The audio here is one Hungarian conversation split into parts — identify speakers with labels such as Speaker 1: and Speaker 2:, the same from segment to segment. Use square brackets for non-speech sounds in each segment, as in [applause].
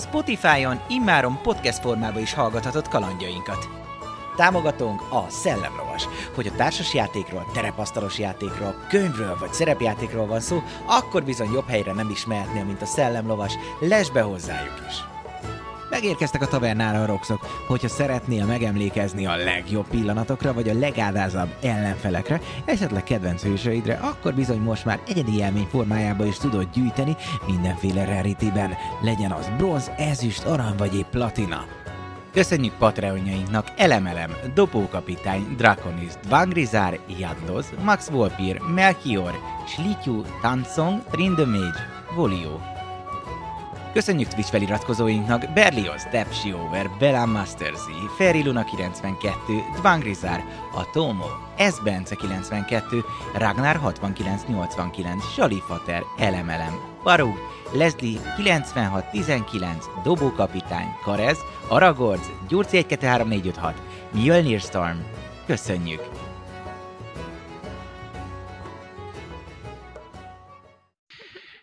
Speaker 1: Spotify-on immáron podcast formában is hallgathatod kalandjainkat. Támogatónk a Szellemlovas. Hogy a társas játékról, terepasztalos játékról, könyvről vagy szerepjátékról van szó, akkor bizony jobb helyre nem is mehetnél, mint a Szellemlovas. Lesz be hozzájuk is! Megérkeztek a tavernára a roxok, hogyha szeretnél megemlékezni a legjobb pillanatokra, vagy a legádázabb ellenfelekre, esetleg kedvenc hősöidre, akkor bizony most már egyedi élmény formájába is tudod gyűjteni mindenféle rarityben, legyen az bronz, ezüst, arany vagy épp platina. Köszönjük Patreonjainknak Elemelem, Dopókapitány, Draconis, Dvangrizár, Jadloz, Max Volpir, Melchior, Slityu, Tansong, Trindemage, Volio, Köszönjük Twitch feliratkozóinknak Berlioz, Depsi Over, Bella Master Z, Feri Luna 92, Dvangrizár, Atomo, S. Bence 92, Ragnar 6989, Salifater, Elemelem, Barug, Leslie 9619, Dobókapitány, Karez, Aragorz, Gyurci 123456, Mjölnir Storm. Köszönjük!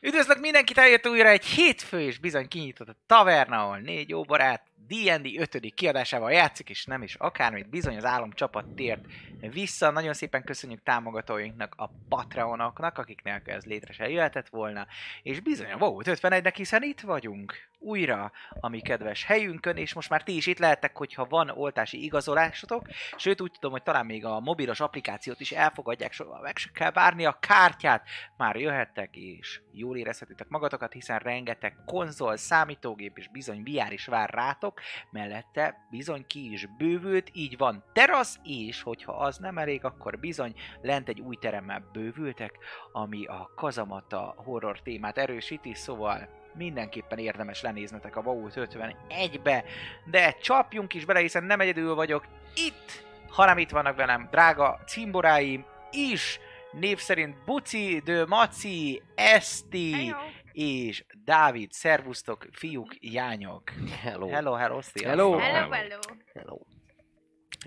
Speaker 1: Üdvözlök mindenkit, eljött újra egy hétfő, és bizony kinyitott a taverna, ahol négy jó barát D&D 5. kiadásával játszik, és nem is akármit, bizony az állam csapat tért vissza. Nagyon szépen köszönjük támogatóinknak, a Patreonoknak, akik nélkül ez létre se jöhetett volna, és bizony a Vault 51-nek, hiszen itt vagyunk újra a mi kedves helyünkön, és most már ti is itt lehettek, hogyha van oltási igazolásotok, sőt úgy tudom, hogy talán még a mobilos applikációt is elfogadják, soha meg se kell várni a kártyát, már jöhettek, és jól érezhetitek magatokat, hiszen rengeteg konzol, számítógép és bizony VR is vár rátok, mellette bizony ki is bővült, így van terasz, és hogyha az nem elég, akkor bizony lent egy új teremmel bővültek, ami a kazamata horror témát erősíti, szóval mindenképpen érdemes lenéznetek a Vault 51-be, de csapjunk is bele, hiszen nem egyedül vagyok itt, hanem itt vannak velem drága cimboráim is, név szerint Buci, Dő, Maci, Eszti és Dávid. Szervusztok, fiúk, jányok.
Speaker 2: Hello.
Speaker 1: Hello, hello, sziasztok.
Speaker 2: Hello.
Speaker 3: Hello, hello.
Speaker 2: Hello.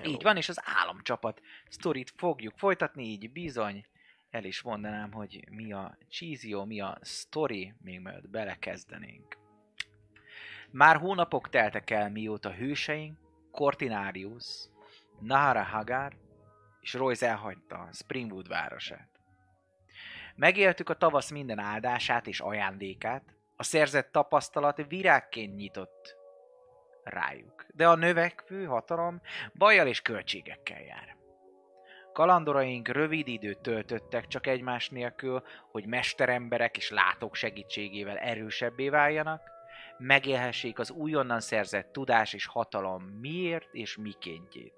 Speaker 1: Így van, és az államcsapat sztorit fogjuk folytatni, így bizony el is mondanám, hogy mi a csízió, mi a sztori, még mielőtt belekezdenénk. Már hónapok teltek el, mióta hőseink, Cortinarius, Nahara Hagar és Royce elhagyta Springwood városát. Megéltük a tavasz minden áldását és ajándékát, a szerzett tapasztalat virágként nyitott rájuk, de a növekvő hatalom bajjal és költségekkel jár. Kalandoraink rövid időt töltöttek csak egymás nélkül, hogy mesteremberek és látók segítségével erősebbé váljanak, megélhessék az újonnan szerzett tudás és hatalom miért és mikéntjét.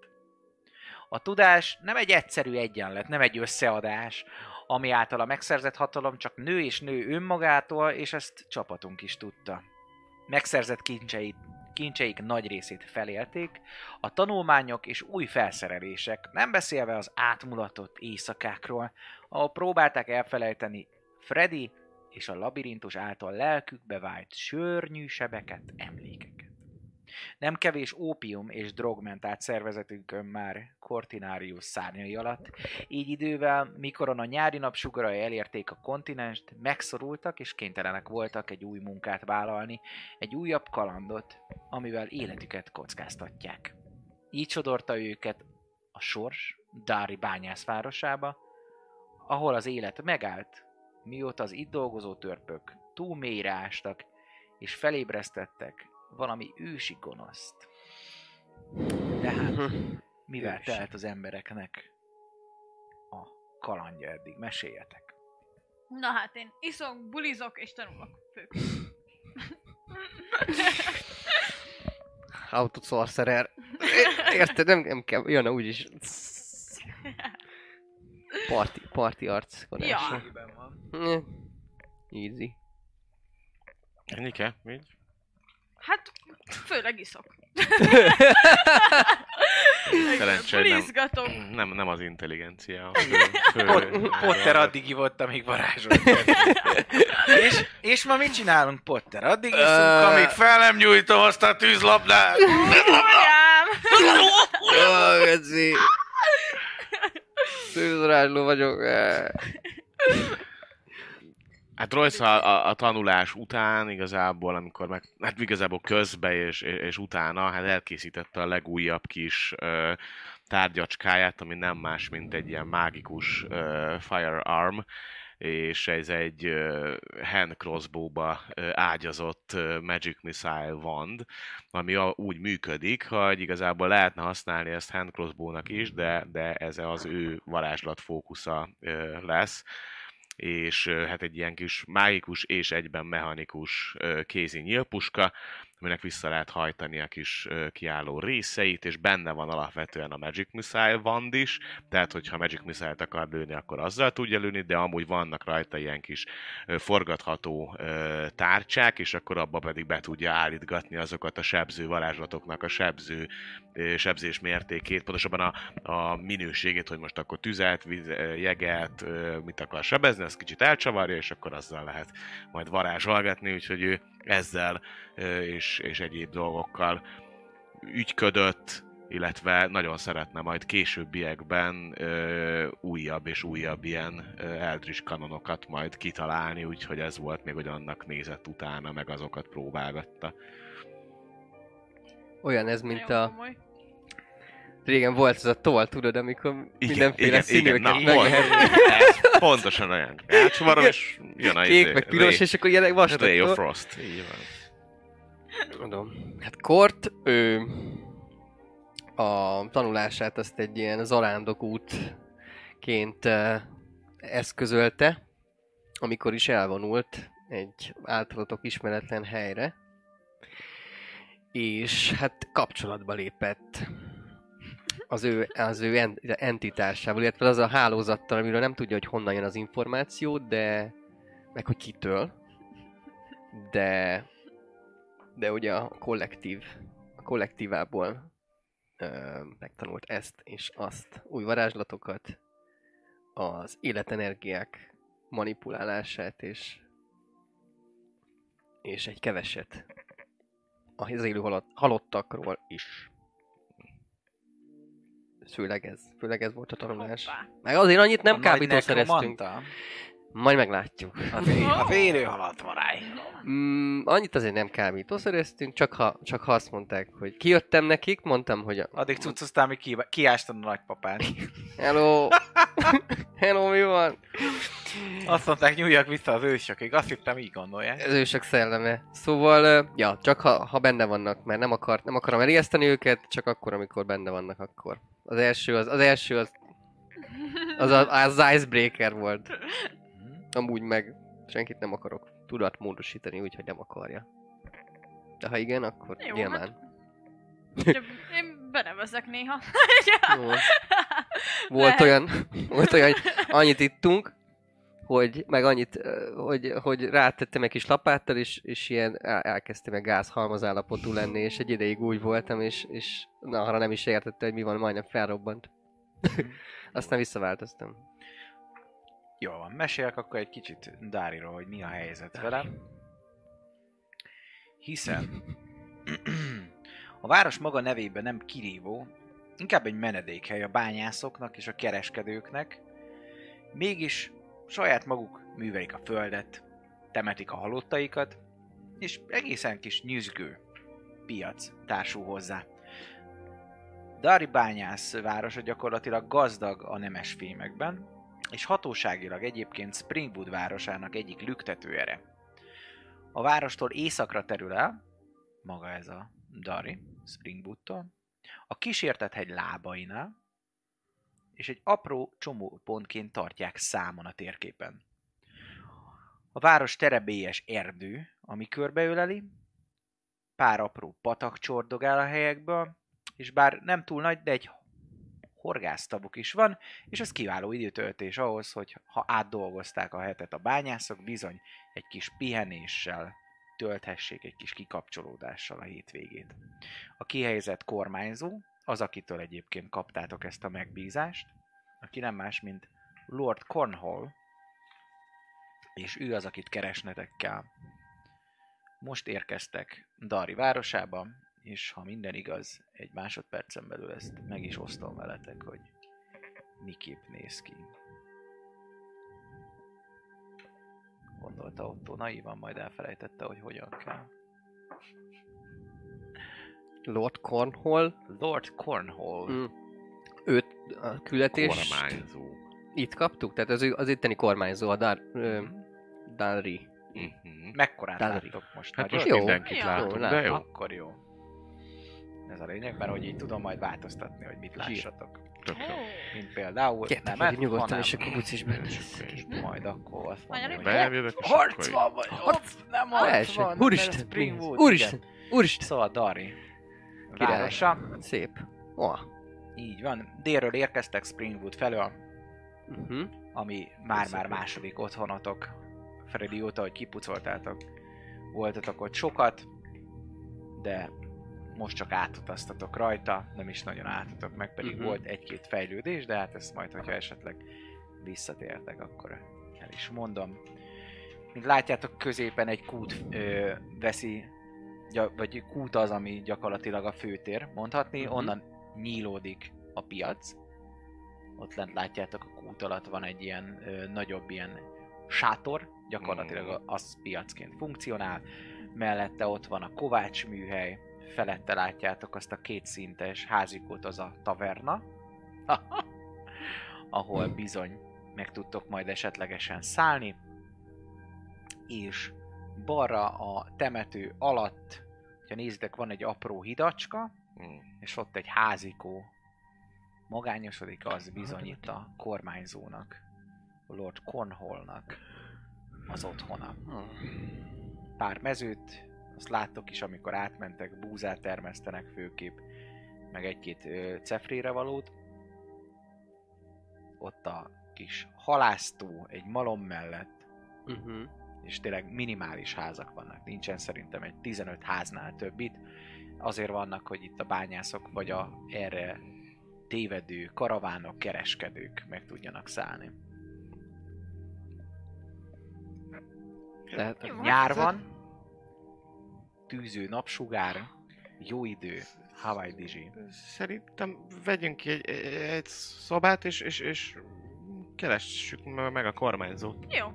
Speaker 1: A tudás nem egy egyszerű egyenlet, nem egy összeadás, ami által a megszerzett hatalom csak nő és nő önmagától, és ezt csapatunk is tudta. Megszerzett kincseit, kincseik nagy részét felélték, a tanulmányok és új felszerelések, nem beszélve az átmulatott éjszakákról, ahol próbálták elfelejteni Freddy és a labirintus által lelkükbe vájt sörnyű sebeket, emlékeket. Nem kevés ópium és drogment át szervezetünkön már Cortinarius szárnyai alatt, így idővel, mikoron a nyári napsugarai elérték a kontinenst, megszorultak és kénytelenek voltak egy új munkát vállalni, egy újabb kalandot, amivel életüket kockáztatják. Így sodorta őket a sors Dári bányászvárosába, ahol az élet megállt, mióta az itt dolgozó törpök túl mélyre ástak, és felébresztettek valami ősi gonoszt. De hát,
Speaker 2: Mhm.
Speaker 1: mivel
Speaker 2: Ősi.
Speaker 1: telt az embereknek a kalandja eddig? Meséljetek.
Speaker 3: Na hát én iszok, bulizok és tanulok. Fők.
Speaker 2: Autót
Speaker 3: [laughs]
Speaker 2: sorcerer. É- Érted, nem, nem kell, jön úgyis. Parti, parti arc
Speaker 3: Ja.
Speaker 2: konása. Easy.
Speaker 3: [laughs]
Speaker 4: Ennyi kell? Így?
Speaker 3: Hát, főleg iszok.
Speaker 4: Szerencsére nem.
Speaker 3: Bulizgatok.
Speaker 4: Nem, nem az intelligencia.
Speaker 1: Pot- Potter addig ivott, amíg varázsolt. [laughs] és, és ma mit csinálunk, Potter? Addig iszunk,
Speaker 2: Ö,
Speaker 1: amíg fel nem nyújtom azt a tűzlabdát.
Speaker 3: Anyám!
Speaker 2: Ó, geci. Tűzrázsló vagyok. eh.
Speaker 4: Hát Royce a, a, a, tanulás után igazából, amikor meg, hát igazából közbe és, és, és utána, hát elkészítette a legújabb kis ö, tárgyacskáját, ami nem más, mint egy ilyen mágikus ö, firearm, és ez egy ö, hand crossbow-ba ö, ágyazott ö, magic missile wand, ami a, úgy működik, hogy igazából lehetne használni ezt hand crossbow-nak is, de, de ez az ő varázslat fókusza ö, lesz és ö, hát egy ilyen kis mágikus és egyben mechanikus ö, kézi nyílpuska, aminek vissza lehet hajtani a kis ö, kiálló részeit, és benne van alapvetően a Magic Missile Wand is, tehát hogyha Magic Missile-t akar lőni, akkor azzal tudja lőni, de amúgy vannak rajta ilyen kis ö, forgatható ö, tárcsák, és akkor abba pedig be tudja állítgatni azokat a sebző varázslatoknak a sebző ö, sebzés mértékét, pontosabban a, a minőségét, hogy most akkor tüzet, víz, ö, jeget, ö, mit akar sebezni, azt kicsit elcsavarja, és akkor azzal lehet majd varázsolgatni, úgyhogy ő ezzel ö, és, és egyéb dolgokkal ügyködött, illetve nagyon szeretne majd későbbiekben ö, újabb és újabb ilyen ö, Eldritch kanonokat majd kitalálni, úgyhogy ez volt még, hogy annak nézett utána, meg azokat próbálgatta.
Speaker 2: Olyan ez, mint
Speaker 3: Nagyon
Speaker 2: a...
Speaker 3: komoly.
Speaker 2: Régen volt ez a toll, tudod, amikor mindenféle színőket
Speaker 4: na,
Speaker 2: meg...
Speaker 4: pont- ez pontosan olyan. Elcsavarom, és jön a
Speaker 2: Kék,
Speaker 4: izé,
Speaker 2: meg piros,
Speaker 4: Ray-
Speaker 2: és akkor ilyenek vastag.
Speaker 4: Ray of
Speaker 2: toll.
Speaker 4: Frost. Így van.
Speaker 2: Tudom. Hát Kort, ő a tanulását azt egy ilyen zarándok útként eh, eszközölte, amikor is elvonult egy általatok ismeretlen helyre, és hát kapcsolatba lépett az ő, az ő en- entitásával, illetve az a hálózattal, amiről nem tudja, hogy honnan jön az információ, de meg hogy kitől, de de ugye a kollektív, a kollektívából ö, megtanult ezt és azt, új varázslatokat, az életenergiák manipulálását és és egy keveset az élő halott, halottakról is. Főleg ez, főleg ez volt a tanulás.
Speaker 3: Hoppá.
Speaker 2: Meg azért annyit nem
Speaker 1: A nagy
Speaker 2: kábítószereztünk.
Speaker 1: nekromanta.
Speaker 2: Majd meglátjuk.
Speaker 1: A, fél, a félő halott marány.
Speaker 2: Mm, annyit azért nem kábítószereztünk, csak ha, csak ha azt mondták, hogy kijöttem nekik, mondtam, hogy a...
Speaker 1: Addig cuccoztál, amíg ki, kiástan a [laughs] nagypapát.
Speaker 2: Hello! Hello, mi van?
Speaker 1: Azt mondták, nyúljak vissza az ősökig. Azt hittem, így gondolják.
Speaker 2: Ez ősök szelleme. Szóval, ö, ja, csak ha, ha benne vannak, mert nem, akar, nem akarom elijeszteni őket, csak akkor, amikor benne vannak, akkor. Az első az, az első az, az, a, az icebreaker volt.
Speaker 1: Mhm.
Speaker 2: Amúgy meg senkit nem akarok tudat módosítani, úgyhogy nem akarja. De ha igen, akkor
Speaker 3: Jó,
Speaker 2: nyilván.
Speaker 3: Ugye, Én benevezek néha.
Speaker 2: Jó. Volt
Speaker 3: Lehet.
Speaker 2: olyan, volt olyan, hogy annyit ittunk, hogy, meg annyit, ö, hogy, hogy rátettem egy kis lapáttal, és, és ilyen el- elkezdtem egy gázhalmaz állapotú lenni, és egy ideig úgy voltam, és, és na, arra nem is értette, hogy mi van, majdnem felrobbant.
Speaker 1: Mhm.
Speaker 2: [laughs] Aztán visszaváltoztam.
Speaker 1: Jó van, meséljek akkor egy kicsit Dáriról, hogy mi a helyzet velem. Hiszen a város maga nevében nem kirívó, inkább egy menedékhely a bányászoknak és a kereskedőknek. Mégis saját maguk művelik a földet, temetik a halottaikat, és egészen kis nyüzsgő piac társul hozzá. Dari bányász városa gyakorlatilag gazdag a nemes fémekben, és hatóságilag egyébként Springwood városának egyik lüktetőere. A várostól északra terül el, maga ez a Dari, Springwoodtól, a kísértethegy lábainál, és egy apró csomópontként tartják számon a térképen. A város terebélyes erdő, ami körbeöleli, pár apró patak csordogál a helyekből, és bár nem túl nagy, de egy horgásztabuk is van, és ez kiváló időtöltés ahhoz, hogy ha átdolgozták a hetet a bányászok, bizony egy kis pihenéssel tölthessék egy kis kikapcsolódással a hétvégét. A kihelyezett kormányzó, az, akitől egyébként kaptátok ezt a megbízást, aki nem más, mint Lord Cornhall, és ő az, akit keresnetek kell. Most érkeztek Dari városába, és ha minden igaz, egy másodpercen belül ezt meg is osztom veletek, hogy miképp néz ki. Gondolta Otto naivan, majd elfelejtette, hogy hogyan kell.
Speaker 2: Lord Cornhall,
Speaker 1: Lord Cornhall.
Speaker 2: Mm. őt a küldetést
Speaker 4: Kormányzó.
Speaker 2: itt kaptuk? Tehát az, az itteni kormányzó, a Dar, ö,
Speaker 1: Mhm.
Speaker 2: Darri.
Speaker 4: Mhm.
Speaker 1: Mekkorát
Speaker 2: Dari.
Speaker 1: láttok most?
Speaker 4: Hát
Speaker 1: Nagyon?
Speaker 4: most
Speaker 2: Jó.
Speaker 4: mindenkit
Speaker 3: Jó,
Speaker 4: látunk, de
Speaker 2: látom.
Speaker 4: jó.
Speaker 1: Akkor jó. Ez a lényeg, mert hogy így tudom majd változtatni, hogy mit lássatok.
Speaker 4: Tök jó.
Speaker 1: Mint például
Speaker 2: Gyertek
Speaker 1: nemet,
Speaker 2: meg nyugodtan,
Speaker 1: hanem
Speaker 2: és akkor bucis be.
Speaker 4: Sok és
Speaker 1: majd akkor azt mondom,
Speaker 3: Magyarul
Speaker 1: hogy
Speaker 3: be-
Speaker 4: Nem jövök, és
Speaker 1: harc
Speaker 4: akkor
Speaker 1: van, vagy harc, nem harc
Speaker 2: Első.
Speaker 1: van. mert ez
Speaker 2: Úristen,
Speaker 1: Springwood,
Speaker 2: Springwood,
Speaker 1: igen.
Speaker 2: úristen, úristen.
Speaker 1: Szóval Dari
Speaker 2: Király.
Speaker 1: városa,
Speaker 2: Szép. Oh.
Speaker 1: így van, délről érkeztek Springwood felől,
Speaker 2: Uh-huh.
Speaker 1: ami már-már
Speaker 2: Köszönöm.
Speaker 1: második otthonotok. Freddy óta, hogy kipucoltátok, voltatok ott sokat, de most csak átutaztatok rajta, nem is nagyon álltatok meg, pedig
Speaker 2: Mhm.
Speaker 1: uh-huh. volt egy-két fejlődés, de hát ezt majd, hogyha esetleg visszatértek, akkor el is mondom. Mint látjátok, középen egy kút ö, veszi, gya, vagy kút az, ami gyakorlatilag a főtér, mondhatni,
Speaker 2: Mhm.
Speaker 1: uh-huh. onnan nyílódik a piac. Ott lent látjátok, a kút alatt van egy ilyen ö, nagyobb ilyen sátor, gyakorlatilag a- az piacként funkcionál. Mellette ott van a kovács műhely, felette látjátok azt a kétszintes házikót, az a taverna, [laughs] ahol bizony meg tudtok majd esetlegesen szállni, és balra a temető alatt, ha nézitek, van egy apró hidacska,
Speaker 4: Mm.
Speaker 1: és ott egy házikó magányosodik, az bizonyít a kormányzónak, a Lord Cornholnak az otthona. Pár mezőt, azt láttok is, amikor átmentek, búzát termesztenek főképp, meg egy-két ö, cefrére valót. Ott a kis halásztó egy malom mellett,
Speaker 2: Uh-huh.
Speaker 1: és tényleg minimális házak vannak. Nincsen szerintem egy 15 háznál többit. Azért vannak, hogy itt a bányászok vagy a erre tévedő karavánok, kereskedők meg tudjanak szállni.
Speaker 2: Lehet,
Speaker 3: Jó.
Speaker 1: Nyár
Speaker 4: hát-
Speaker 3: ez-
Speaker 1: van, tűző napsugár, jó idő, Hawaii Dizsi.
Speaker 4: Szerintem vegyünk ki egy, egy szobát, és, és, és keressük meg a kormányzót.
Speaker 3: Jó.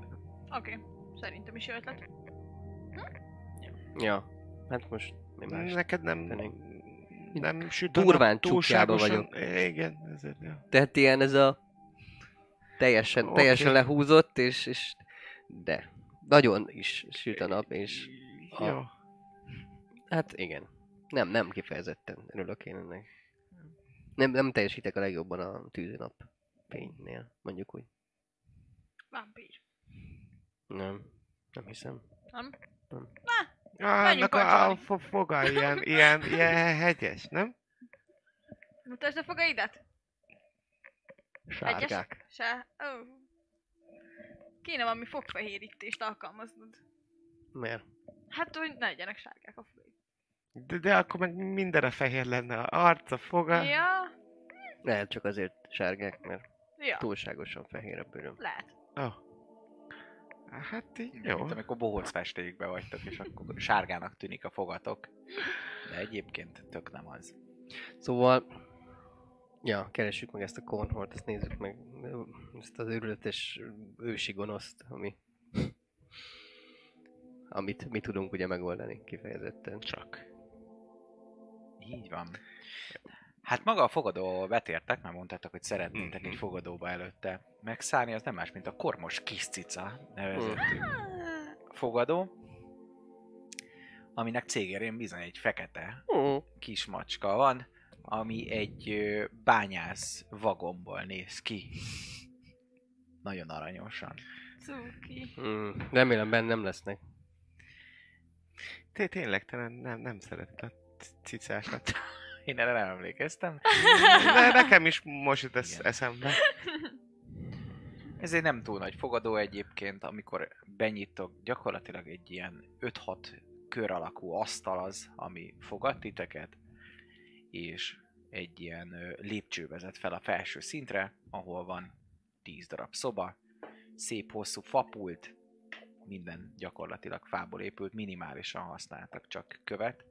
Speaker 3: Oké. Szerintem is jó ötlet.
Speaker 2: ja. Hát most mi más?
Speaker 4: Neked nem...
Speaker 2: Tennénk.
Speaker 4: Nem süt
Speaker 2: Durván
Speaker 4: túlságosan-
Speaker 2: csukjába
Speaker 4: Igen, ezért jó.
Speaker 2: Tehát ilyen ez a teljesen,
Speaker 4: Oké.
Speaker 2: okay. teljesen lehúzott, és, és de nagyon is süt a nap, és a-
Speaker 4: Jó.
Speaker 2: hát igen. Nem, nem kifejezetten örülök én ennek. Nem, nem teljesítek a legjobban a tűzinap fénynél, mondjuk úgy.
Speaker 3: Vampír.
Speaker 2: Nem, nem hiszem.
Speaker 4: Ah,
Speaker 3: Menjünk
Speaker 4: annak a, a
Speaker 3: olcsani.
Speaker 4: fo- foga ilyen, ilyen, ilyen hegyes, nem?
Speaker 3: Mutasd a fogaidat?
Speaker 2: Sárgák.
Speaker 3: Se. Ó. Kéne valami fogfehérítést alkalmaznod.
Speaker 2: Miért?
Speaker 3: Hát, hogy ne legyenek sárgák a fogai.
Speaker 4: De, de akkor meg mindenre fehér lenne a arc, a foga.
Speaker 3: Ja.
Speaker 2: Lehet csak azért sárgák, mert
Speaker 3: Ja.
Speaker 2: túlságosan fehér a bőröm.
Speaker 3: Lehet.
Speaker 4: Oh. Hát így jó.
Speaker 1: Mint amikor bohóc festékbe vagytok, és akkor sárgának tűnik a fogatok. De egyébként tök nem az.
Speaker 2: Szóval, ja, keressük meg ezt a konhort, ezt nézzük meg, ezt az őrületes ősi gonoszt, ami, amit mi tudunk ugye megoldani kifejezetten.
Speaker 4: Csak.
Speaker 1: Így van. Hát maga a fogadó, ahol betértek, már mondtátok, hogy szeretnétek
Speaker 4: Mhm.
Speaker 1: egy fogadóba előtte megszállni, az nem más, mint a Kormos Kiscica nevezett fogadó, aminek cégerén bizony egy fekete kis macska van, ami egy ö, bányász vagomból néz ki. Nagyon aranyosan.
Speaker 3: Cuki.
Speaker 2: Mm, remélem benne nem lesznek.
Speaker 4: Té- Tényleg, te nem, nem, nem szereted a c- cicákat.
Speaker 3: [laughs]
Speaker 1: Én erre nem emlékeztem.
Speaker 4: De nekem is most jut ez
Speaker 1: Igen.
Speaker 4: eszembe.
Speaker 1: Ez egy nem túl nagy fogadó egyébként, amikor benyitok, gyakorlatilag egy ilyen 5-6 kör alakú asztal az, ami fogad titeket, és egy ilyen ö, lépcső vezet fel a felső szintre, ahol van 10 darab szoba, szép hosszú fapult, minden gyakorlatilag fából épült, minimálisan használtak csak követ.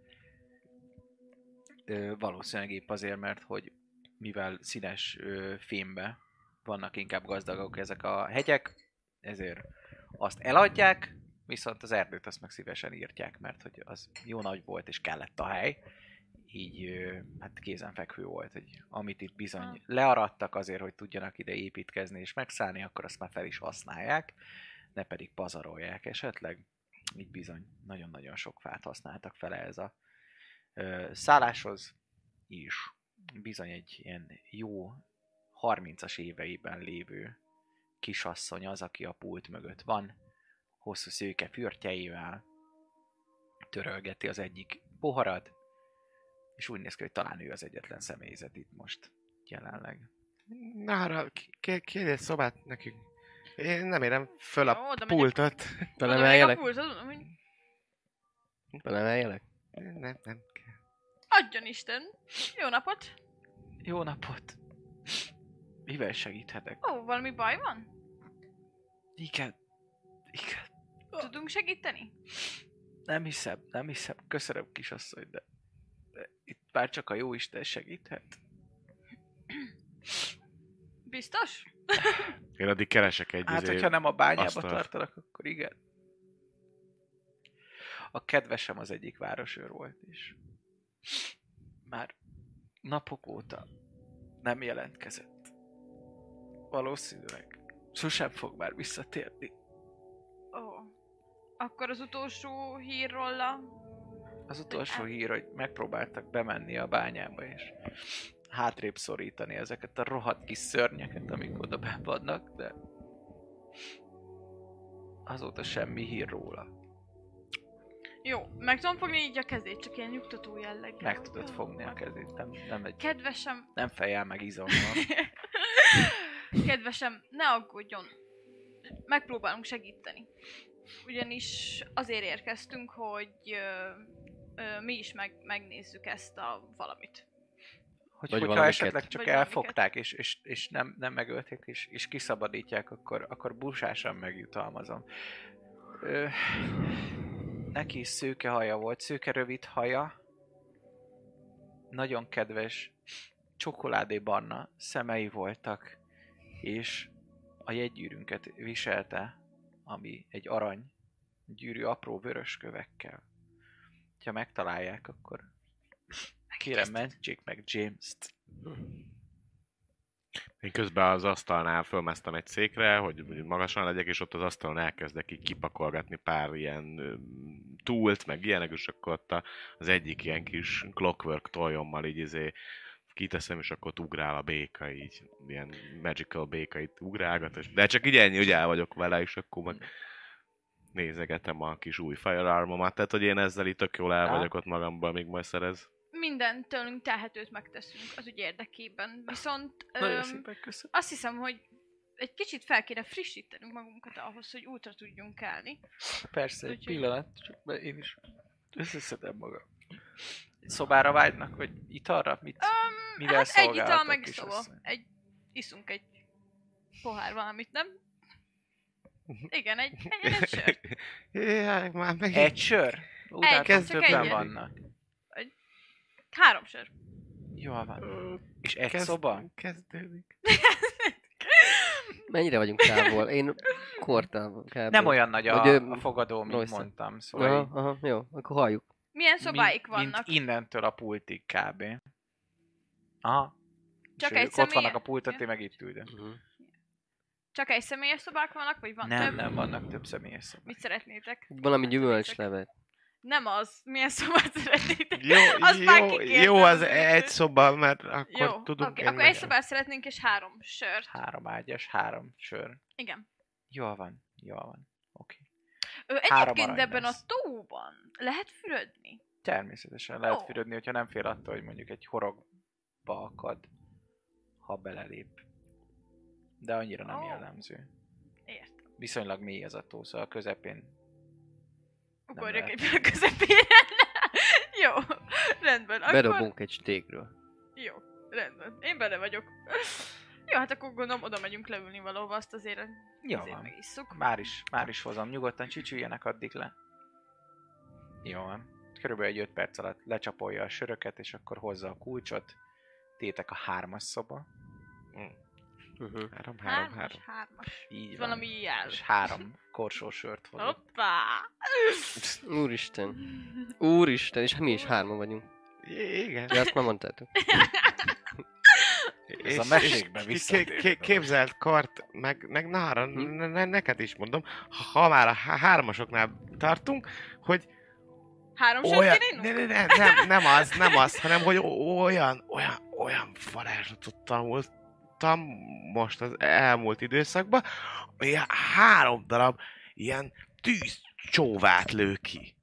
Speaker 1: Ö, valószínűleg épp azért, mert hogy mivel színes ö, fémbe vannak inkább gazdagok ezek a hegyek, ezért azt eladják, viszont az erdőt azt meg szívesen írtják, mert hogy az jó nagy volt és kellett a hely. Így ö, hát kézenfekvő volt, hogy amit itt
Speaker 3: Ah.
Speaker 1: bizony learadtak azért, hogy tudjanak ide építkezni és megszállni, akkor azt már fel is használják, ne pedig pazarolják esetleg. Így bizony nagyon-nagyon sok fát használtak fel ez a ö, szálláshoz is. Bizony egy ilyen jó 30-as éveiben lévő kisasszony az, aki a pult mögött van, hosszú szőke fürtjeivel, törölgeti az egyik poharat, és úgy néz ki, hogy talán ő az egyetlen személyzet itt most jelenleg.
Speaker 4: Nára, kérj egy szobát nekünk. Én nem érem föl
Speaker 3: Jó,
Speaker 4: a
Speaker 3: oda megyek.
Speaker 4: pultot.
Speaker 3: Oda
Speaker 2: Felemeljelek?
Speaker 3: megy a pulz, azon, hogy
Speaker 2: Felemeljelek?
Speaker 4: Nem, nem kell.
Speaker 3: Adjon Isten! Jó napot!
Speaker 1: Jó napot! Mivel segíthetek?
Speaker 3: Ó, valami baj van?
Speaker 1: Igen. Igen.
Speaker 3: Tudunk segíteni?
Speaker 1: Nem hiszem, nem hiszem. Köszönöm, kisasszony, de, de itt már csak a jó Isten segíthet.
Speaker 3: Biztos?
Speaker 4: Én addig keresek egy
Speaker 1: Hát,
Speaker 4: izé-
Speaker 1: hogyha nem a bányába
Speaker 4: asztalt.
Speaker 1: tartanak, akkor igen. A kedvesem az egyik városőr volt, és már napok óta nem jelentkezett. Valószínűleg sosem fog már visszatérni.
Speaker 3: Ó. Akkor az utolsó hír róla...
Speaker 1: Az utolsó hír, hogy megpróbáltak bemenni a bányába, és hátrébb szorítani ezeket a rohadt kis szörnyeket, amik oda benn vannak, de azóta semmi hír róla.
Speaker 3: Jó, meg tudom fogni így a kezét, csak ilyen nyugtató jelleggel.
Speaker 1: Meg
Speaker 3: hogy
Speaker 1: tudod
Speaker 3: jó,
Speaker 1: fogni a
Speaker 3: akkor-
Speaker 1: kezét, nem, nem egy
Speaker 3: Kedvesem,
Speaker 1: nem fejjel meg izommal.
Speaker 3: [laughs] Kedvesem, ne aggódjon. Megpróbálunk segíteni. Ugyanis azért érkeztünk, hogy ö, ö, mi is meg, megnézzük ezt a valamit.
Speaker 1: Hogy,
Speaker 2: Vagy
Speaker 1: hogyha
Speaker 2: valamiket.
Speaker 1: esetleg csak
Speaker 3: Vagy
Speaker 1: elfogták, és, és, és nem, nem megölték, és, és kiszabadítják, akkor, akkor busásan megjutalmazom. Ö, neki is szőke haja volt, szőke rövid haja, nagyon kedves, csokoládébarna szemei voltak, és a jegygyűrünket viselte, ami egy arany gyűrű apró vörös kövekkel. Ha megtalálják, akkor kérem mentsék meg James-t.
Speaker 4: Én közben az asztalnál fölmásztam egy székre, hogy hogy magasan legyek, és ott az asztalon elkezdek így kipakolgatni pár ilyen ö, túlt, meg ilyenek, és akkor ott a- az egyik ilyen kis clockwork tojommal így izé kiteszem, és akkor ott ugrál a béka így, ilyen magical béka itt ugrálgat, és, de csak így ennyi, hogy el vagyok vele, és akkor meg nézegetem a kis új firearmomat, tehát hogy én ezzel itt tök jól el
Speaker 1: Aha.
Speaker 4: vagyok ott magamban, míg majd szerez.
Speaker 3: Minden tőlünk telhetőt megteszünk az ügy érdekében. Viszont
Speaker 1: Nagyon
Speaker 3: öm,
Speaker 1: szépen köszönöm.
Speaker 3: azt hiszem, hogy egy kicsit fel kéne frissítenünk magunkat ahhoz, hogy útra tudjunk állni.
Speaker 1: Persze, egy
Speaker 3: úgyhogy-
Speaker 1: pillanat, csak be- én is összeszedem magam. Szobára vágynak, hogy italra? Mit?
Speaker 3: Öm,
Speaker 1: Mivel
Speaker 3: hát egy ital
Speaker 1: szolgálhatok,
Speaker 3: meg
Speaker 1: is
Speaker 3: szoba.
Speaker 1: asszony?
Speaker 3: Egy, iszunk egy pohár valamit, nem?
Speaker 1: Mhm.
Speaker 3: Igen, egy, egy,
Speaker 1: [laughs]
Speaker 3: egy
Speaker 4: [laughs]
Speaker 3: sört.
Speaker 4: Jaj, már megint.
Speaker 1: Egy sör? Úgy
Speaker 3: Egy,
Speaker 1: látom,
Speaker 3: csak
Speaker 1: többen
Speaker 3: egyet.
Speaker 1: vannak.
Speaker 3: Három sör.
Speaker 1: Jól van. És egy szoba?
Speaker 4: Kezdődik.
Speaker 2: Mennyire vagyunk távol? Én kortában kb.
Speaker 1: Nem olyan nagy a,
Speaker 2: Hogy ő-
Speaker 1: a fogadó, mint
Speaker 2: Royce.
Speaker 1: mondtam, szóval
Speaker 2: Aha,
Speaker 1: így
Speaker 2: aha, jó, akkor halljuk.
Speaker 3: Milyen szobáik
Speaker 1: mint,
Speaker 3: vannak?
Speaker 1: Mint innentől a pultig kb. Aha.
Speaker 3: Csak
Speaker 1: És ők
Speaker 3: egy
Speaker 1: ott
Speaker 3: személye?
Speaker 1: vannak a pultot, én meg itt üldöm.
Speaker 3: Csak egy személyes szobák vannak, vagy van
Speaker 1: nem,
Speaker 3: több?
Speaker 1: nem, vannak több személyes szobák.
Speaker 3: Mit szeretnétek?
Speaker 2: Valami
Speaker 3: Mit szeretnétek?
Speaker 2: gyümölcslevet.
Speaker 3: Nem az. Milyen [laughs] szobát szeretnétek?
Speaker 4: Jó,
Speaker 3: [laughs] Azt már
Speaker 4: jó,
Speaker 3: kikértem
Speaker 4: jó az
Speaker 3: az
Speaker 4: egy
Speaker 3: előtt.
Speaker 4: szoba, mert akkor
Speaker 3: Jó,
Speaker 4: tudunk
Speaker 3: oké,
Speaker 4: én
Speaker 3: akkor egy
Speaker 4: megyek.
Speaker 3: szobát szeretnénk, és három sört.
Speaker 1: Három ágyas, három sör.
Speaker 3: Igen.
Speaker 1: Jól van, jól van. Oké. Okay.
Speaker 3: Ö,
Speaker 1: Három
Speaker 3: egyébként
Speaker 1: arany
Speaker 3: ebben
Speaker 1: lesz.
Speaker 3: a tóban lehet fürödni.
Speaker 1: Természetesen lehet
Speaker 3: Ó.
Speaker 1: fürödni, hogyha nem fél attól, hogy mondjuk egy horogba akad, ha belelép. De annyira nem
Speaker 3: Ó.
Speaker 1: jellemző.
Speaker 3: Értem.
Speaker 1: Viszonylag mély az a tó, szóval a közepén
Speaker 3: Ugorjak
Speaker 1: lehet.
Speaker 3: egy a közepére. [laughs] Jó, rendben. Akkor...
Speaker 2: Bedobunk egy stégről.
Speaker 3: Jó, rendben. Én bele vagyok. Jó, hát akkor gondolom oda megyünk leülni valahova, azt azért,
Speaker 1: Jó
Speaker 3: azért
Speaker 1: van.
Speaker 3: megisszuk.
Speaker 1: Már is, már is hozom. Nyugodtan csücsüljenek addig le. Jó van. Körülbelül egy 5 perc alatt lecsapolja a söröket, és akkor hozza a kulcsot. Tétek a hármas szoba.
Speaker 2: Uh-huh.
Speaker 4: Három, három,
Speaker 3: Hármas,
Speaker 4: három.
Speaker 3: hármas.
Speaker 1: Így van.
Speaker 3: Valami jár.
Speaker 1: És három korsó
Speaker 3: [laughs]
Speaker 1: sört hozott.
Speaker 3: Hoppá!
Speaker 2: Úristen. Úristen, és mi is hárman vagyunk.
Speaker 4: I- Igen.
Speaker 2: Ja, azt már mondtátok.
Speaker 1: Ez a
Speaker 4: És-
Speaker 1: mesékbe Hm?
Speaker 4: és
Speaker 1: visszatérő
Speaker 4: ké- ké-
Speaker 1: dolog.
Speaker 4: Képzelt kart, meg, meg nára,
Speaker 2: Mhm.
Speaker 4: ne, ne- neked is mondom, ha, ha már a há- hármasoknál tartunk, hogy
Speaker 3: Három
Speaker 4: olyan,
Speaker 3: sört kéne
Speaker 4: ne,
Speaker 3: innunk?
Speaker 4: ne, ne, nem, nem az, nem az, hanem hogy o- olyan, olyan, olyan varázslatot tanultam most az elmúlt időszakban, ami három darab ilyen tűz csóvát lő ki.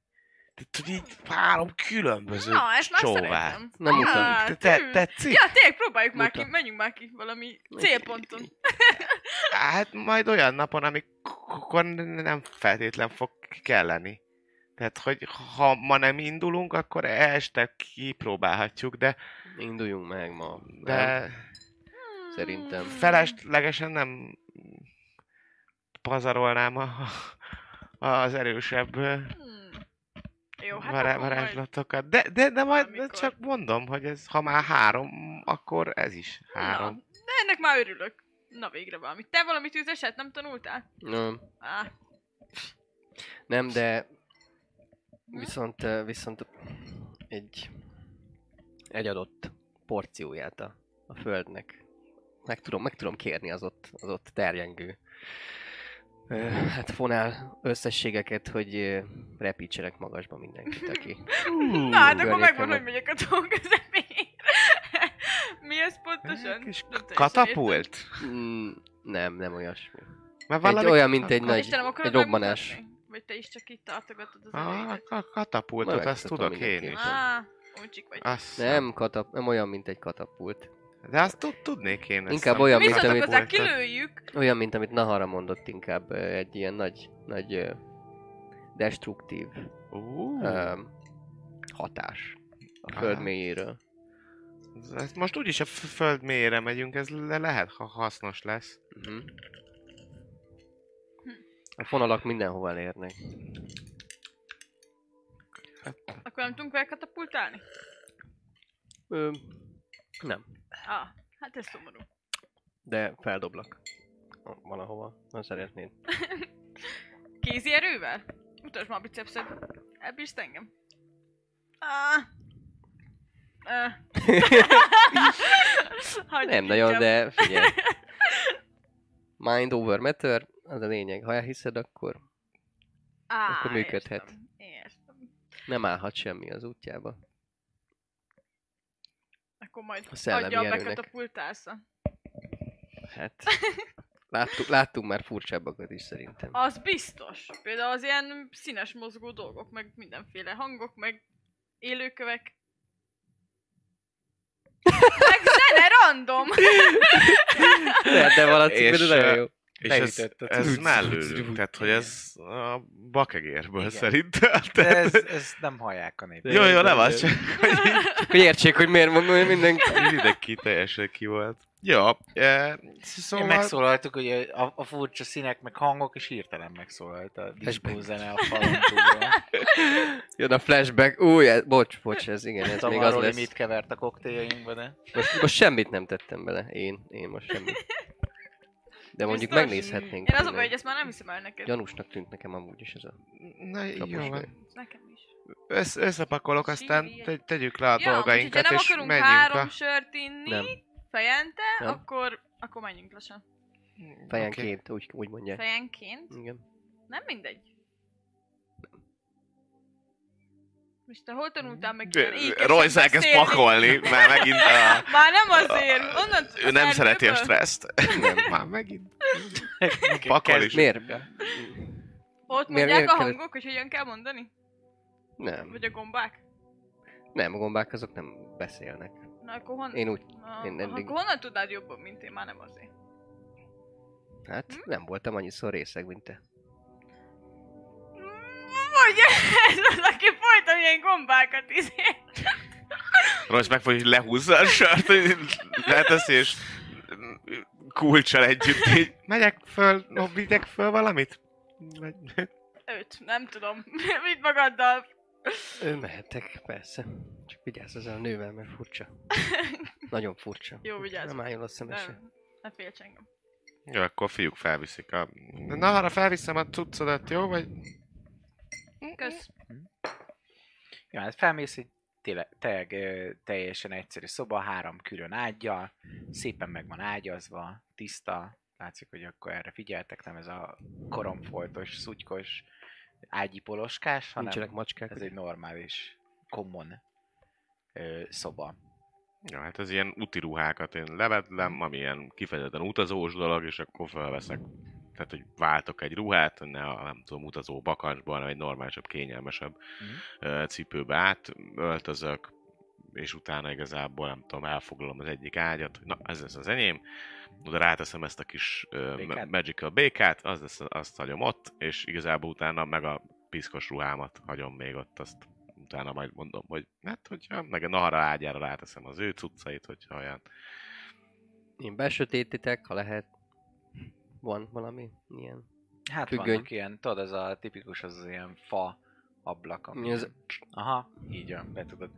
Speaker 4: Tehát, hogy így három különböző
Speaker 3: Na, ezt már
Speaker 4: csóvát.
Speaker 3: szeretem.
Speaker 2: Na, mutasd.
Speaker 3: Á,
Speaker 4: Te- te-
Speaker 3: tű.
Speaker 4: Tetszik?
Speaker 3: Ja, tényleg próbáljuk már ki,
Speaker 2: Mutat.
Speaker 3: menjünk már ki valami célponton.
Speaker 4: Hát majd olyan napon, amikor nem feltétlen fog kelleni. Tehát, hogy ha ma nem indulunk, akkor este kipróbálhatjuk, de,
Speaker 2: Induljunk meg ma. nem?
Speaker 4: de
Speaker 2: Szerintem.
Speaker 3: Hmm.
Speaker 4: feleslegesen nem pazarolnám a, az erősebb ö,
Speaker 3: Hmm. Jó, hát
Speaker 4: vará-
Speaker 3: akkor majd-
Speaker 4: varázslatokat. De, de, de majd de
Speaker 3: valamikor.
Speaker 4: csak mondom, hogy ez, ha már három, akkor ez is három.
Speaker 3: Na, de ennek már örülök. Na végre valami. Te valami tűzeset nem tanultál?
Speaker 2: Nem.
Speaker 3: Á,
Speaker 2: Nem, de viszont, eh, viszont egy, egy adott porcióját a, a földnek meg tudom, meg tudom kérni az ott, az ott terjengő ö, hát fonál összességeket, hogy ö, repítsenek magasba mindenkit, aki...
Speaker 3: na hát akkor
Speaker 2: Görnyedtem
Speaker 3: megvan,
Speaker 2: meg.
Speaker 3: hogy megyek a tó közepén. [laughs] Mi ez pontosan?
Speaker 4: Kis
Speaker 3: Nem teljesen
Speaker 4: katapult?
Speaker 2: Mm, nem, nem olyasmi.
Speaker 4: Mert
Speaker 2: Egy, olyan, mint egy
Speaker 3: értem.
Speaker 2: nagy
Speaker 3: Istenem, akarod
Speaker 2: egy robbanás.
Speaker 3: megmutatni? Vagy te is csak itt tartogatod az
Speaker 4: Ah,
Speaker 3: erőidet?
Speaker 4: a- a katapultot,
Speaker 2: Majd
Speaker 4: azt
Speaker 2: megmutatom
Speaker 4: tudok én
Speaker 2: mindenkinek.
Speaker 4: is.
Speaker 3: Á, uncsik vagy.
Speaker 4: Azt
Speaker 2: Nem, katap, nem olyan, mint egy katapult.
Speaker 4: De azt tud, tudnék én ezt.
Speaker 2: Inkább
Speaker 4: nem-
Speaker 2: olyan,
Speaker 3: Mit
Speaker 2: mint
Speaker 3: szóltok
Speaker 2: amit
Speaker 3: hozzá?
Speaker 4: voltak.
Speaker 3: Kilőjük?
Speaker 2: Olyan, mint amit Nahara mondott, inkább ö, egy ilyen nagy, nagy ö, destruktív
Speaker 4: Ú,
Speaker 2: ö, hatás a
Speaker 4: Hm. Aha.
Speaker 2: föld mélyéről.
Speaker 4: hát most úgyis a f- föld mélyére megyünk, ez le lehet, ha hasznos lesz.
Speaker 2: Uh-huh. A fonalak mindenhova elérnek.
Speaker 3: Akkor nem tudunk vele katapultálni?
Speaker 2: Ö, nem,
Speaker 3: Á, hát ez szomorú.
Speaker 2: de feldoblak valahova, ha szeretnéd.
Speaker 3: Kézi erővel? Mutasd már a bicepszed. Elbírsz engem? Ah.
Speaker 2: [laughs]
Speaker 3: Ah. Hagyjuk
Speaker 2: nem nagyon,
Speaker 3: inkább.
Speaker 2: de figyelj. Mind over matter, az a lényeg. Ha elhiszed, akkor
Speaker 3: Á,
Speaker 2: akkor működhet.
Speaker 3: Értem. értem.
Speaker 2: nem állhat semmi az útjába.
Speaker 3: Akkor majd
Speaker 2: A szellemi
Speaker 3: adja a
Speaker 2: erőnek.
Speaker 3: bekatapultálsza.
Speaker 2: Hát, láttuk, láttunk már furcsábbakat is szerintem.
Speaker 3: Az biztos. Például az ilyen színes mozgó dolgok, meg mindenféle hangok, meg
Speaker 2: [laughs]
Speaker 3: élőkövek. meg zene random!
Speaker 2: De, de
Speaker 4: És,
Speaker 2: valaki
Speaker 4: ö,
Speaker 2: nagyon jó.
Speaker 4: És ez,
Speaker 2: Leütött a
Speaker 4: ez
Speaker 2: cucc.
Speaker 4: mellőlünk, tehát hogy ez a bakegérből
Speaker 2: Igen.
Speaker 4: szerintem.
Speaker 1: De
Speaker 4: Tehát,
Speaker 1: ez,
Speaker 4: [laughs]
Speaker 1: ez nem hallják a Szóval- nép.
Speaker 4: jó, jó, nem az, csak
Speaker 2: Hogy értsék, hogy miért mondom mindenki.
Speaker 4: mindenki teljesen ki volt. Jó, e,
Speaker 1: Szóval...
Speaker 4: szóval...
Speaker 1: Megszólaltuk, hogy a, a furcsa színek, meg hangok, és hirtelen megszólalt a diszkó zene a falon [laughs] túlról.
Speaker 2: Jön a flashback. Új, ez, bocs, bocs, ez igen, ez
Speaker 1: Tudom
Speaker 2: még az
Speaker 1: arról, hogy
Speaker 2: lesz.
Speaker 1: mit kevert a koktéljainkba, [laughs] de...
Speaker 2: Most, most semmit nem tettem bele. Én, én most semmit. De mondjuk
Speaker 3: Biztos?
Speaker 2: megnézhetnénk.
Speaker 3: Én az a baj,
Speaker 2: tényleg.
Speaker 3: hogy ezt már nem hiszem el neked.
Speaker 2: Gyanúsnak tűnt nekem amúgy is ez a
Speaker 4: Na, jó,
Speaker 2: kapos
Speaker 4: van.
Speaker 3: Nekem is.
Speaker 4: Össz, összepakolok, aztán
Speaker 3: Sírj.
Speaker 4: te, tegyük le a
Speaker 3: ja,
Speaker 4: dolgainkat,
Speaker 3: úgyhogy ha
Speaker 4: és
Speaker 3: nem akarunk
Speaker 4: menjünk
Speaker 3: három
Speaker 4: a...
Speaker 3: sört inni
Speaker 2: Nem.
Speaker 3: fejente,
Speaker 2: Nem.
Speaker 3: akkor akkor menjünk lassan.
Speaker 4: Oké.
Speaker 2: fejenként, úgy, úgy mondják.
Speaker 3: Fejenként?
Speaker 2: Igen.
Speaker 3: Nem mindegy. Most te hol tanultál meg
Speaker 4: Ö,
Speaker 3: ilyen ékesen
Speaker 4: Royce elkezd
Speaker 3: beszélni?
Speaker 4: pakolni, már megint
Speaker 3: [laughs]
Speaker 4: a...
Speaker 3: Már nem azért, onnan
Speaker 4: Ő nem
Speaker 3: az
Speaker 4: szereti a
Speaker 3: erdőből?
Speaker 4: stresszt. Már megint. Pakol
Speaker 1: Kezd-
Speaker 4: is.
Speaker 2: Miért?
Speaker 3: Ott
Speaker 2: Miért-
Speaker 3: mondják
Speaker 2: miért
Speaker 3: a
Speaker 2: kellett-
Speaker 3: hangok, hogy hogyan kell mondani?
Speaker 2: Nem.
Speaker 3: Vagy a gombák?
Speaker 2: Nem, a gombák azok nem beszélnek.
Speaker 3: Na akkor honnan...
Speaker 2: Én úgy,
Speaker 3: Na,
Speaker 2: én eddig-
Speaker 3: Akkor honnan tudnád jobban, mint én? Már nem azért. Hm?
Speaker 2: hát nem voltam annyiszor részeg, mint te.
Speaker 3: ugye ez az, aki folyton ilyen gombákat izé.
Speaker 4: Rossz meg fog, hogy lehúzza a sört, hogy leteszi, és kulcsal együtt így, megyek föl, no, vigyek föl valamit? Vagy...
Speaker 3: Őt, nem tudom. [laughs] Mit magaddal?
Speaker 2: Ő mehetek, persze. Csak vigyázz ezzel a nővel, mert furcsa.
Speaker 3: [laughs]
Speaker 2: Nagyon furcsa.
Speaker 3: Jó, vigyázz.
Speaker 2: Nem álljon a szemese.
Speaker 3: Nem, ne félts engem.
Speaker 4: Jó, akkor a fiúk felviszik a... Na, arra felviszem a cuccodat, jó? Vagy...
Speaker 3: Kösz.
Speaker 1: Ja, hát felmész egy tényleg, tényleg ö, teljesen egyszerű szoba, három külön ágyjal, szépen meg van ágyazva, tiszta, látszik, hogy akkor erre figyeltek, nem ez a koromfoltos, szutykos ágyi poloskás, hanem
Speaker 2: Nincsenek macskák.
Speaker 1: ez egy normális, common ö, szoba.
Speaker 4: Ja, hát ez ilyen úti ruhákat én levedlem, ami ilyen kifejezetten utazós dolog, és akkor felveszek. Tehát, hogy váltok egy ruhát, hogy ne a, nem tudom, utazó bakancsban, hanem egy normálisabb, kényelmesebb
Speaker 1: Mhm.
Speaker 4: mm. cipőbe át, öltözök, és utána igazából, nem tudom, elfoglalom az egyik ágyat, hogy na, ez lesz az enyém, oda ráteszem ezt a kis ö,
Speaker 1: Békát?
Speaker 4: ma- magical békát, az lesz, azt hagyom ott, és igazából utána meg a piszkos ruhámat hagyom még ott, azt utána majd mondom, hogy hát, hogyha meg a Nahara ágyára ráteszem az ő cuccait, hogyha olyan.
Speaker 2: Én besötétitek, ha lehet. Van valami ilyen.
Speaker 1: Hát
Speaker 2: Függöny.
Speaker 1: vannak ilyen, tudod, az a tipikus, az, az ilyen fa ablak, ami...
Speaker 2: Mi az-
Speaker 1: Aha, így jön, be tudod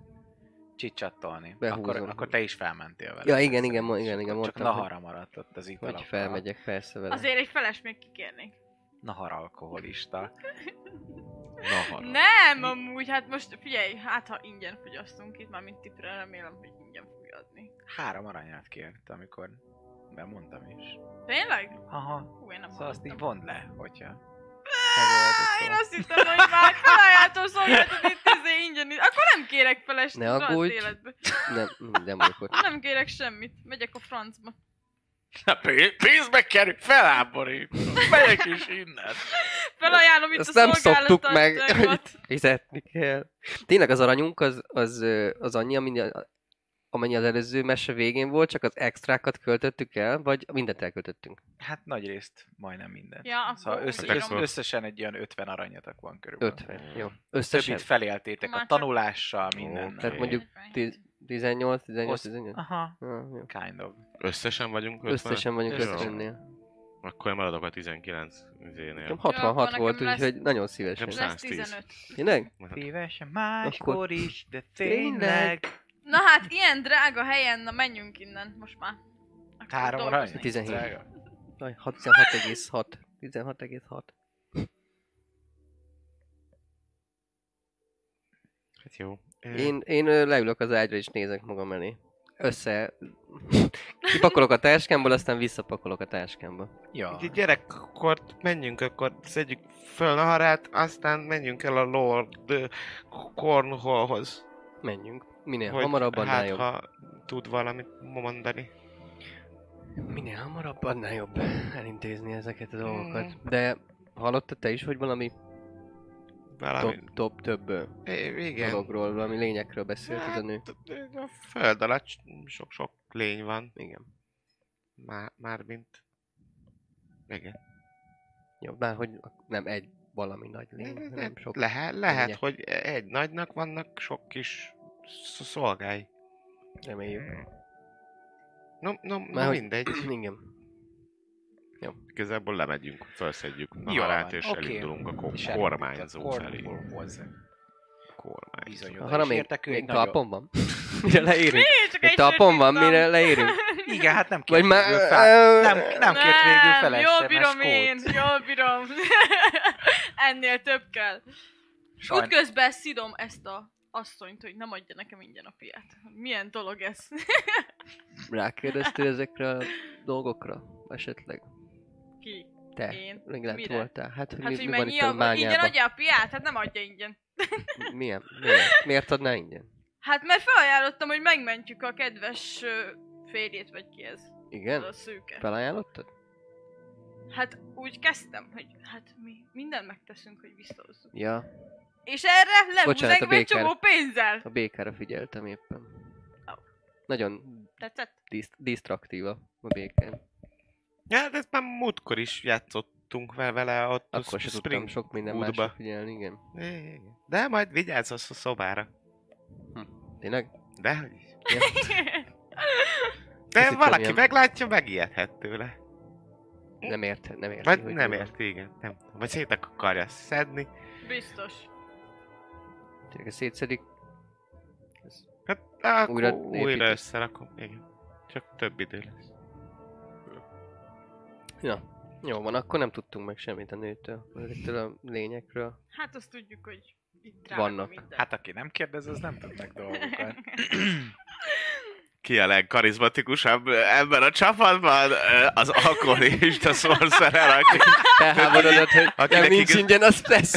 Speaker 1: csicsattolni.
Speaker 2: Behúzom.
Speaker 1: Akkor, akkor te is felmentél vele.
Speaker 2: Ja, igen,
Speaker 1: persze.
Speaker 2: igen, ma- igen,
Speaker 1: És
Speaker 2: igen,
Speaker 1: akkor Csak
Speaker 2: mondtam,
Speaker 1: nahara maradt ott az ital.
Speaker 2: Hogy felmegyek, persze vele.
Speaker 3: Azért egy feles még kikérnénk.
Speaker 1: Nahara alkoholista.
Speaker 4: Nahara.
Speaker 3: Nem, amúgy, hát most figyelj, hát ha ingyen fogyasztunk itt, már mint tipre remélem, hogy ingyen fogja adni.
Speaker 1: Három aranyát kért, amikor bemondtam is.
Speaker 3: Tényleg?
Speaker 1: Aha,
Speaker 3: Hú, én nem
Speaker 1: szóval azt így
Speaker 3: hallottam.
Speaker 1: vond le, hogyha...
Speaker 2: megoldottam.
Speaker 3: Én azt hittem, hogy már felajától szolgáltat itt izé ingyen. Akkor nem kérek feles
Speaker 2: Ne aggódj.
Speaker 3: életbe.
Speaker 2: Nem, nem, nem akkor.
Speaker 3: [laughs] Nem kérek semmit. Megyek a francba.
Speaker 4: Pénzbe kerül, feláborít. Megyek is innen.
Speaker 3: Felajánlom itt
Speaker 2: Ezt
Speaker 3: a
Speaker 2: nem szoktuk meg, hogy
Speaker 3: szolgáltatásokat.
Speaker 2: fizetni kell. Tényleg az aranyunk az, az, ö, az annyi, amennyi, amennyi az előző mese végén volt, csak az extrákat költöttük el, vagy mindent elköltöttünk?
Speaker 1: Hát nagy részt, majdnem minden.
Speaker 3: Ja, akkor
Speaker 1: Szóval össz,
Speaker 4: Hát
Speaker 1: össz,
Speaker 4: akkor-
Speaker 1: összesen egy olyan 50 aranyatok van körülbelül.
Speaker 2: 50. Jó. Összesen.
Speaker 1: Többit feléltétek a
Speaker 3: Már csak-
Speaker 1: tanulással, minden.
Speaker 4: Tehát
Speaker 2: Hát mondjuk- Ti- 18, 18,
Speaker 1: Oszt-
Speaker 2: 18.
Speaker 1: Aha,
Speaker 2: Ah, jó.
Speaker 1: kind of.
Speaker 4: Összesen vagyunk? 50?
Speaker 2: Összesen vagyunk
Speaker 1: Jó.
Speaker 2: összesennél.
Speaker 4: Akkor én maradok a 19 izénél.
Speaker 2: Nekem 66
Speaker 3: akkor
Speaker 2: volt,
Speaker 3: nekem lesz-
Speaker 2: úgyhogy nagyon szívesen.
Speaker 4: Nekem
Speaker 3: Lesz
Speaker 4: 110.
Speaker 3: 15.
Speaker 2: Tényleg?
Speaker 1: Szívesen máskor
Speaker 2: Akkor-
Speaker 1: is, de
Speaker 2: Tényleg.
Speaker 1: tényleg.
Speaker 3: Na hát, ilyen drága helyen, na menjünk innen, most már. Akkor
Speaker 1: Három
Speaker 3: dolgozni.
Speaker 1: arany?
Speaker 2: 17.
Speaker 1: Drága.
Speaker 2: Jaj, 16,6. 16,6.
Speaker 4: Hát jó.
Speaker 2: Én, én ö, leülök az ágyra és nézek magam elé. Össze... [laughs] Kipakolok a táskámból, aztán visszapakolok a táskámba.
Speaker 1: Ja.
Speaker 4: Így gyerekkort menjünk, akkor szedjük föl a harát, aztán menjünk el a Lord ö, Cornholhoz.
Speaker 2: Menjünk. Minél
Speaker 4: hogy
Speaker 2: hamarabb, annál
Speaker 4: hát,
Speaker 2: jobb.
Speaker 4: ha tud valamit mondani.
Speaker 2: Minél hamarabb, annál jobb elintézni ezeket a
Speaker 1: Mm.
Speaker 2: dolgokat. De hallottad te is, hogy valami
Speaker 4: Valami.
Speaker 2: top, top több ö,
Speaker 4: É, igen.
Speaker 2: dologról, valami lényekről beszélt ez a nő?
Speaker 4: Hát, ö, A föld alatt sok-sok lény van.
Speaker 2: Igen.
Speaker 4: Már, már mint... Igen.
Speaker 2: Jó, már hogy nem egy valami nagy lény,
Speaker 1: Mm-hmm.
Speaker 4: Le-
Speaker 2: nem sok.
Speaker 4: Lehet, lehet
Speaker 2: lények.
Speaker 4: hogy e-, egy nagynak vannak sok kis sz- szolgái.
Speaker 2: Reméljük.
Speaker 4: Mm. No, no, no
Speaker 2: Már hogy-
Speaker 4: mindegy.
Speaker 2: Igen.
Speaker 4: Igazából lemegyünk, felszedjük a
Speaker 1: Jól
Speaker 4: harát,
Speaker 1: van,
Speaker 4: és
Speaker 1: oké.
Speaker 4: elindulunk a
Speaker 1: És
Speaker 4: ko-
Speaker 1: elindult
Speaker 4: kormányzó
Speaker 1: a
Speaker 4: felé.
Speaker 1: Cornwallhoz. Bizony,
Speaker 4: Kormányzó.
Speaker 1: oda
Speaker 2: A
Speaker 1: is
Speaker 2: haram még,
Speaker 1: értek, ő
Speaker 2: még
Speaker 1: egy nagyobb- [laughs]
Speaker 2: talpon van? Mire leérünk?
Speaker 3: Hé, csak
Speaker 2: Még
Speaker 3: egy sört
Speaker 2: talpon van,
Speaker 3: ittam.
Speaker 2: mire leérünk?
Speaker 1: Igen, hát nem
Speaker 2: [laughs] Vagy
Speaker 1: kért
Speaker 2: már...
Speaker 1: végül fel. Nem, nem kért végül
Speaker 3: Nem,
Speaker 1: fel
Speaker 3: jól bírom én, jól bírom. [laughs] Ennél több kell.
Speaker 1: Sajn...
Speaker 3: Útközben szidom ezt a asszonyt, hogy nem adja nekem ingyen a piát. Milyen dolog ez? [laughs]
Speaker 2: Rákérdeztél ezekre a dolgokra? Esetleg.
Speaker 3: Ki?
Speaker 2: Te.
Speaker 3: Én?
Speaker 2: Még lehet
Speaker 3: Mire?
Speaker 2: voltál. Hát, hogy
Speaker 3: Hát,
Speaker 2: Eh, mi,
Speaker 3: hogy
Speaker 2: mi van
Speaker 3: mennyi
Speaker 2: itt a
Speaker 3: a... Ingyen
Speaker 2: bányában?
Speaker 3: adja a piát? Hát nem adja ingyen.
Speaker 2: Milyen? Miért? Miért adná ingyen?
Speaker 3: Hát mert felajánlottam, hogy megmentjük a kedves ö, férjét, vagy ki ez? Az a
Speaker 2: Igen?
Speaker 3: szőke.
Speaker 2: Felajánlottad?
Speaker 3: Hát úgy kezdtem, hogy hát mi mindent megteszünk, hogy visszahozzuk.
Speaker 2: Ja,
Speaker 3: És erre
Speaker 2: Bocsánat, a
Speaker 3: lehúznak egy
Speaker 2: béker.
Speaker 3: csomó pénzzel.
Speaker 2: a békára figyeltem éppen.
Speaker 3: Ó.
Speaker 2: Nagyon
Speaker 3: Tetszett? [laughs]
Speaker 2: diszt- disztraktíva a békán.
Speaker 4: Ja, de ezt már Hát, múltkor is játszott futottunk ve- vele ott a
Speaker 2: Akkor se tudtam
Speaker 4: Spring
Speaker 2: sok minden
Speaker 4: Woodba.
Speaker 2: másra figyelni, igen.
Speaker 4: Igen, igen. De majd vigyázz az a szobára.
Speaker 2: Tényleg?
Speaker 3: [laughs]
Speaker 4: De, hogy is.
Speaker 2: Ez
Speaker 4: de
Speaker 2: itt
Speaker 4: valaki
Speaker 2: olyan-
Speaker 4: meglátja, megijedhet tőle.
Speaker 2: Nem ért, nem érti.
Speaker 4: Vagy
Speaker 2: hogy
Speaker 4: Hát, nem
Speaker 2: mi van.
Speaker 4: érti, igen. Nem. tudom. Vagy szét akarja szedni.
Speaker 3: Biztos.
Speaker 2: Tényleg ezt szétszedik. Ez-
Speaker 4: Hát akkor
Speaker 2: Újra
Speaker 4: újra,
Speaker 2: építi.
Speaker 4: újra összerakom. Igen. Csak több idő lesz.
Speaker 2: Ja. Jó van, akkor nem tudtunk meg semmit a nőtől, ezektől a lényekről.
Speaker 3: Hát azt tudjuk, hogy itt rá
Speaker 2: Vannak.
Speaker 3: Minden.
Speaker 1: Hát aki nem kérdez, az nem tud meg dolgokat.
Speaker 4: Ki a legkarizmatikusabb ö, ember a csapatban? Ö, Az alkoholista sorcerer, aki
Speaker 2: [laughs] Felháborodott, hát, hogy
Speaker 4: Akinek
Speaker 2: nem nincs
Speaker 4: igaz-
Speaker 2: ingyen, azt lesz.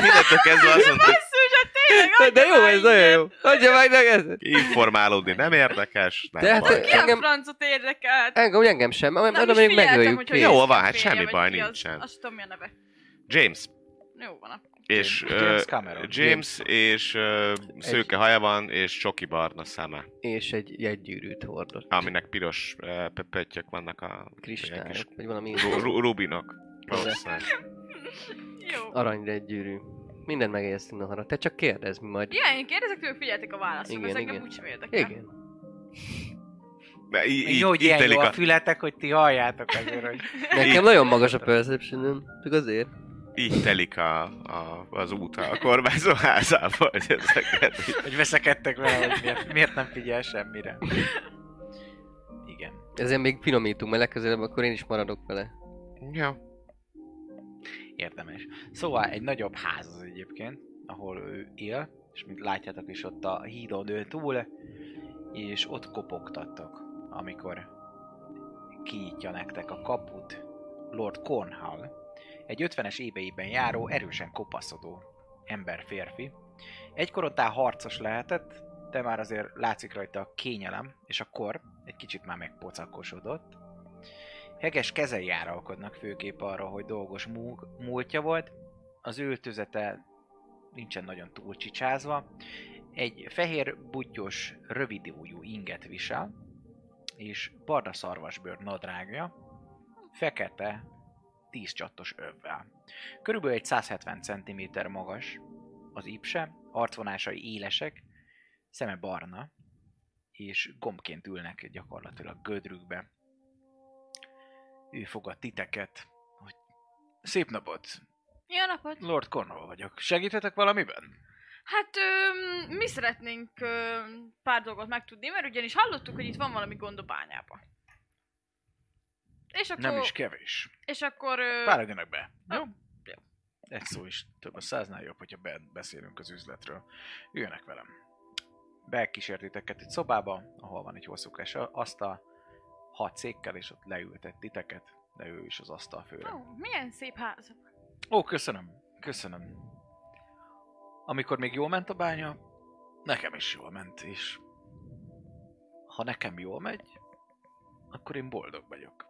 Speaker 4: mindentől kezdve azt mondta, hogy
Speaker 3: Basszus, hát tényleg,
Speaker 2: De, de
Speaker 3: adja
Speaker 2: jó,
Speaker 3: már
Speaker 2: ez nagyon
Speaker 3: ingyen.
Speaker 2: jó. Adja meg neked!
Speaker 4: informálódni nem érdekes, nem
Speaker 2: De hát-
Speaker 4: baj.
Speaker 3: Ki
Speaker 2: Engem-
Speaker 3: a francot érdekelt?
Speaker 2: Engem, úgy engem sem, mert oda még megöljük.
Speaker 3: hogyha
Speaker 2: kész.
Speaker 4: Jó,
Speaker 3: Jézus
Speaker 4: van, hát
Speaker 3: férje
Speaker 4: semmi
Speaker 3: vagy
Speaker 4: baj
Speaker 3: ki az-
Speaker 4: nincsen.
Speaker 3: Azt tudom, mi a neve.
Speaker 4: James.
Speaker 3: Jó van, akkor.
Speaker 4: És,
Speaker 1: James- James
Speaker 4: ö,
Speaker 1: Cameron.
Speaker 4: James és ö, szőke haja van, és csoki barna szeme,
Speaker 2: És egy jegygyűrűt hordott.
Speaker 4: aminek piros ö, p- pöttyök vannak a ilyen kis
Speaker 2: Kristályok, vagy valami
Speaker 4: ru- ru- rubinok. Valószínűleg.
Speaker 3: Jó.
Speaker 2: arany jegygyűrű. Mindent megegyeztünk Nahara. Te csak kérdezz mi majd.
Speaker 3: Igen, én kérdezek tőle, figyeltek a válaszom,
Speaker 2: Igen,
Speaker 3: ez engem
Speaker 2: igen.
Speaker 3: úgysem érdekel.
Speaker 2: Igen.
Speaker 4: De í-
Speaker 1: Így,
Speaker 4: Így
Speaker 1: jó, hogy
Speaker 4: így
Speaker 1: ilyen jó
Speaker 4: telik
Speaker 1: a
Speaker 4: a-
Speaker 1: fületek, hogy ti halljátok azért, hogy
Speaker 2: Nekem nagyon magas a perception csak azért.
Speaker 4: így telik a, a, az út a kormányzó házába, hogy ezeket így-
Speaker 1: Hogy veszekedtek vele, hogy miért, miért nem figyel semmire. Igen.
Speaker 2: Ezért még finomítunk, mert legközelebb akkor én is maradok vele.
Speaker 4: Ja.
Speaker 1: Érdemes. Szóval egy nagyobb ház az egyébként, ahol ő él, és mint látjátok is ott a hídon ő túl, és ott kopogtattok, amikor kinyitja nektek a kaput Lord Cornhall, egy 50-es éveiben járó, erősen kopaszodó ember-férfi. Egykoron harcos lehetett, de már azért látszik rajta a kényelem, és a kor egy kicsit már megpocakosodott. Heges kezei áralkodnak főképp arra, hogy dolgos mú- múltja volt, az öltözete nincsen nagyon túl csicsázva, egy fehér, buttyos, rövid ujjú inget visel, és barna szarvasbőr nadrágja, fekete, 10 csattos övvel. Körülbelül egy 170 cm magas az ipse, arcvonásai élesek, szeme barna, és gombként ülnek gyakorlatilag gödrükbe. Ő fogad titeket, hogy szép napot,
Speaker 3: Jó napot!
Speaker 1: Lord Cornwall vagyok. Segíthetek valamiben?
Speaker 3: Hát öm, mi szeretnénk öm, pár dolgot megtudni, mert ugyanis hallottuk, hogy itt van valami gond a bányában. És akkor,
Speaker 1: Nem is kevés.
Speaker 3: és akkor Hát ö,
Speaker 1: Fáradjanak be.
Speaker 3: Jó.
Speaker 1: Egy szó is több a száznál jobb, hogyha bent beszélünk az üzletről. Üljenek velem. Bekísértiteket egy szobába, ahol van egy hosszúkás asztal, hat székkel, és ott leültett titeket, de ő is az asztal főre.
Speaker 3: ó, milyen szép ház.
Speaker 1: Ó, köszönöm. Köszönöm. Amikor még jól ment a bánya, nekem is jól ment, és ha nekem jól megy, akkor én boldog vagyok.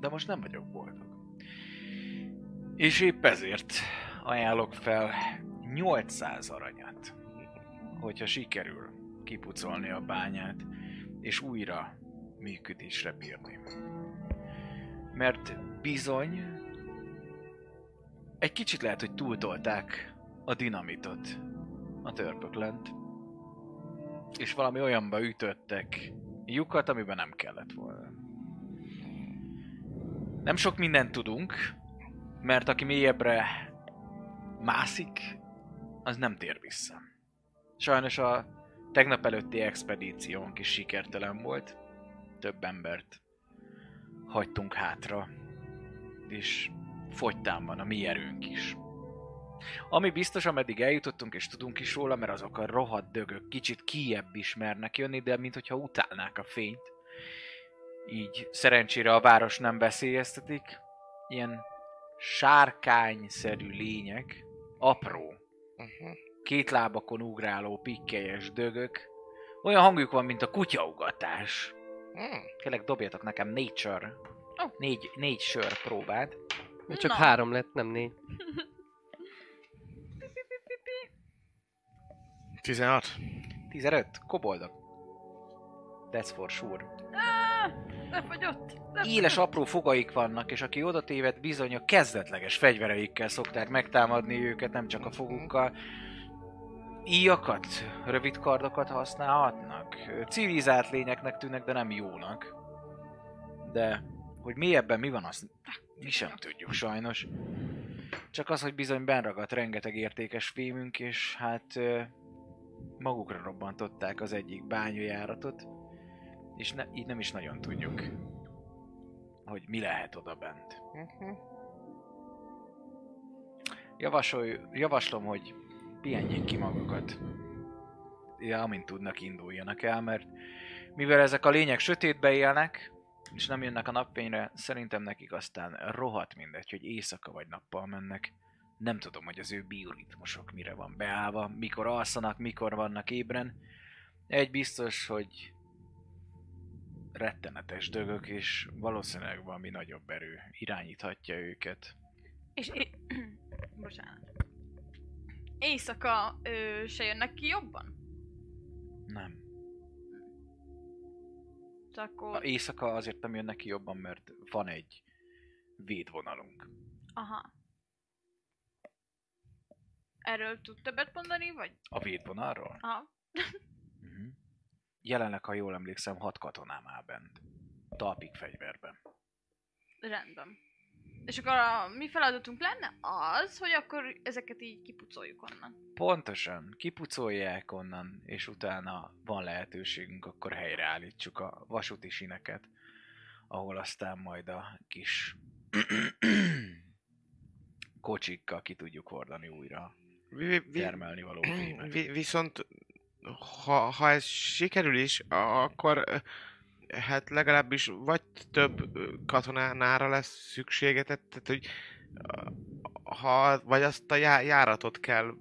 Speaker 1: De most nem vagyok boldog. És épp ezért ajánlok fel 800 aranyat, hogyha sikerül kipucolni a bányát, és újra működésre bírni. Mert bizony egy kicsit lehet, hogy túltolták a dinamitot a törpök lent. És valami olyanba ütöttek lyukat, amiben nem kellett volna. Nem sok mindent tudunk, mert aki mélyebbre mászik, az nem tér vissza. Sajnos a tegnap előtti expedíciónk is sikertelen volt. Több embert hagytunk hátra, és fogytán van a mi erőnk is. Ami biztos, ameddig eljutottunk és tudunk is róla, mert azok a rohadt dögök kicsit kiebb ismernek jönni, de mintha utálnák a fényt. Így szerencsére a város nem veszélyeztetik. Ilyen sárkányszerű lények, apró,
Speaker 4: Mhm.
Speaker 1: két lábakon ugráló pikkelyes dögök, olyan hangjuk van, mint a kutyaugatás.
Speaker 4: Hm.
Speaker 1: Kérlek, dobjatok nekem nature,
Speaker 3: Ó.
Speaker 1: négy, négy sör próbát.
Speaker 2: Mert Csak
Speaker 3: Na.
Speaker 2: három lett, nem négy.
Speaker 4: 16.
Speaker 1: 15, koboldok. That's for sure.
Speaker 3: Á, Lefagyott. lefagyott.
Speaker 1: Éles apró fogaik vannak, és aki oda téved, bizony a kezdetleges fegyvereikkel szokták megtámadni őket, nem csak a fogunkkal. Íjakat, rövid kardokat használhatnak. Ö, Civilizált lényeknek tűnnek, de nem jónak. De hogy mélyebben mi van, azt mi sem tudjuk sajnos. Csak az, hogy bizony benragadt rengeteg értékes fémünk, és hát ö, magukra robbantották az egyik bányajáratot, és ne, így nem is nagyon tudjuk, hogy mi lehet oda bent. Javasolj, javaslom, hogy pihenjék ki magukat. Ja, amint tudnak, induljanak el, mert mivel ezek a lények sötétbe élnek, és nem jönnek a napfényre, szerintem nekik aztán rohadt mindegy, hogy éjszaka vagy nappal mennek. Nem tudom, hogy az ő bioritmusok mire van beállva, mikor alszanak, mikor vannak ébren. Egy biztos, hogy rettenetes dögök, és valószínűleg valami nagyobb erő irányíthatja őket.
Speaker 3: És é... [clears throat] Bocsánat. Éjszaka ö, se jönnek ki jobban?
Speaker 1: Nem.
Speaker 3: És Akkor...
Speaker 1: A éjszaka azért nem jön neki jobban, mert van egy védvonalunk.
Speaker 3: Aha. Erről tud többet mondani, vagy?
Speaker 1: A védvonalról?
Speaker 3: Aha.
Speaker 1: Uh-huh. Jelenleg, ha jól emlékszem, hat katonám áll bent. Talpig fegyverben.
Speaker 3: Rendben. És akkor a mi feladatunk lenne az, hogy akkor ezeket így kipucoljuk onnan.
Speaker 1: Pontosan, kipucolják onnan, és utána van lehetőségünk, akkor helyreállítsuk a vasúti sineket, ahol aztán majd a kis [clears throat] kocsikkal ki tudjuk hordani újra
Speaker 4: Vi- vi-
Speaker 1: termelni
Speaker 4: [clears throat]
Speaker 1: való fémet.
Speaker 4: vi- viszont, ha, ha ez sikerül is, a- akkor ö, hát legalábbis vagy több ö, katonánára lesz szüksége, tehát, tehát hogy ö, ha, vagy azt a já- járatot kell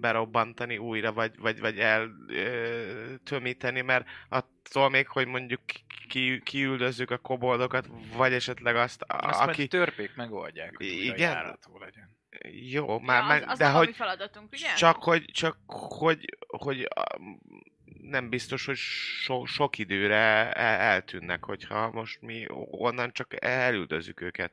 Speaker 4: berobbantani újra, vagy, vagy, vagy eltömíteni, mert attól még, hogy mondjuk ki, kiüldözzük a koboldokat, vagy esetleg azt, a,
Speaker 1: Azt
Speaker 4: aki...
Speaker 1: aki... törpék megoldják, hogy újra
Speaker 4: Igen.
Speaker 1: járható legyen.
Speaker 4: Jó, már,
Speaker 3: Ja,
Speaker 4: meg,
Speaker 3: az, az
Speaker 4: de
Speaker 3: nem
Speaker 4: hogy...
Speaker 3: a mi feladatunk, ugye?
Speaker 4: Csak hogy, csak hogy, hogy a- nem biztos, hogy so, sok időre el- eltűnnek, hogyha most mi onnan csak elüldözzük őket.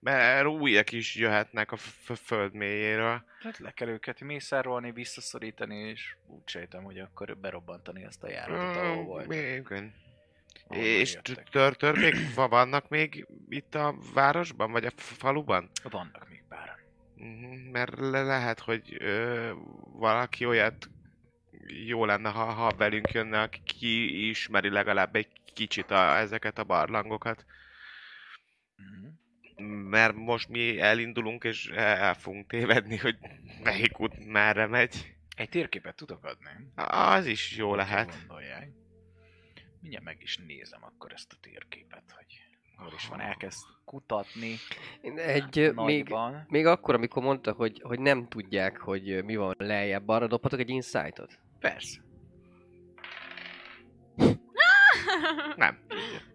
Speaker 4: Mert újak is jöhetnek a f- f- föld mélyéről.
Speaker 1: Tehát Hát le kell őket mészárolni, visszaszorítani, és úgy sejtem, hogy akkor berobbantani ezt a járatot, Hát, ahol
Speaker 4: Mm,
Speaker 1: volt.
Speaker 4: igen.
Speaker 1: ahonnan
Speaker 4: És
Speaker 1: jöttek.
Speaker 4: tör, tör még va- vannak még itt a városban, vagy a f- faluban?
Speaker 1: Vannak még pár.
Speaker 4: Mhm, Mert le- lehet, hogy ö, valaki olyat jó lenne, ha, ha velünk jönne, aki ki ismeri legalább egy kicsit a, ezeket a barlangokat.
Speaker 1: Mhm.
Speaker 4: Mert most mi elindulunk, és e, el fogunk tévedni, hogy melyik út merre megy.
Speaker 1: Egy térképet tudok adni.
Speaker 4: Az is jó
Speaker 1: hogyha
Speaker 4: lehet.
Speaker 1: Gondolják. Mindjárt meg is nézem akkor ezt a térképet, hogy hol is van. Elkezd kutatni
Speaker 2: Én Egy ö, még,
Speaker 1: nagyban.
Speaker 2: még akkor, amikor mondta, hogy, hogy nem tudják, hogy ö, mi van lejjebb, arra dobhatok egy insightot.
Speaker 1: Persze.
Speaker 4: Nem.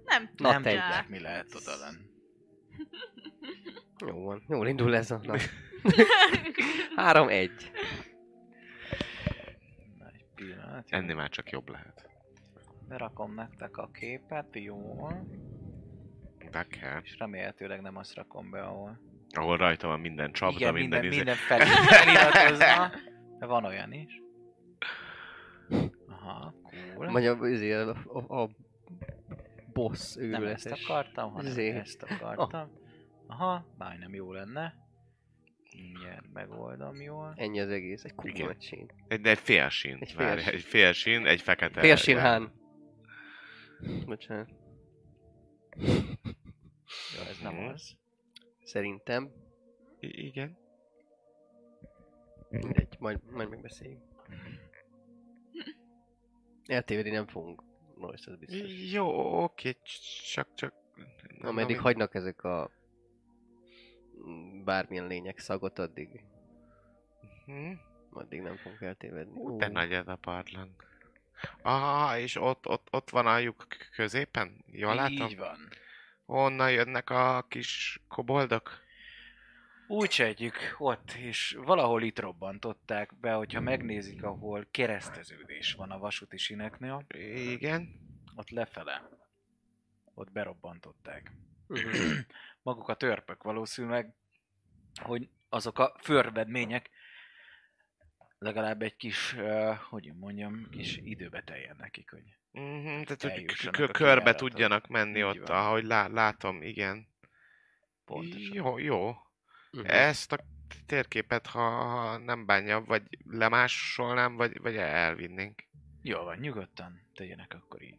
Speaker 3: nem
Speaker 2: Na,
Speaker 1: nem
Speaker 2: te
Speaker 1: tudják,
Speaker 3: egy.
Speaker 1: mi lehet oda lenn.
Speaker 2: Jó van, jól indul ez a nap.
Speaker 1: [laughs]
Speaker 2: Három, egy.
Speaker 1: Na, egy pillanat. jó.
Speaker 4: Ennél már csak jobb lehet.
Speaker 1: Berakom nektek a képet, jól.
Speaker 4: De kell.
Speaker 1: És remélhetőleg nem azt rakom be, ahol...
Speaker 4: Ahol rajta van minden csapda,
Speaker 1: Igen,
Speaker 4: minden,
Speaker 1: minden,
Speaker 4: izé.
Speaker 1: minden felé feliratozna. De van olyan is. Aha, cool.
Speaker 2: Mondja, ezért a, a, a boss
Speaker 1: Nem ezt
Speaker 2: őrületes.
Speaker 1: akartam, hanem
Speaker 2: izé. [laughs]
Speaker 1: ezt akartam. Aha, majdnem jó lenne. Mindjárt megoldom jól.
Speaker 2: Ennyi az egész, egy
Speaker 4: Igen.
Speaker 2: kurva nagy sín.
Speaker 4: Egy, egy fél sín.
Speaker 2: Egy
Speaker 4: Egy
Speaker 2: fél
Speaker 4: fél,
Speaker 2: sín.
Speaker 4: egy fél sín, egy fekete.
Speaker 2: Férsinhán. Bocsánat.
Speaker 1: Jó, ez nem
Speaker 4: Mhm.
Speaker 1: az.
Speaker 2: Szerintem.
Speaker 4: I- Igen.
Speaker 2: Mindegy, majd, majd megbeszéljük. Eltévedni nem fogunk. Most az biztos.
Speaker 4: Jó, oké, csak, csak... nem,
Speaker 2: Ameddig
Speaker 4: nem-
Speaker 2: hagynak ezek a bármilyen lények szagot, addig,
Speaker 4: Mhm.
Speaker 2: addig nem fogunk eltévedni. Ú,
Speaker 4: De nagy ez a barlang. Aha, és ott, ott, ott van a lyuk k- középen? Jól látom?
Speaker 1: Így van.
Speaker 4: Honnan jönnek a kis koboldok?
Speaker 1: Úgy sejtjük ott, és valahol itt robbantották be, hogyha
Speaker 2: Hmm.
Speaker 1: megnézik, ahol kereszteződés van a vasúti sineknél,
Speaker 4: Igen.
Speaker 1: ott lefele. ott berobbantották.
Speaker 4: Mhm.
Speaker 1: [clears throat] Maguk a törpök valószínűleg, hogy azok a förvedmények legalább egy kis, eh, hogy mondjam, kis időbe teljen nekik, hogy
Speaker 4: Mhm, tehát, hogy k-
Speaker 1: Eljussanak
Speaker 4: kö-
Speaker 1: a
Speaker 4: körbe
Speaker 1: kijáraton.
Speaker 4: tudjanak menni
Speaker 1: Így
Speaker 4: ott,
Speaker 1: van.
Speaker 4: ahogy lá- látom, igen.
Speaker 1: pontosan. Hm.
Speaker 4: Jó, jó.
Speaker 3: Mhm.
Speaker 4: Ezt a térképet, ha ha nem bánja, vagy lemásolnám, vagy, vagy elvinnénk.
Speaker 1: Jó van, nyugodtan tegyenek akkor így.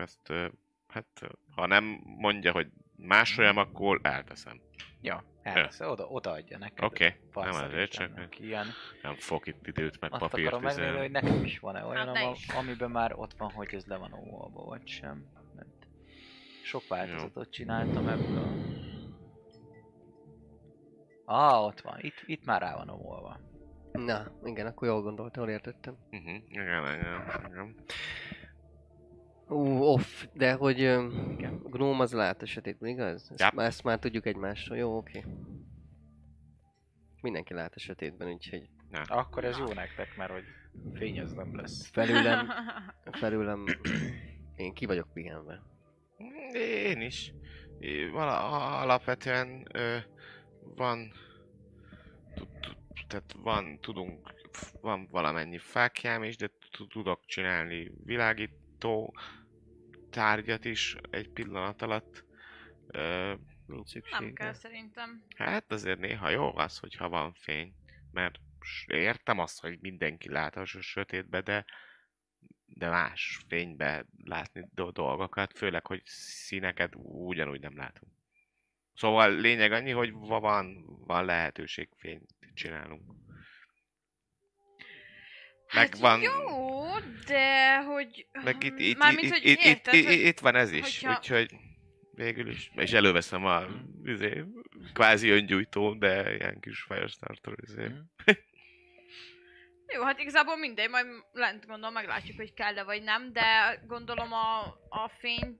Speaker 4: Ezt, ö, hát, ö, ha nem mondja, hogy
Speaker 1: Mhm.
Speaker 4: másoljam, akkor elteszem.
Speaker 1: Ja, elvesz, Hát, oda, odaadja neked.
Speaker 4: Oké,
Speaker 1: a
Speaker 4: nem
Speaker 1: parcel
Speaker 4: azért csak,
Speaker 1: Istennek Ilyen.
Speaker 4: Nem fog itt időt meg
Speaker 1: Azt
Speaker 4: papírt
Speaker 1: akarom megnézni,
Speaker 4: tüzelni.
Speaker 1: hogy nekem is van-e olyan,
Speaker 3: Hát ne
Speaker 1: ama,
Speaker 3: is.
Speaker 1: amiben már ott van, hogy ez le van óvalva, vagy sem. Mert sok változatot csináltam ebből. Ah, ott van. Itt, itt már rá van óvalva.
Speaker 2: Na, igen, akkor jól gondoltam, jól értettem.
Speaker 4: Mhm, igen, igen, igen.
Speaker 2: Ú, off, de hogy öm, Gnóm az lát esetét, igaz? Ezt,
Speaker 4: Ja.
Speaker 2: már, ezt már tudjuk egymásról, jó, oké. Mindenki lát a sötétben, úgyhogy
Speaker 1: Akkor ez jó nektek, mert hogy fényez nem lesz.
Speaker 3: [laughs]
Speaker 2: felőlem,
Speaker 4: [coughs]
Speaker 2: felőlem én ki vagyok pihenve.
Speaker 4: Mm, Én is. É, Vala, alapvetően ö, van, tu- tu- tehát van, tudunk, van valamennyi fákjám is, de tu- tudok csinálni világító tárgyat is egy pillanat alatt. Ö,
Speaker 2: Nincs szükség.
Speaker 3: Nem kell szerintem.
Speaker 4: Hát azért néha jó az, hogyha van fény, mert s- értem azt, hogy mindenki láthas a sötétbe, de, de más fénybe látni do- dolgokat, főleg, hogy színeket ugyanúgy nem látunk. Szóval lényeg annyi, hogy va- van, van lehetőség, fényt csinálunk. Meg
Speaker 3: Hát
Speaker 4: van-
Speaker 3: jó, de hogy...
Speaker 4: Meg itt, itt,
Speaker 3: Mármint,
Speaker 4: itt,
Speaker 3: hogy
Speaker 4: itt, itt,
Speaker 3: érted,
Speaker 4: itt,
Speaker 3: hogy-
Speaker 4: itt van ez is,
Speaker 3: hogyha-
Speaker 4: úgyhogy végül is. És előveszem a izé, kvázi öngyújtó, de ilyen kis Firestarter izé.
Speaker 1: Mhm.
Speaker 3: Jó, hát igazából mindegy, majd lent gondolom, meglátjuk, hogy kell-e vagy nem, de gondolom a, a fény,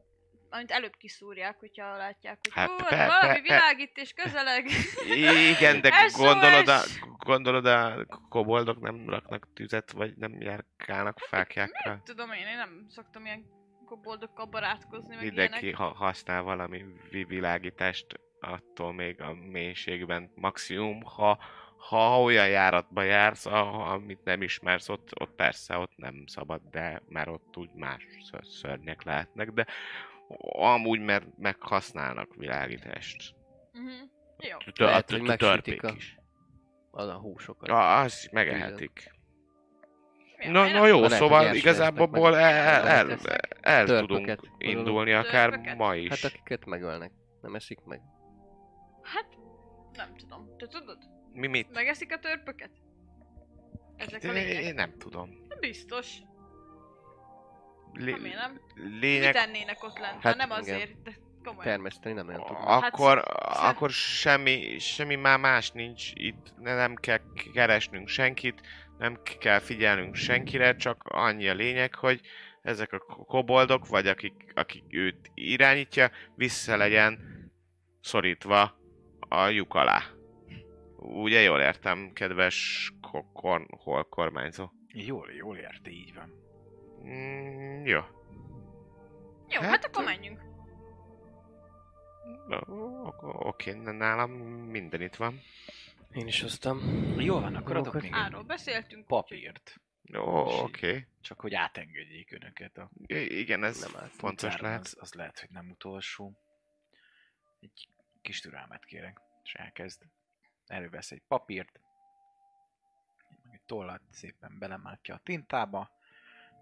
Speaker 3: amit előbb kiszúrják, hogyha látják, hogy
Speaker 4: Hát
Speaker 3: hát,
Speaker 4: pe- pe-
Speaker 3: valami
Speaker 4: pe-
Speaker 3: világítés
Speaker 4: [laughs]
Speaker 3: közeleg. [laughs]
Speaker 4: Igen, de
Speaker 3: SOS!
Speaker 4: gondolod a, gondolod a koboldok nem raknak tüzet, vagy nem járkálnak fákjákkal.
Speaker 3: Tudom én, én nem szoktam ilyen boldokkal barátkozni, meg
Speaker 4: Mindenki
Speaker 3: ilyenek.
Speaker 4: ha használ valami vi- világítást, attól még a mélységben maximum, ha, ha olyan járatba jársz, a- amit nem ismersz, ott, ott persze ott nem szabad, de mert ott úgy más ször- szörnyek lehetnek, de amúgy mert meghasználnak világítást.
Speaker 3: Mhm. Jó.
Speaker 4: Tö-
Speaker 2: Lehet,
Speaker 4: tö-
Speaker 2: hogy
Speaker 4: tö-
Speaker 2: megsütik
Speaker 4: törpék
Speaker 2: a-
Speaker 4: is.
Speaker 2: Az a húsokat.
Speaker 4: Ja, az megehetik.
Speaker 3: Ja,
Speaker 4: Na,
Speaker 3: én
Speaker 4: na
Speaker 3: nem-
Speaker 4: jó,
Speaker 2: Lehet, hogy
Speaker 4: szóval
Speaker 2: ilyesmi lesznek
Speaker 4: igazából
Speaker 2: meg.
Speaker 4: el, el,
Speaker 2: Lehet,
Speaker 4: el, el
Speaker 2: Törpöket
Speaker 4: tudunk
Speaker 2: gondolom.
Speaker 4: indulni akár
Speaker 3: Törpöket?
Speaker 4: ma is.
Speaker 2: Hát akiket megölnek, nem eszik meg.
Speaker 3: Hát, nem tudom. Te tudod?
Speaker 4: Mi mit?
Speaker 3: Megeszik a törpöket? Ezek a
Speaker 4: Hát, Én
Speaker 3: lények?
Speaker 4: nem tudom.
Speaker 3: Biztos.
Speaker 4: Lé-
Speaker 3: Remélem. Mit
Speaker 4: lényeg,
Speaker 3: tennének ott lent?
Speaker 2: Hát
Speaker 3: Hát, nem
Speaker 2: igen.
Speaker 3: azért, de komolyan.
Speaker 2: Termeszteni nem
Speaker 4: Ah.
Speaker 2: nagyon tudnak.
Speaker 4: akkor,
Speaker 3: szer-
Speaker 4: akkor semmi, semmi már más nincs itt, ne- nem kell keresnünk senkit, nem k- kell figyelnünk senkire, csak annyi a lényeg, hogy ezek a ko- koboldok, vagy akik, akik őt irányítja, vissza legyen szorítva a lyuk alá. Ugye jól értem, kedves ko- kon- hol kormányzó?
Speaker 1: Jól, jól érti, így van.
Speaker 4: Mm, jó.
Speaker 3: Jó, hát,
Speaker 4: Hát,
Speaker 3: akkor
Speaker 4: ö,
Speaker 3: menjünk.
Speaker 4: Ó, ok- Oké, na, nálam minden itt van.
Speaker 2: Én is hoztam.
Speaker 1: Jó van, akkor adok
Speaker 2: Dolgokat.
Speaker 1: még
Speaker 3: Áról
Speaker 1: egy
Speaker 3: beszéltünk.
Speaker 1: papírt.
Speaker 4: Ó,
Speaker 1: És így.
Speaker 4: oké.
Speaker 1: Csak hogy átengedjék önöket a
Speaker 4: I- Igen, ez
Speaker 2: Nem állt.
Speaker 4: fontos
Speaker 1: Zárom,
Speaker 4: lehet.
Speaker 1: Az, az lehet, hogy nem utolsó. Egy kis türelmet kérek, és elkezd. Elővesz egy papírt, meg egy tollat szépen belemákja a tintába,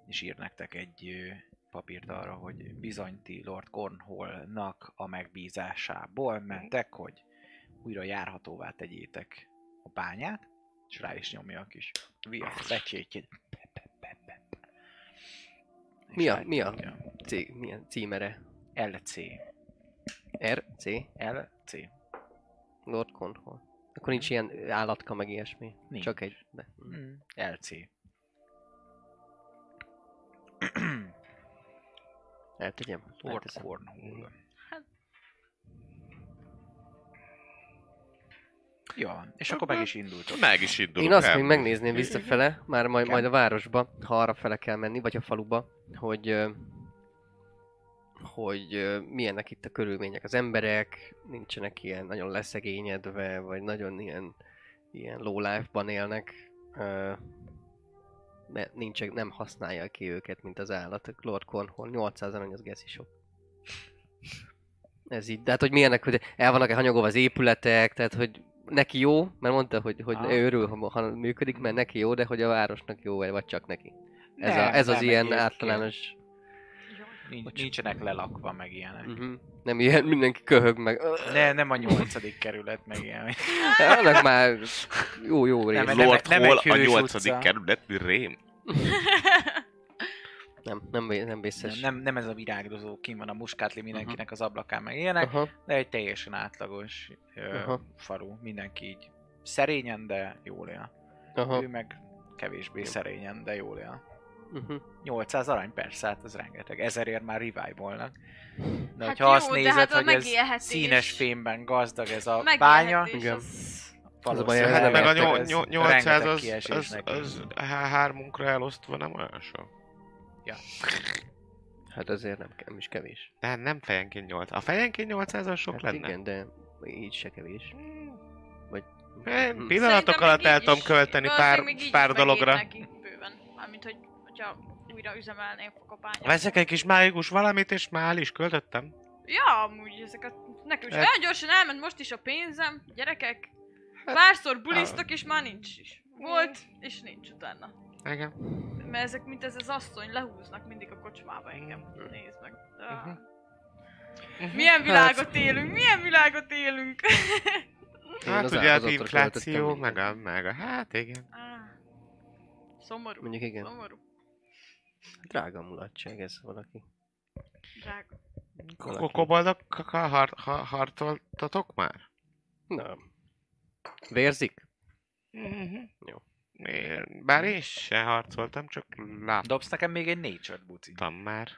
Speaker 1: és ír nektek egy ö, papírt arra, hogy bizony ti Lord Cornholnak a megbízásából mentek, hogy újra járhatóvá tegyétek a bányát, és rá is nyomja a kis viasz becsétjét. És hát,
Speaker 2: Mi a-
Speaker 1: rá-
Speaker 2: mi a-
Speaker 1: Ja.
Speaker 2: C, milyen címere?
Speaker 1: LC.
Speaker 2: R, C,
Speaker 1: LC.
Speaker 2: Lord Control. Akkor nincs ilyen állatka, meg ilyesmi.
Speaker 1: Nincs.
Speaker 2: Csak egy. De.
Speaker 1: Mm.
Speaker 2: [clears throat]
Speaker 1: LC.
Speaker 2: Eltegyem?
Speaker 1: Lord
Speaker 2: Elteszem.
Speaker 1: Cornhole.
Speaker 3: Hát-
Speaker 1: Jó, van. és akkor meg is indultok.
Speaker 4: Meg is indulunk
Speaker 2: Én azt
Speaker 4: el.
Speaker 2: még megnézném visszafele, már majd,
Speaker 1: Igen.
Speaker 2: majd a városba, ha arra fele kell menni, vagy a faluba, hogy ö, hogy ö, milyenek itt a körülmények az emberek, nincsenek ilyen nagyon leszegényedve, vagy nagyon ilyen, ilyen low life-ban élnek, ö, ne, nincs, nem használja ki őket, mint az állat. Lord Cornhorn, 800 arany az geszi sok. Ez így, de hát hogy milyenek, hogy el vannak-e hanyagolva az épületek, tehát hogy neki jó, mert mondta, hogy, hogy
Speaker 1: Aha.
Speaker 2: ő örül, ha, ha működik, mert neki jó, de hogy a városnak jó-e, vagy csak neki. Ez,
Speaker 1: Nem,
Speaker 2: a, ez az
Speaker 1: nem
Speaker 2: ilyen
Speaker 1: egyébként.
Speaker 2: általános
Speaker 1: Nincs, nincsenek lelakva, meg ilyenek.
Speaker 2: Uh-huh. Nem ilyen, mindenki köhög meg.
Speaker 1: Ne, nem a nyolcadik kerület, meg ilyen.
Speaker 2: Annak már jó, jó rész.
Speaker 1: Nem,
Speaker 2: Nem,
Speaker 1: egy-
Speaker 4: Lord
Speaker 1: nem egy
Speaker 4: Hall a
Speaker 1: hős
Speaker 4: nyolcadik
Speaker 1: utca.
Speaker 4: kerület, rém.
Speaker 2: nem, nem, vé- nem
Speaker 1: Nem,
Speaker 2: vészes.
Speaker 1: nem, nem ez a virágdozó, kim van a muskátli mindenkinek az ablakán, meg
Speaker 2: nem.
Speaker 1: ilyenek,
Speaker 2: Mhm. Aha.
Speaker 1: de egy teljesen átlagos ö,
Speaker 2: Aha.
Speaker 1: falu. Mindenki így szerényen, de jól él.
Speaker 2: Aha.
Speaker 1: Ő meg kevésbé szerényen, de jól él.
Speaker 2: Uh-huh.
Speaker 1: 800 arany, persze, hát ez rengeteg. Ezerért már revive-olnak. De
Speaker 3: Hát [laughs]
Speaker 1: hogyha
Speaker 3: jó,
Speaker 1: azt
Speaker 3: de
Speaker 1: nézed,
Speaker 3: hát a
Speaker 1: hogy ez
Speaker 3: megélhetés.
Speaker 1: színes fémben gazdag ez a
Speaker 3: Megélhetés
Speaker 1: bánya,
Speaker 2: Igen.
Speaker 3: az-
Speaker 1: valószínűleg
Speaker 2: Hát
Speaker 4: Hát meg a
Speaker 2: értem,
Speaker 1: rengeteg-
Speaker 2: ez
Speaker 4: 800
Speaker 1: rengeteg
Speaker 4: az,
Speaker 1: kiesés
Speaker 4: az,
Speaker 1: neki.
Speaker 4: az há- hármunkra elosztva nem olyan sok.
Speaker 2: Hát azért nem, ke- nem is kevés.
Speaker 4: De hát nem fejenként 8. A fejenként 800 az sok
Speaker 2: hát
Speaker 4: lenne.
Speaker 2: igen, de így se kevés. Vagy...
Speaker 4: Én
Speaker 2: Mm.
Speaker 4: pillanatok
Speaker 3: Szerintem
Speaker 4: alatt
Speaker 3: még
Speaker 4: el
Speaker 3: így
Speaker 4: tudom
Speaker 3: is-
Speaker 4: költeni pár,
Speaker 3: valószínűleg még így is
Speaker 4: pár
Speaker 3: megér
Speaker 4: dologra.
Speaker 3: neki Bőven. Mármint, hogy hogyha újra üzemelnék a bányát.
Speaker 4: Veszek egy kis mágikus valamit, és már el is költöttem.
Speaker 3: Ja, amúgy ezeket nekem is
Speaker 4: Hát-
Speaker 3: olyan gyorsan elment most is a pénzem, gyerekek. Párszor
Speaker 4: Hát-
Speaker 3: buliztok, és már nincs is. Volt, és nincs utána.
Speaker 4: Igen.
Speaker 3: Mert ezek, mint ez az asszony, lehúznak mindig a kocsmába engem. Nézd meg. Ah.
Speaker 4: Mhm. Mhm.
Speaker 3: Milyen világot élünk, milyen világot élünk.
Speaker 2: Én
Speaker 4: Hát
Speaker 2: az
Speaker 4: ugye az
Speaker 2: áldozatra
Speaker 4: infláció,
Speaker 2: költöttem
Speaker 4: meg a,
Speaker 2: mindent.
Speaker 4: meg a, hát igen.
Speaker 3: Ah. Szomorú.
Speaker 2: Mondjuk igen.
Speaker 3: Szomorú.
Speaker 2: Drága mulatság ez valaki.
Speaker 3: Drága.
Speaker 2: Valaki.
Speaker 4: Koboldokkal har, har, harcoltatok már?
Speaker 2: Nem. Vérzik? Jó.
Speaker 4: Én- Bár én se harcoltam, csak láttam
Speaker 1: Dobsz nekem még egy nature buci.
Speaker 4: már.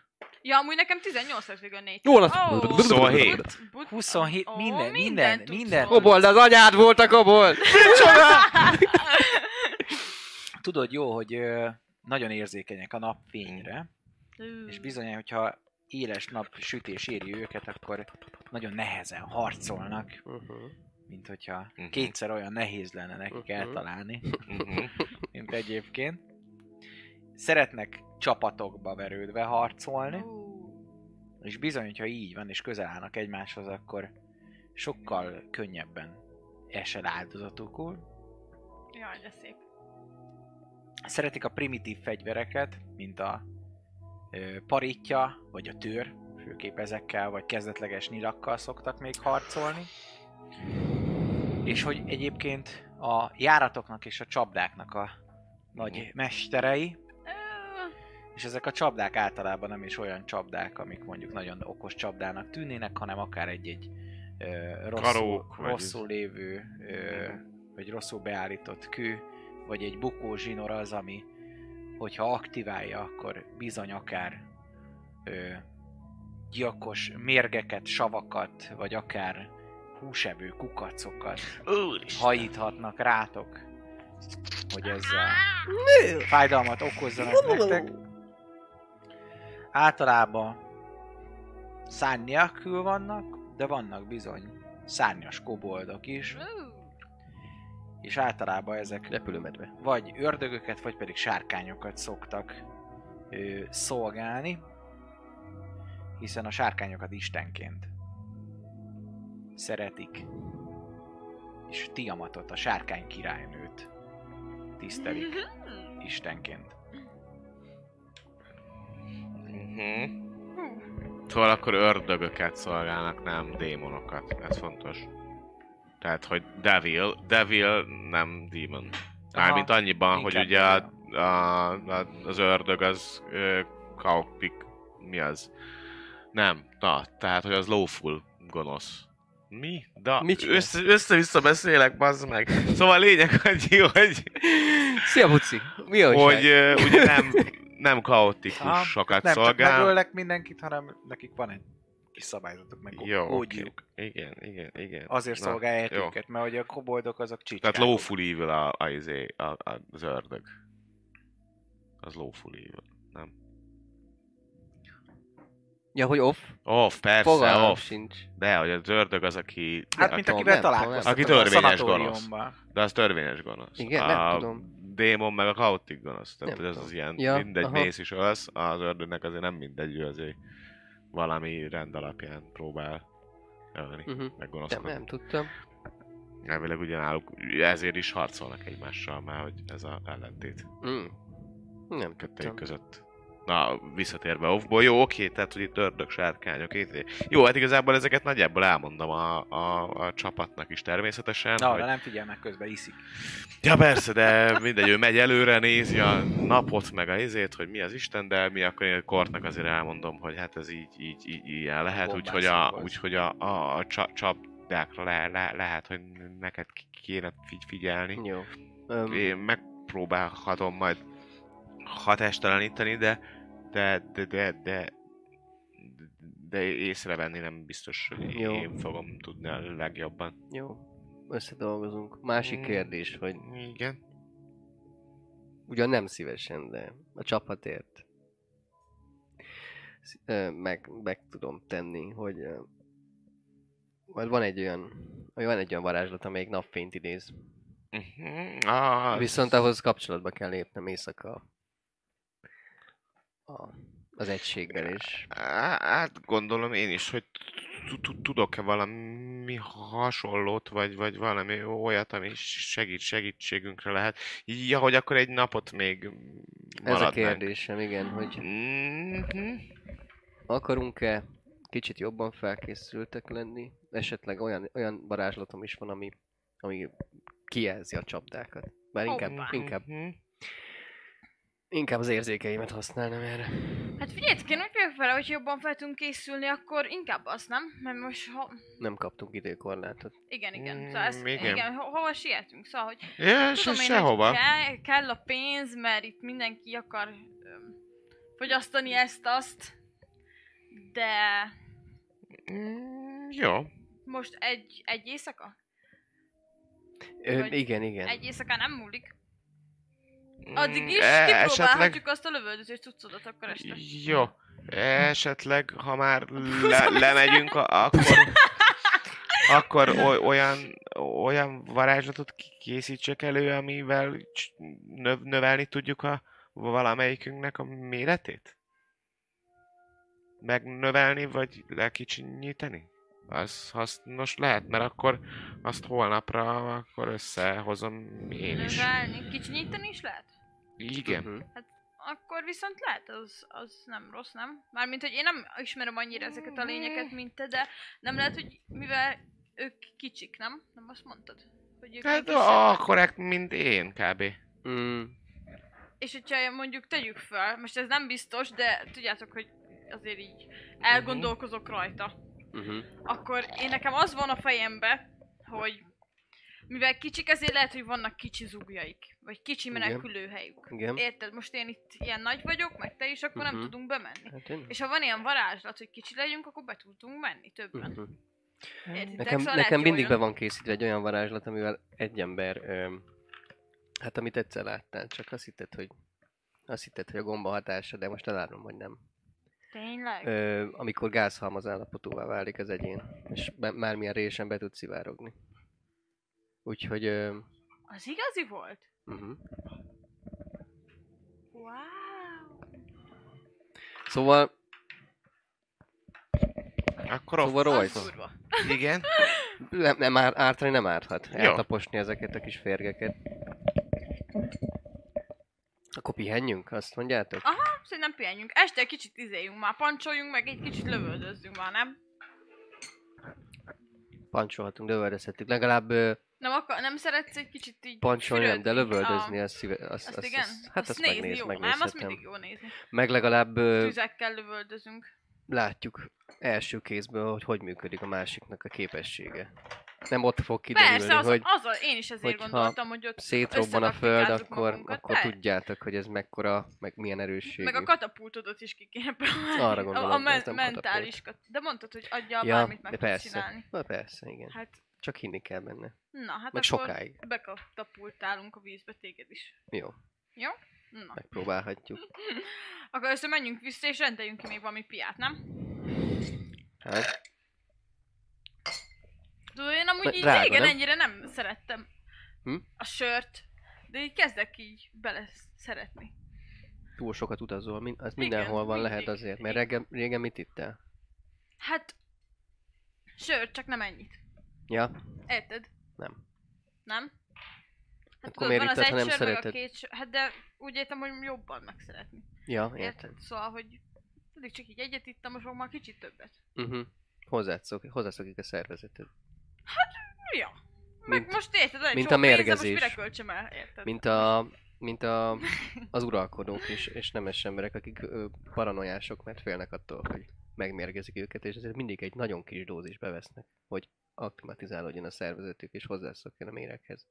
Speaker 3: Ja, amúgy nekem 18 lett végül 4.
Speaker 2: Jó lesz.
Speaker 4: Szóval hét.
Speaker 1: 27, minden, minden, minden.
Speaker 2: Kobold, az anyád volt a kobold!
Speaker 1: Tudod jó, hogy ö, nagyon érzékenyek a napfényre, és bizony, hogyha éles nap sütés éri őket, akkor nagyon nehezen harcolnak,
Speaker 2: Uh-huh.
Speaker 1: mint hogyha
Speaker 4: Mhm.
Speaker 1: kétszer olyan nehéz lenne nekik
Speaker 2: Mhm.
Speaker 1: eltalálni,
Speaker 4: Mhm.
Speaker 1: mint egyébként. Szeretnek csapatokba verődve harcolni, és bizony, hogyha így van, és közel állnak egymáshoz, akkor sokkal könnyebben esel áldozatukul,
Speaker 3: Jaj, de szép.
Speaker 1: szeretik a primitív fegyvereket, mint a ö, paritja, vagy a tőr, főképp ezekkel, vagy kezdetleges nyilakkal szoktak még harcolni. És hogy egyébként a járatoknak és a csapdáknak a nagy mesterei,
Speaker 3: Ö,
Speaker 1: és ezek a csapdák általában nem is olyan csapdák, amik mondjuk nagyon okos csapdának tűnének, hanem akár egy-egy ö, rosszul,
Speaker 4: Karók, vagy-
Speaker 1: rosszul lévő, ö, vagy rosszul beállított kő, vagy egy bukó zsinor az, ami hogyha aktiválja, akkor bizony akár ö, gyilkos mérgeket, savakat, vagy akár húsevő kukacokat
Speaker 4: Úristen.
Speaker 1: hajíthatnak rátok, hogy ezzel fájdalmat okozzanak nektek. Általában szárny nélkül vannak, de vannak bizony szárnyas koboldok is,
Speaker 3: ö,
Speaker 1: és általában ezek
Speaker 2: Repülőmedve.
Speaker 1: vagy ördögöket, vagy pedig sárkányokat szoktak ö, szolgálni, hiszen a sárkányokat istenként szeretik, és Tiamatot, a sárkány királynőt tisztelik istenként.
Speaker 4: Mhm.
Speaker 3: Hú.
Speaker 4: Szóval akkor ördögöket szolgálnak, nem démonokat. Ez fontos. Tehát, hogy devil, devil nem demon. Mármint annyiban,
Speaker 1: inkább
Speaker 4: hogy ugye a,
Speaker 1: devil.
Speaker 4: a, a, az ördög az ö, kaupik, mi az? Nem, na, tehát, hogy az lawful gonosz. Mi? Da,
Speaker 2: Mit csinál?
Speaker 4: össze, össze-vissza beszélek, bazd meg. Szóval a lényeg annyi, hogy,
Speaker 2: Szia, Buci! Mi a
Speaker 4: hogy
Speaker 2: újság?
Speaker 4: ö, ugye nem, nem
Speaker 1: Aha,
Speaker 4: kaotikusokat
Speaker 1: Nem csak
Speaker 4: Hát szolgál.
Speaker 1: megöllek mindenkit, hanem nekik van egy kis szabályzatuk, meg
Speaker 4: Jó, oké.
Speaker 1: kódjuk.
Speaker 4: Igen, igen, igen.
Speaker 1: Azért
Speaker 4: Na,
Speaker 1: szolgálják
Speaker 4: jó.
Speaker 1: őket, mert ugye a koboldok azok csicskák.
Speaker 4: Tehát lawful evil a, a, izé, a, a, az ördög. Az lawful evil.
Speaker 2: Ja, hogy off?
Speaker 4: Off, persze,
Speaker 2: Fogalmam
Speaker 4: off.
Speaker 2: sincs.
Speaker 4: De, hogy az ördög az, aki...
Speaker 1: Hát,
Speaker 4: aki-
Speaker 1: mint
Speaker 2: tudom,
Speaker 1: akivel
Speaker 2: nem tudom, nem
Speaker 1: találkoztatok
Speaker 4: tudom.
Speaker 1: a
Speaker 4: Aki törvényes gonosz.
Speaker 1: szanatóriumban.
Speaker 4: De az törvényes gonosz.
Speaker 2: Igen,
Speaker 4: a
Speaker 2: nem tudom.
Speaker 4: démon meg a kaotik gonosz. Tehát
Speaker 2: Nem
Speaker 4: hogy az, az
Speaker 2: tudom.
Speaker 4: ilyen
Speaker 2: Ja,
Speaker 4: ja, mindegy
Speaker 2: aha.
Speaker 4: mész is ölsz, az ördögnek azért nem mindegy, ő azért valami rend alapján próbál ölni,
Speaker 2: Mhm.
Speaker 4: meg
Speaker 2: Nem,
Speaker 4: gonoszkodni.
Speaker 2: nem tudtam.
Speaker 4: Elvileg ugyanáluk, ezért is harcolnak egymással már, hogy ez a ellentét
Speaker 2: Mm. Nem
Speaker 4: kettőjük
Speaker 2: tudtam.
Speaker 4: között. Na, visszatérve offból, jó, oké, tehát hogy itt ördög sárkány, oké. Jó, hát igazából ezeket nagyjából elmondom a, a, a csapatnak is természetesen.
Speaker 1: Na,
Speaker 4: hogy-
Speaker 1: de nem figyelnek közben, iszik.
Speaker 4: Ja persze, de mindegy, ő megy előre, nézi a napot, meg a izét, hogy mi az Isten, de mi akkor én a kortnak azért elmondom, hogy hát ez így, így, így ilyen lehet,
Speaker 1: Bombás
Speaker 4: úgyhogy a,
Speaker 1: volt.
Speaker 4: úgyhogy a, a, a csa, csapdákra le, le, lehet, hogy neked ki- kéne figy- figyelni.
Speaker 2: Jó. Öm,
Speaker 4: Én megpróbálhatom majd hatástalanítani, de de, de, de, de, de észrevenni nem biztos, hogy
Speaker 2: Jó.
Speaker 4: én fogom tudni a legjobban.
Speaker 2: jó. Összedolgozunk. Másik
Speaker 4: Mm.
Speaker 2: kérdés, hogy
Speaker 4: Igen.
Speaker 2: ugyan nem szívesen, de a csapatért Sz- ö, meg, meg tudom tenni, hogy ö, majd van egy olyan, vagy van egy olyan varázslat, amelyik napfényt idéz.
Speaker 4: Mhm. Ah,
Speaker 2: Viszont ahhoz kapcsolatba kell lépnem éjszaka a, az egységgel, és
Speaker 4: Á- Hát gondolom én is, hogy tu- tu- tudok-e valami hasonlót, vagy, vagy valami olyat, ami segít, segítségünkre lehet. Ja, hogy akkor egy napot még
Speaker 2: ez a
Speaker 4: maradnánk.
Speaker 2: kérdésem, igen, hogy
Speaker 4: Mhm.
Speaker 2: akarunk-e kicsit jobban felkészültek lenni? Esetleg olyan, olyan varázslatom is van, ami, ami kijelzi a csapdákat. Bár inkább,
Speaker 3: Hoppá.
Speaker 2: inkább
Speaker 4: Mhm.
Speaker 2: Inkább az érzékeimet használnám erre.
Speaker 3: Hát figyeljetek, én úgy vagyok vele, hogy jobban fel tudunk készülni, akkor inkább az nem, mert most ha...
Speaker 2: Nem kaptunk időkorlátot.
Speaker 3: Igen, igen.
Speaker 4: Mm,
Speaker 3: Mm, szóval ez,
Speaker 4: igen.
Speaker 3: igen. igen ho- hova sietünk? Szóval, hogy
Speaker 4: Ja, se,
Speaker 3: tudom én,
Speaker 4: sehova.
Speaker 3: hogy kell, kell a pénz, mert itt mindenki akar öm, fogyasztani ezt-azt, de
Speaker 4: Mm, Jó.
Speaker 3: most egy, egy éjszaka?
Speaker 2: Ö,
Speaker 3: Vagy
Speaker 2: igen, igen.
Speaker 3: Egy éjszaka nem múlik.
Speaker 4: Mm,
Speaker 3: Addig is
Speaker 4: e-
Speaker 3: kipróbálhatjuk
Speaker 4: esetleg...
Speaker 3: azt a lövöldözős cuccodat akkor este.
Speaker 4: Jó. Esetleg, ha már le- lemegyünk, a- akkor, akkor o- olyan, olyan varázslatot ki- készítsek elő, amivel cs- növ- növelni tudjuk a valamelyikünknek a méretét? Megnövelni, vagy lekicsinyíteni? Az hasznos lehet, mert akkor azt holnapra akkor összehozom én is.
Speaker 3: Növelni, kicsinyíteni is lehet?
Speaker 4: Igen.
Speaker 2: Mhm.
Speaker 3: Akkor viszont lehet, az, az nem rossz, nem? Mármint, hogy én nem ismerem annyira ezeket a lényeket, mint te, de nem lehet, hogy mivel ők kicsik, nem? Nem azt mondtad? Hogy ők
Speaker 4: Hát
Speaker 3: még kisebbek.
Speaker 4: akkorák, mint én kb.
Speaker 2: Mm,
Speaker 3: És hogyha mondjuk tegyük fel, most ez nem biztos, de tudjátok, hogy azért így elgondolkozok rajta.
Speaker 2: mhm.
Speaker 3: Akkor én nekem az van a fejembe, hogy mivel kicsik, ezért lehet, hogy vannak kicsi zugjaik, vagy kicsi
Speaker 2: Igen.
Speaker 3: menekülőhelyük.
Speaker 2: Igen.
Speaker 3: Érted? Most én itt ilyen nagy vagyok, meg te is, akkor
Speaker 2: Mhm.
Speaker 3: nem tudunk bemenni.
Speaker 2: Hát én...
Speaker 3: És ha van ilyen varázslat, hogy kicsi legyünk, akkor be tudunk menni többen.
Speaker 2: Mhm.
Speaker 3: Értitek?
Speaker 2: Nekem,
Speaker 3: Szóval lehet,
Speaker 2: nekem
Speaker 3: jó
Speaker 2: mindig be
Speaker 3: jön.
Speaker 2: van készítve egy olyan varázslat, amivel egy ember... Öm, hát amit egyszer láttál, csak azt hitted, hogy... Azt hitted, hogy a gomba hatása, de most elárulom, hogy nem.
Speaker 3: Tényleg?
Speaker 2: Ö, amikor gázhalmaz állapotúvá válik az egyén, és be, bármilyen résen be tud szivárogni. Úgyhogy... Ö,
Speaker 3: Az igazi volt?
Speaker 2: uh-huh.
Speaker 3: Wow!
Speaker 2: Szóval...
Speaker 4: Akkor
Speaker 2: Szóval
Speaker 3: Az
Speaker 2: rajta.
Speaker 3: durva.
Speaker 4: Igen.
Speaker 2: Nem, nem árt, ártani nem árthat.
Speaker 4: Jó.
Speaker 2: Eltaposni ezeket a kis férgeket. Akkor pihenjünk, azt mondjátok?
Speaker 3: Szerintem pihenjünk. Este kicsit izéljünk már, pancsoljunk, meg egy kicsit lövöldözzünk már, nem?
Speaker 2: Pancsolhatunk, lövöldözhetünk. Legalább ö,
Speaker 3: Nem, akar, nem szeretsz egy kicsit így
Speaker 2: pancsolni nem, de
Speaker 3: fürödni?
Speaker 2: lövöldözni,
Speaker 3: A...
Speaker 2: azt, szíve, azt,
Speaker 3: Azt, igen?
Speaker 2: hát azt,
Speaker 3: nézni
Speaker 2: megnéz,
Speaker 3: jó, nem? Azt
Speaker 2: megnézhetem.
Speaker 3: mindig jó nézni.
Speaker 2: Meg legalább ö,
Speaker 3: Tüzekkel lövöldözünk.
Speaker 2: látjuk első kézből, hogy hogy működik a másiknak a képessége. Nem ott fog kiderülni,
Speaker 3: Persze, az,
Speaker 2: hogy
Speaker 3: azzal én is ezért
Speaker 2: hogyha
Speaker 3: gondoltam, hogy ott
Speaker 2: szétrobban a föld,
Speaker 3: összepaktikázunk
Speaker 2: akkor,
Speaker 3: magunkat,
Speaker 2: akkor
Speaker 3: persze.
Speaker 2: tudjátok, hogy ez mekkora, meg milyen erősségű.
Speaker 3: Meg a katapultodat is ki kéne próbálni.
Speaker 2: Arra
Speaker 3: a, a
Speaker 2: gondolom, ez
Speaker 3: men-
Speaker 2: nem
Speaker 3: mentális kat- De mondtad, hogy adja
Speaker 2: Ja,
Speaker 3: ja, bármit meg
Speaker 2: de
Speaker 3: tudsz
Speaker 2: persze.
Speaker 3: csinálni.
Speaker 2: Na persze, igen.
Speaker 3: Hát,
Speaker 2: Csak hinni kell benne.
Speaker 3: na, hát
Speaker 2: Meg
Speaker 3: akkor
Speaker 2: sokáig.
Speaker 3: bekatapultálunk a vízbe téged is.
Speaker 2: Jó,
Speaker 3: Na.
Speaker 2: megpróbálhatjuk.
Speaker 3: Akkor össze menjünk vissza, és rendeljünk ki még valami piát, nem?
Speaker 2: Hát,
Speaker 3: Tudod, én amúgy
Speaker 2: De
Speaker 3: így
Speaker 2: drága,
Speaker 3: régen
Speaker 2: nem?
Speaker 3: ennyire nem szerettem
Speaker 2: Hm?
Speaker 3: a sört, de így kezdek így bele szeretni.
Speaker 2: túl sokat utazol, min- ez
Speaker 3: Igen,
Speaker 2: mindenhol van,
Speaker 3: mindig.
Speaker 2: lehet azért. Mert
Speaker 3: Igen.
Speaker 2: régen, régen mit ittál?
Speaker 3: Hát, sört, csak nem ennyit. Hát
Speaker 2: Ja,
Speaker 3: Érted?
Speaker 2: Nem.
Speaker 3: Nem? Hát
Speaker 2: Akkor
Speaker 3: tudod,
Speaker 2: miért
Speaker 3: van az
Speaker 2: ittad,
Speaker 3: egy
Speaker 2: ha nem
Speaker 3: sör, meg
Speaker 2: szereted?
Speaker 3: a két sör. Hát de úgy értem, hogy jobban megszeretni.
Speaker 2: ja, érted.
Speaker 3: Érted? Szóval, hogy tudod, csak így egyet ittam, most már kicsit többet.
Speaker 2: Uh-huh. Hozzászokik, hozzászokik a szervezeted.
Speaker 3: Ja. Meg
Speaker 2: Mint-
Speaker 3: most érted, olyan
Speaker 2: mint
Speaker 3: sok
Speaker 2: a
Speaker 3: pénzem,
Speaker 2: mérgezés.
Speaker 3: Most mire költsem el, érted?
Speaker 2: Mint a, mint
Speaker 3: [laughs]
Speaker 2: a, az uralkodók és, és nemes emberek, akik ö, paranoiások, mert félnek attól, hogy megmérgezik őket, és ezért mindig egy nagyon kis dózis bevesznek, hogy aklimatizálódjon a szervezetük, és hozzászokjon a méreghez.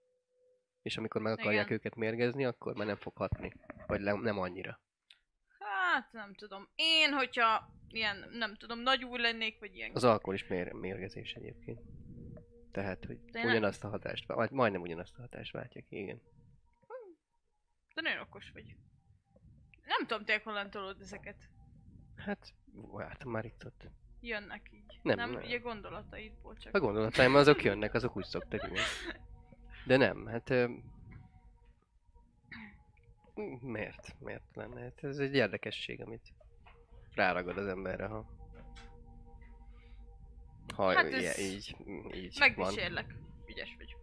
Speaker 2: És amikor meg akarják
Speaker 3: Igen.
Speaker 2: Igen. őket mérgezni, akkor már nem fog hatni. Vagy le, nem annyira.
Speaker 3: Hát nem tudom. Én, hogyha ilyen, nem tudom, nagy úr lennék, vagy ilyen.
Speaker 2: Az alkohol is mér, mérgezés egyébként. Tehát, hogy
Speaker 3: Tényleg?
Speaker 2: ugyanazt a hatást, vált- vagy majdnem ugyanazt a hatást váltja ki, igen.
Speaker 3: De nagyon okos vagy. Nem tudom, tényleg honnan tolod ezeket.
Speaker 2: Hát, hát már itt ott.
Speaker 3: Jönnek így.
Speaker 2: Nem,
Speaker 3: nem,
Speaker 2: nem.
Speaker 3: ugye gondolataidból csak.
Speaker 2: A gondolataim azok jönnek, azok úgy szoktak jönni. De nem, hát... Ö... m- Miért? Miért lenne? Hát ez egy érdekesség, amit ráragad az emberre, ha... Ha
Speaker 3: Hát
Speaker 2: hát
Speaker 3: ez-
Speaker 2: ez... így, így van.
Speaker 3: Megdísérlek. Ügyes vagy.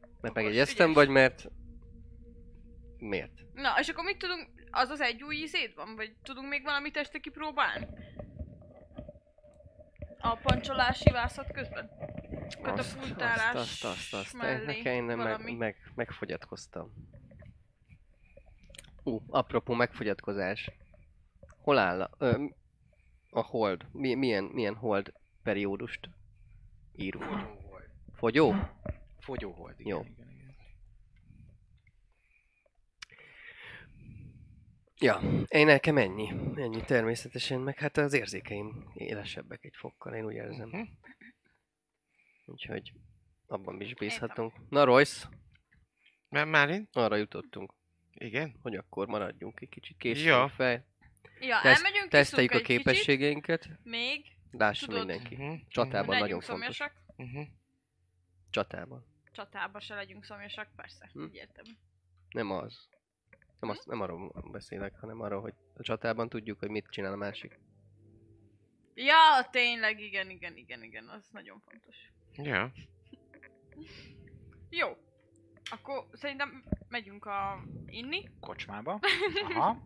Speaker 2: Mert
Speaker 3: Okos,
Speaker 2: megjegyeztem,
Speaker 3: ügyes.
Speaker 2: vagy mert... Miért?
Speaker 3: Na, és akkor mit tudunk, az az egy új ízéd van? Vagy tudunk még valamit este kipróbálni? A pancsolási vászat közben? Katapultálás
Speaker 2: azt, azt, azt,
Speaker 3: mellé
Speaker 2: nekem nem
Speaker 3: valami.
Speaker 2: meg, meg, megfogyatkoztam. Ú, apropó megfogyatkozás. Hol áll a, ö, a hold? Mi, milyen, milyen hold periódust írunk?
Speaker 1: Fogyóhold.
Speaker 2: Fogyó?
Speaker 1: Fogyóhold, igen,
Speaker 2: Jó.
Speaker 1: igen, igen.
Speaker 2: Ja, én nekem ennyi. Ennyi természetesen, meg hát az érzékeim élesebbek egy fokkal, én úgy
Speaker 3: Mhm.
Speaker 2: érzem. Úgyhogy abban is bízhatunk. Na Royce,
Speaker 4: Mert már én?
Speaker 2: arra jutottunk,
Speaker 4: Igen.
Speaker 2: hogy akkor maradjunk egy kicsit később
Speaker 4: Ja.
Speaker 2: fel.
Speaker 3: Ja,
Speaker 2: Teszt-
Speaker 3: elmegyünk,
Speaker 2: Teszteljük a
Speaker 3: iszunk egy kicsit,
Speaker 2: képességeinket.
Speaker 3: Még.
Speaker 2: Lássa
Speaker 3: Tudod.
Speaker 2: mindenki.
Speaker 4: Mhm.
Speaker 2: Csatában
Speaker 3: ne
Speaker 2: nagyon
Speaker 3: legyünk
Speaker 2: fontos.
Speaker 3: szomjasak.
Speaker 4: Mhm.
Speaker 2: Csatában.
Speaker 3: Csatába se legyünk szomjasak, persze.
Speaker 2: Hm.
Speaker 3: Hm? Így értem.
Speaker 2: Nem az. Nem, azt, nem arról beszélek, hanem arról, hogy a csatában tudjuk, hogy mit csinál a másik.
Speaker 3: Ja, tényleg, igen, igen, igen, igen, az nagyon fontos.
Speaker 4: Ja.
Speaker 3: Jó. Akkor szerintem megyünk a inni, [laughs]
Speaker 1: Kocsmába. Aha.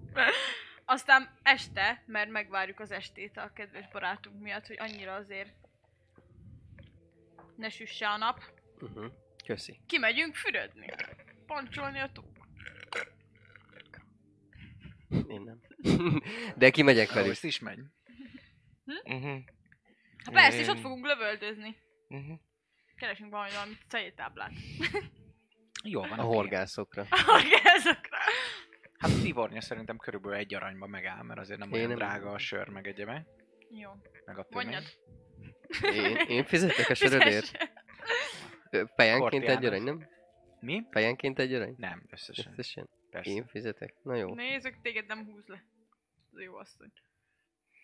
Speaker 3: aztán este, mert megvárjuk az estét a kedves barátunk miatt, hogy annyira azért ne süsse a nap.
Speaker 2: Uh-huh. Köszi.
Speaker 3: Kimegyünk fürödni. Pancsolni a tóba.
Speaker 2: Én nem. [laughs] De kimegyek velük.
Speaker 1: Royce is megy.
Speaker 4: Mhm.
Speaker 3: Hát persze, és ott fogunk lövöldözni.
Speaker 4: Mhm.
Speaker 3: Keresünk valami, valami cejétáblát.
Speaker 1: Jó van.
Speaker 2: A
Speaker 1: oké.
Speaker 2: horgászokra.
Speaker 3: Ezekre.
Speaker 1: Hát Livornia szerintem körülbelül egy aranyba megáll, mert azért nem
Speaker 2: Én
Speaker 1: olyan
Speaker 2: nem-
Speaker 1: drága a sör, meg egyebe,
Speaker 3: Jó.
Speaker 1: meg a tömény.
Speaker 3: Mondjad.
Speaker 2: Én, én fizetek a sörödért.
Speaker 3: Fizess. [laughs]
Speaker 2: Ö, Fejenként
Speaker 1: Kortiános.
Speaker 2: egy arany, nem?
Speaker 1: Mi?
Speaker 2: Fejenként egy arany?
Speaker 1: Nem, összesen.
Speaker 2: Összesen.
Speaker 1: Persze.
Speaker 2: Én fizetek? Na jó.
Speaker 3: Nézzük, téged nem húz le. Ez jó asszony.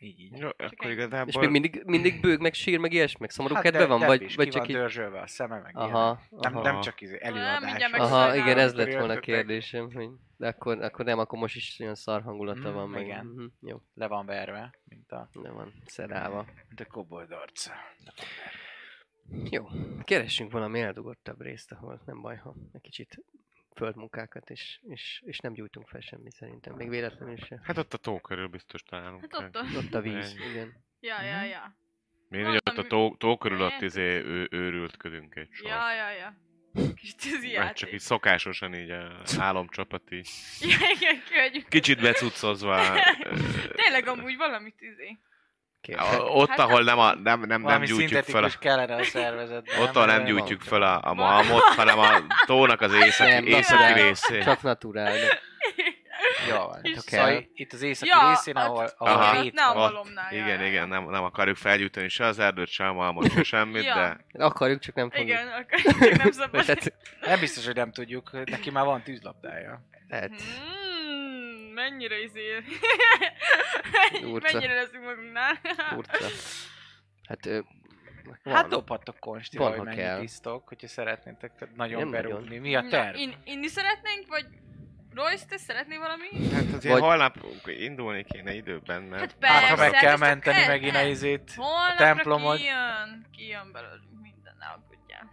Speaker 1: Így, így.
Speaker 4: Jó, akkor
Speaker 3: egy-
Speaker 4: igazából...
Speaker 2: És még mindig, mindig bőg, meg sír, meg ilyesmi, meg szomorú
Speaker 1: Hát
Speaker 2: kedve
Speaker 1: de-
Speaker 2: van,
Speaker 1: de
Speaker 2: vagy,
Speaker 1: is
Speaker 2: vagy
Speaker 1: ki
Speaker 2: csak
Speaker 1: van
Speaker 2: így...
Speaker 1: dörzsölve a szeme, meg ilyenek.
Speaker 2: Aha,
Speaker 1: Nem,
Speaker 2: aha.
Speaker 1: nem csak izé, előadás.
Speaker 3: mindjárt meg-
Speaker 2: Aha,
Speaker 3: Sajnálom,
Speaker 2: igen, ez
Speaker 1: amikor
Speaker 2: lett volna a
Speaker 1: jöttetek.
Speaker 2: kérdésem, hogy... De akkor, akkor nem, akkor most is olyan szar hangulata
Speaker 1: Mm,
Speaker 2: van meg.
Speaker 1: igen.
Speaker 2: Mhm, Jó,
Speaker 1: Le van verve, mint a,
Speaker 2: nem van szedálva.
Speaker 1: mint a kobold arca.
Speaker 2: Jó, keressünk valami eldugottabb részt, ahol nem baj, ha egy kicsit földmunkákat, és, és, és nem gyújtunk fel semmit szerintem, még véletlenül se.
Speaker 4: Hát ott a tó körül biztos találunk.
Speaker 3: Hát ott a...
Speaker 2: Ott a víz,
Speaker 4: Ennyi.
Speaker 2: igen.
Speaker 3: Ja, ja,
Speaker 1: Mhm.
Speaker 3: ja.
Speaker 4: Még hogy ott a
Speaker 3: valami-
Speaker 4: tó, tó körül ott
Speaker 3: Lehet.
Speaker 4: izé ő, őrültködünk egy sor.
Speaker 3: Ja, ja, ja. Kis tűzi
Speaker 4: Mert
Speaker 3: játék.
Speaker 4: csak így szokásosan így a álomcsapat így
Speaker 3: [laughs] Ja, igen, kihagyjuk.
Speaker 4: kicsit
Speaker 3: [laughs]
Speaker 4: becuccozva. ö,
Speaker 3: Tényleg amúgy valamit [laughs] izé.
Speaker 4: a-
Speaker 2: Kérlek.
Speaker 4: Ott,
Speaker 3: Hát
Speaker 4: ahol nem, a, nem, nem, nem
Speaker 1: Valami
Speaker 4: gyújtjuk fel a,
Speaker 1: szintetikus kellene a szervezetben.
Speaker 4: ott, ahol nem
Speaker 1: Mert-
Speaker 4: gyújtjuk
Speaker 2: van.
Speaker 4: fel a, a malmot, hanem a tónak az
Speaker 2: Nem,
Speaker 4: északi, északi
Speaker 2: naturál.
Speaker 4: részén.
Speaker 2: Csak naturál. de-
Speaker 1: Jó van.
Speaker 3: Is-
Speaker 1: Szóval
Speaker 2: kell.
Speaker 1: itt az északi
Speaker 3: Ja,
Speaker 1: részén,
Speaker 3: ott-
Speaker 1: ahol,
Speaker 4: Aha.
Speaker 1: ahol
Speaker 3: ott nem.
Speaker 1: rét van.
Speaker 3: malomnál, ja,
Speaker 4: igen,
Speaker 3: ja,
Speaker 4: igen,
Speaker 3: ja.
Speaker 4: nem, nem akarjuk felgyújtani se az erdőt, se a malmot, se semmit,
Speaker 3: Ja.
Speaker 4: de
Speaker 2: Akarjuk, csak nem fogjuk. Hát,
Speaker 3: Igen, akkor csak nem
Speaker 2: [laughs] Vagy
Speaker 3: szabad.
Speaker 2: Tehát,
Speaker 1: Nem biztos, hogy nem tudjuk, neki már van tűzlabdája.
Speaker 2: lehet.
Speaker 3: Hmm, mennyire izé.
Speaker 2: Durca.
Speaker 3: [laughs] mennyire leszünk magunknál.
Speaker 2: Durca. Hát ö,
Speaker 1: Hát dobhattok konstira,
Speaker 2: Pont,
Speaker 1: hogy
Speaker 2: ha
Speaker 1: mennyit
Speaker 2: kell.
Speaker 1: isztok, hogyha szeretnétek nagyon
Speaker 2: Nem nagyon.
Speaker 1: berúgni. Mi a
Speaker 3: Na,
Speaker 1: terv?
Speaker 3: in- inni szeretnénk, vagy Royce, te szeretnél valami?
Speaker 4: Hát azért
Speaker 2: Vagy-
Speaker 4: Vagy... holnap indulni kéne időben, mert...
Speaker 3: Hát
Speaker 1: Hát,
Speaker 3: persze,
Speaker 1: ha meg kell
Speaker 3: csak
Speaker 1: menteni
Speaker 3: el-
Speaker 1: megint a
Speaker 3: el-
Speaker 1: izét.
Speaker 3: Holnapra
Speaker 1: templomot.
Speaker 3: kijön, kijön belőlünk minden, ne aggódjál.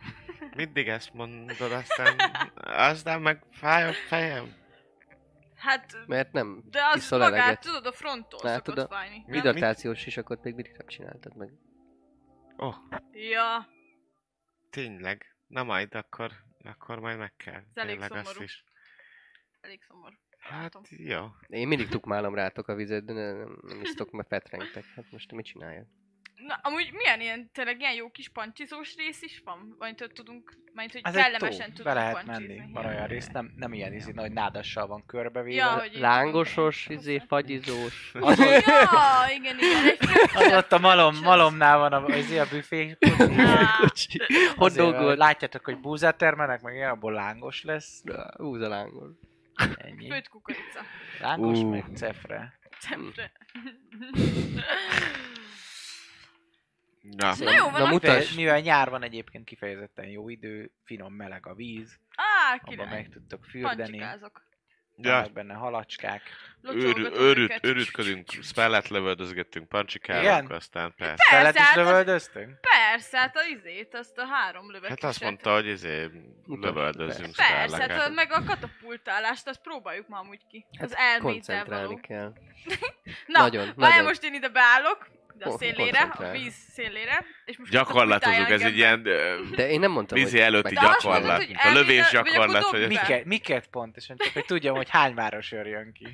Speaker 4: Mindig ezt mondod, aztán, aztán meg fáj a fejem.
Speaker 3: Hát,
Speaker 2: mert nem.
Speaker 3: de az
Speaker 2: iszol
Speaker 3: magát,
Speaker 2: eleget.
Speaker 3: tudod, a fronttól
Speaker 2: Látod
Speaker 3: szokott
Speaker 2: a-
Speaker 3: fájni. nem?
Speaker 2: Vidartációs sisakot még mindig nem csináltad meg.
Speaker 4: Ó, oh,
Speaker 3: Ja,
Speaker 4: tényleg. Na majd, akkor, akkor majd meg kell.
Speaker 3: Ez elég
Speaker 4: tényleg azt
Speaker 3: szomorú.
Speaker 4: is.
Speaker 3: elég szomorú.
Speaker 4: Hát,
Speaker 3: Látom.
Speaker 4: jó.
Speaker 2: Én mindig tukmálom rátok a vizet, de nem, nem isztok, mert fetrengtek. Hát most mit csináljak?
Speaker 3: Na, amúgy milyen ilyen, tényleg ilyen jó kis pancsizós rész is van? Vagy tudod, tudunk, majd, hogy
Speaker 1: Ez egy tó,
Speaker 3: kellemesen
Speaker 1: be
Speaker 3: tudunk
Speaker 1: lehet
Speaker 3: pancsizni.
Speaker 1: menni. Van olyan rész, nem, nem ilyen izi, nagy nádassal van körbevéve.
Speaker 3: Ja, hogy így-
Speaker 2: Lángosos, izé,
Speaker 1: [laughs]
Speaker 2: fagyizós.
Speaker 1: Azon,
Speaker 3: Ja, igen, igen. Egy
Speaker 2: [laughs]
Speaker 1: az
Speaker 3: köcsög.
Speaker 1: ott a
Speaker 3: [laughs]
Speaker 1: malom, malomnál van a, az a büfé.
Speaker 3: Á,
Speaker 2: Kocsi.
Speaker 1: Azért, ahogy
Speaker 2: Hotdogot.
Speaker 1: Látjátok, hogy búzát termelnek, meg ilyen, abból lángos lesz.
Speaker 2: Húz a lángos.
Speaker 1: Ennyi.
Speaker 3: Főtt kukorica.
Speaker 1: Lángos,
Speaker 2: Ú.
Speaker 1: meg cefre.
Speaker 3: Szemre.
Speaker 4: Na,
Speaker 3: Na jó, van,
Speaker 2: Na,
Speaker 3: akkor-
Speaker 1: Mivel,
Speaker 2: mutasd.
Speaker 1: mivel nyár van egyébként kifejezetten jó idő, finom meleg a víz,
Speaker 3: Á,
Speaker 1: abban
Speaker 3: király.
Speaker 1: meg tudtok fürdeni,
Speaker 3: Pancsikázok.
Speaker 1: vannak
Speaker 4: ja,
Speaker 1: benne halacskák.
Speaker 4: őrü,
Speaker 3: Locsolgatom
Speaker 4: őrüt,
Speaker 3: őket.
Speaker 4: őrütködünk, spellet lövöldözgettünk,
Speaker 1: Igen?
Speaker 4: pancsikálunk, aztán persze.
Speaker 1: Szelet is
Speaker 3: hát az-
Speaker 1: lövöldöztünk?
Speaker 3: Persze, hát az izét, azt a három lövekeset.
Speaker 4: Hát azt mondta, hogy izé, lövöldözünk
Speaker 3: Persze, hát a-
Speaker 4: spelleket.
Speaker 3: meg a katapultálást, azt próbáljuk már amúgy ki.
Speaker 2: Hát
Speaker 3: Az elméddel
Speaker 2: Koncentrálni
Speaker 3: való.
Speaker 2: kell.
Speaker 3: Na,
Speaker 2: Nagyon,
Speaker 3: várjál,
Speaker 2: nagyon.
Speaker 3: most én ide beállok, de a
Speaker 2: Kon-
Speaker 3: szélére, a
Speaker 2: koncentrálj.
Speaker 3: víz szélére, és most
Speaker 4: Gyakorlatozunk,
Speaker 3: katapultálj
Speaker 4: ez egy
Speaker 3: engem.
Speaker 4: ilyen ö,
Speaker 2: De én nem mondtam,
Speaker 4: vízi előtti
Speaker 3: De azt mondod,
Speaker 4: gyakorlat,
Speaker 3: hogy
Speaker 4: mint a lövés
Speaker 3: elmélyed- vagy akkor
Speaker 4: gyakorlat,
Speaker 3: dobd
Speaker 4: hogy
Speaker 3: be.
Speaker 1: Miket, miket pontosan? Csak hogy tudjam, hogy hány városőr jön ki.